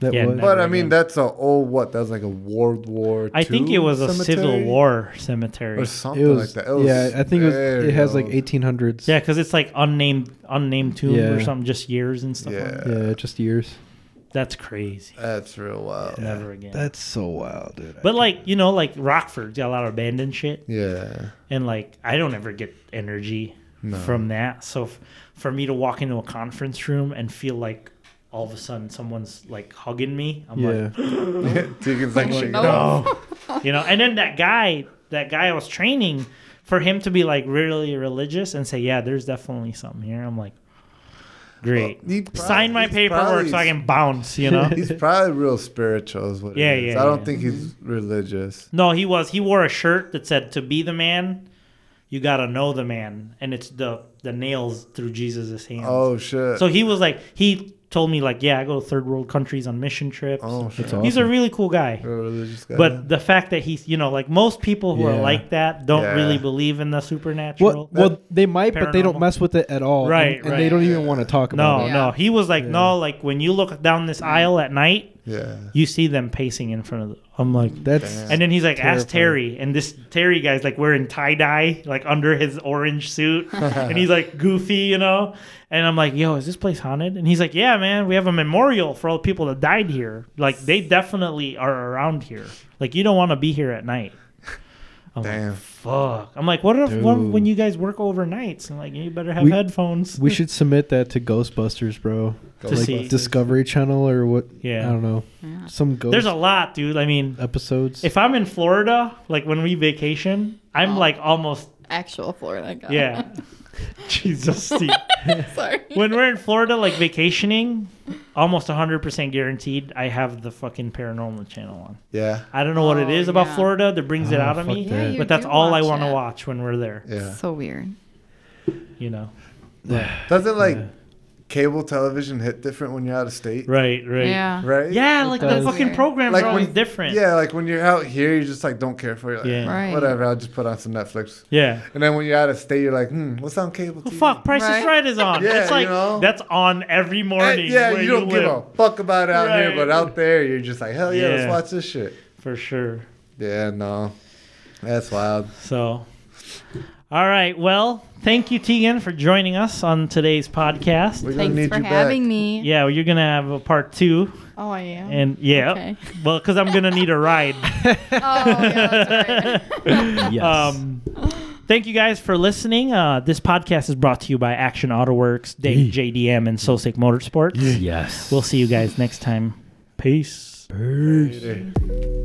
Speaker 4: That
Speaker 3: Yeah,
Speaker 4: was.
Speaker 3: no.
Speaker 1: but I
Speaker 3: Never
Speaker 1: mean,
Speaker 3: again.
Speaker 1: that's a old what? That was like a World War.
Speaker 3: I think
Speaker 1: II
Speaker 3: it was a Civil
Speaker 1: cemetery?
Speaker 3: War cemetery.
Speaker 1: or
Speaker 3: Yeah, 'cause
Speaker 1: something
Speaker 4: It was,
Speaker 1: like that. It was
Speaker 4: yeah, I think it was.
Speaker 1: very
Speaker 4: It has like
Speaker 1: old.
Speaker 4: 1800s.
Speaker 3: yeah, because it's like unnamed, unnamed tomb
Speaker 4: Yeah.
Speaker 3: or something, just years and stuff. like
Speaker 1: Yeah.
Speaker 3: that.
Speaker 4: yeah, just years.
Speaker 3: that's crazy.
Speaker 1: That's real wild. Yeah.
Speaker 3: Never again.
Speaker 4: That's so wild, dude.
Speaker 3: But like you know, like Rockford's got a lot of abandoned shit, and like I don't ever get energy from that. So f- for me to walk into a conference room and feel like all of a sudden someone's like hugging me, I'm
Speaker 4: yeah,
Speaker 1: Deacon's like, shaking
Speaker 5: no.
Speaker 1: it off.
Speaker 3: like, you know. And then that guy, that guy I was training, for him to be like really religious and say, yeah, there's definitely something here. I'm like, great.
Speaker 1: Well, he prob-
Speaker 3: Sign my
Speaker 1: he's
Speaker 3: paperwork
Speaker 1: probably-
Speaker 3: so I can bounce. You know.
Speaker 1: He's probably real spiritual, is what
Speaker 3: Yeah,
Speaker 1: it is.
Speaker 3: yeah,
Speaker 1: I don't
Speaker 3: yeah. Mm-hmm.
Speaker 1: think he's religious.
Speaker 3: No, he was. He wore a shirt that said "To be the man, you gotta know the man," and it's the the nails through Jesus' hands.
Speaker 1: Oh, shit.
Speaker 3: so he was like, he told me like, yeah, I go to third world countries on mission trips.
Speaker 1: oh, shit.
Speaker 4: that's awesome.
Speaker 3: He's a really cool guy.
Speaker 1: Real religious guy.
Speaker 3: But the fact that he's, you know, like most people who
Speaker 4: Yeah.
Speaker 3: are like that don't
Speaker 1: Yeah.
Speaker 3: really believe in the supernatural.
Speaker 4: well, well, they might, but they don't
Speaker 3: Paranormal.
Speaker 4: mess with it at all, and-
Speaker 3: Right,
Speaker 4: And, they
Speaker 3: right.
Speaker 4: don't even want to talk about
Speaker 3: no,
Speaker 4: it.
Speaker 5: Yeah.
Speaker 3: no. He was like, no, like when you look down this aisle at night,
Speaker 1: yeah.
Speaker 3: you see them pacing in front of the. I'm like,
Speaker 4: That's
Speaker 3: And then he's like,
Speaker 4: Terrifying.
Speaker 3: ask Terry. And this Terry guy's like wearing tie dye, like under his orange suit. and he's like goofy, you know? And I'm like, yo, is this place haunted? And he's like, yeah, man, we have a memorial for all the people that died here. Like, they definitely are around here. Like, you don't want to be here at night. I'm
Speaker 1: Damn.
Speaker 3: like, fuck. I'm like, what if what
Speaker 4: Dude.
Speaker 3: when you guys work overnights? I'm like, you better have
Speaker 4: We-
Speaker 3: headphones.
Speaker 4: we should submit that to Ghostbusters, bro.
Speaker 1: Go
Speaker 3: to
Speaker 4: like
Speaker 3: see.
Speaker 4: Discovery Channel or what?
Speaker 3: Yeah.
Speaker 4: I don't know. Some ghost
Speaker 3: There's a lot, dude. I mean,
Speaker 4: episodes.
Speaker 3: if I'm in Florida, like when we vacation, I'm
Speaker 5: Oh.
Speaker 3: like almost,
Speaker 5: Actual Florida guy.
Speaker 3: yeah. Jesus, Steve.
Speaker 5: Sorry.
Speaker 3: when we're in Florida, like vacationing, almost 100% guaranteed I have the fucking paranormal channel on.
Speaker 1: Yeah.
Speaker 3: I don't know what it
Speaker 5: Oh,
Speaker 3: is about
Speaker 5: yeah.
Speaker 3: Florida that brings it
Speaker 4: Oh,
Speaker 3: out of
Speaker 4: fuck
Speaker 3: me,
Speaker 4: that. Yeah, you
Speaker 3: but that's
Speaker 5: do
Speaker 3: all I
Speaker 5: watch
Speaker 3: want to
Speaker 5: it.
Speaker 3: watch when we're there,
Speaker 1: Yeah.
Speaker 5: So weird.
Speaker 3: you know?
Speaker 1: Doesn't like cable television hit different when you're out of state?
Speaker 3: Right, right.
Speaker 5: Yeah.
Speaker 1: Right?
Speaker 3: Yeah, like the
Speaker 4: does.
Speaker 3: fucking programs
Speaker 1: Like
Speaker 3: are always
Speaker 1: when-
Speaker 3: different.
Speaker 1: Yeah, like when you're out here, you just like don't care for it. Like,
Speaker 3: Yeah.
Speaker 5: Right.
Speaker 1: Whatever, I'll just put on some Netflix.
Speaker 3: Yeah.
Speaker 1: And then when you're out of state, you're like, hmm, what's on cable
Speaker 3: Well,
Speaker 1: TV?
Speaker 3: fuck, Price is
Speaker 5: Right.
Speaker 3: Right is on.
Speaker 1: Yeah,
Speaker 3: it's like,
Speaker 1: you know?
Speaker 3: that's on every
Speaker 1: Eh,
Speaker 3: morning.
Speaker 1: yeah,
Speaker 3: where
Speaker 1: you don't give
Speaker 3: live,
Speaker 1: a fuck about it out here,
Speaker 3: Right.
Speaker 1: but out there, you're just like, hell yeah,
Speaker 3: Yeah.
Speaker 1: let's watch this shit.
Speaker 3: For sure.
Speaker 1: Yeah, no. That's wild.
Speaker 3: So, all right. Well, thank you, Tegan, for joining us on today's podcast.
Speaker 1: We're going to
Speaker 5: Thanks
Speaker 1: need
Speaker 5: for
Speaker 1: you
Speaker 5: having
Speaker 1: back.
Speaker 5: me.
Speaker 3: yeah, well, you're going to have a part two.
Speaker 5: Oh, I am.
Speaker 3: And yeah,
Speaker 5: Okay.
Speaker 3: well, because I'm gonna need a ride.
Speaker 5: oh, yeah, that's right.
Speaker 4: yes.
Speaker 3: Um, thank you guys for listening. Uh, this podcast is brought to you by Action Auto Works, Dave JDM, and Sosic Motorsports.
Speaker 4: yes.
Speaker 3: We'll see you guys next time. Peace.
Speaker 1: Later.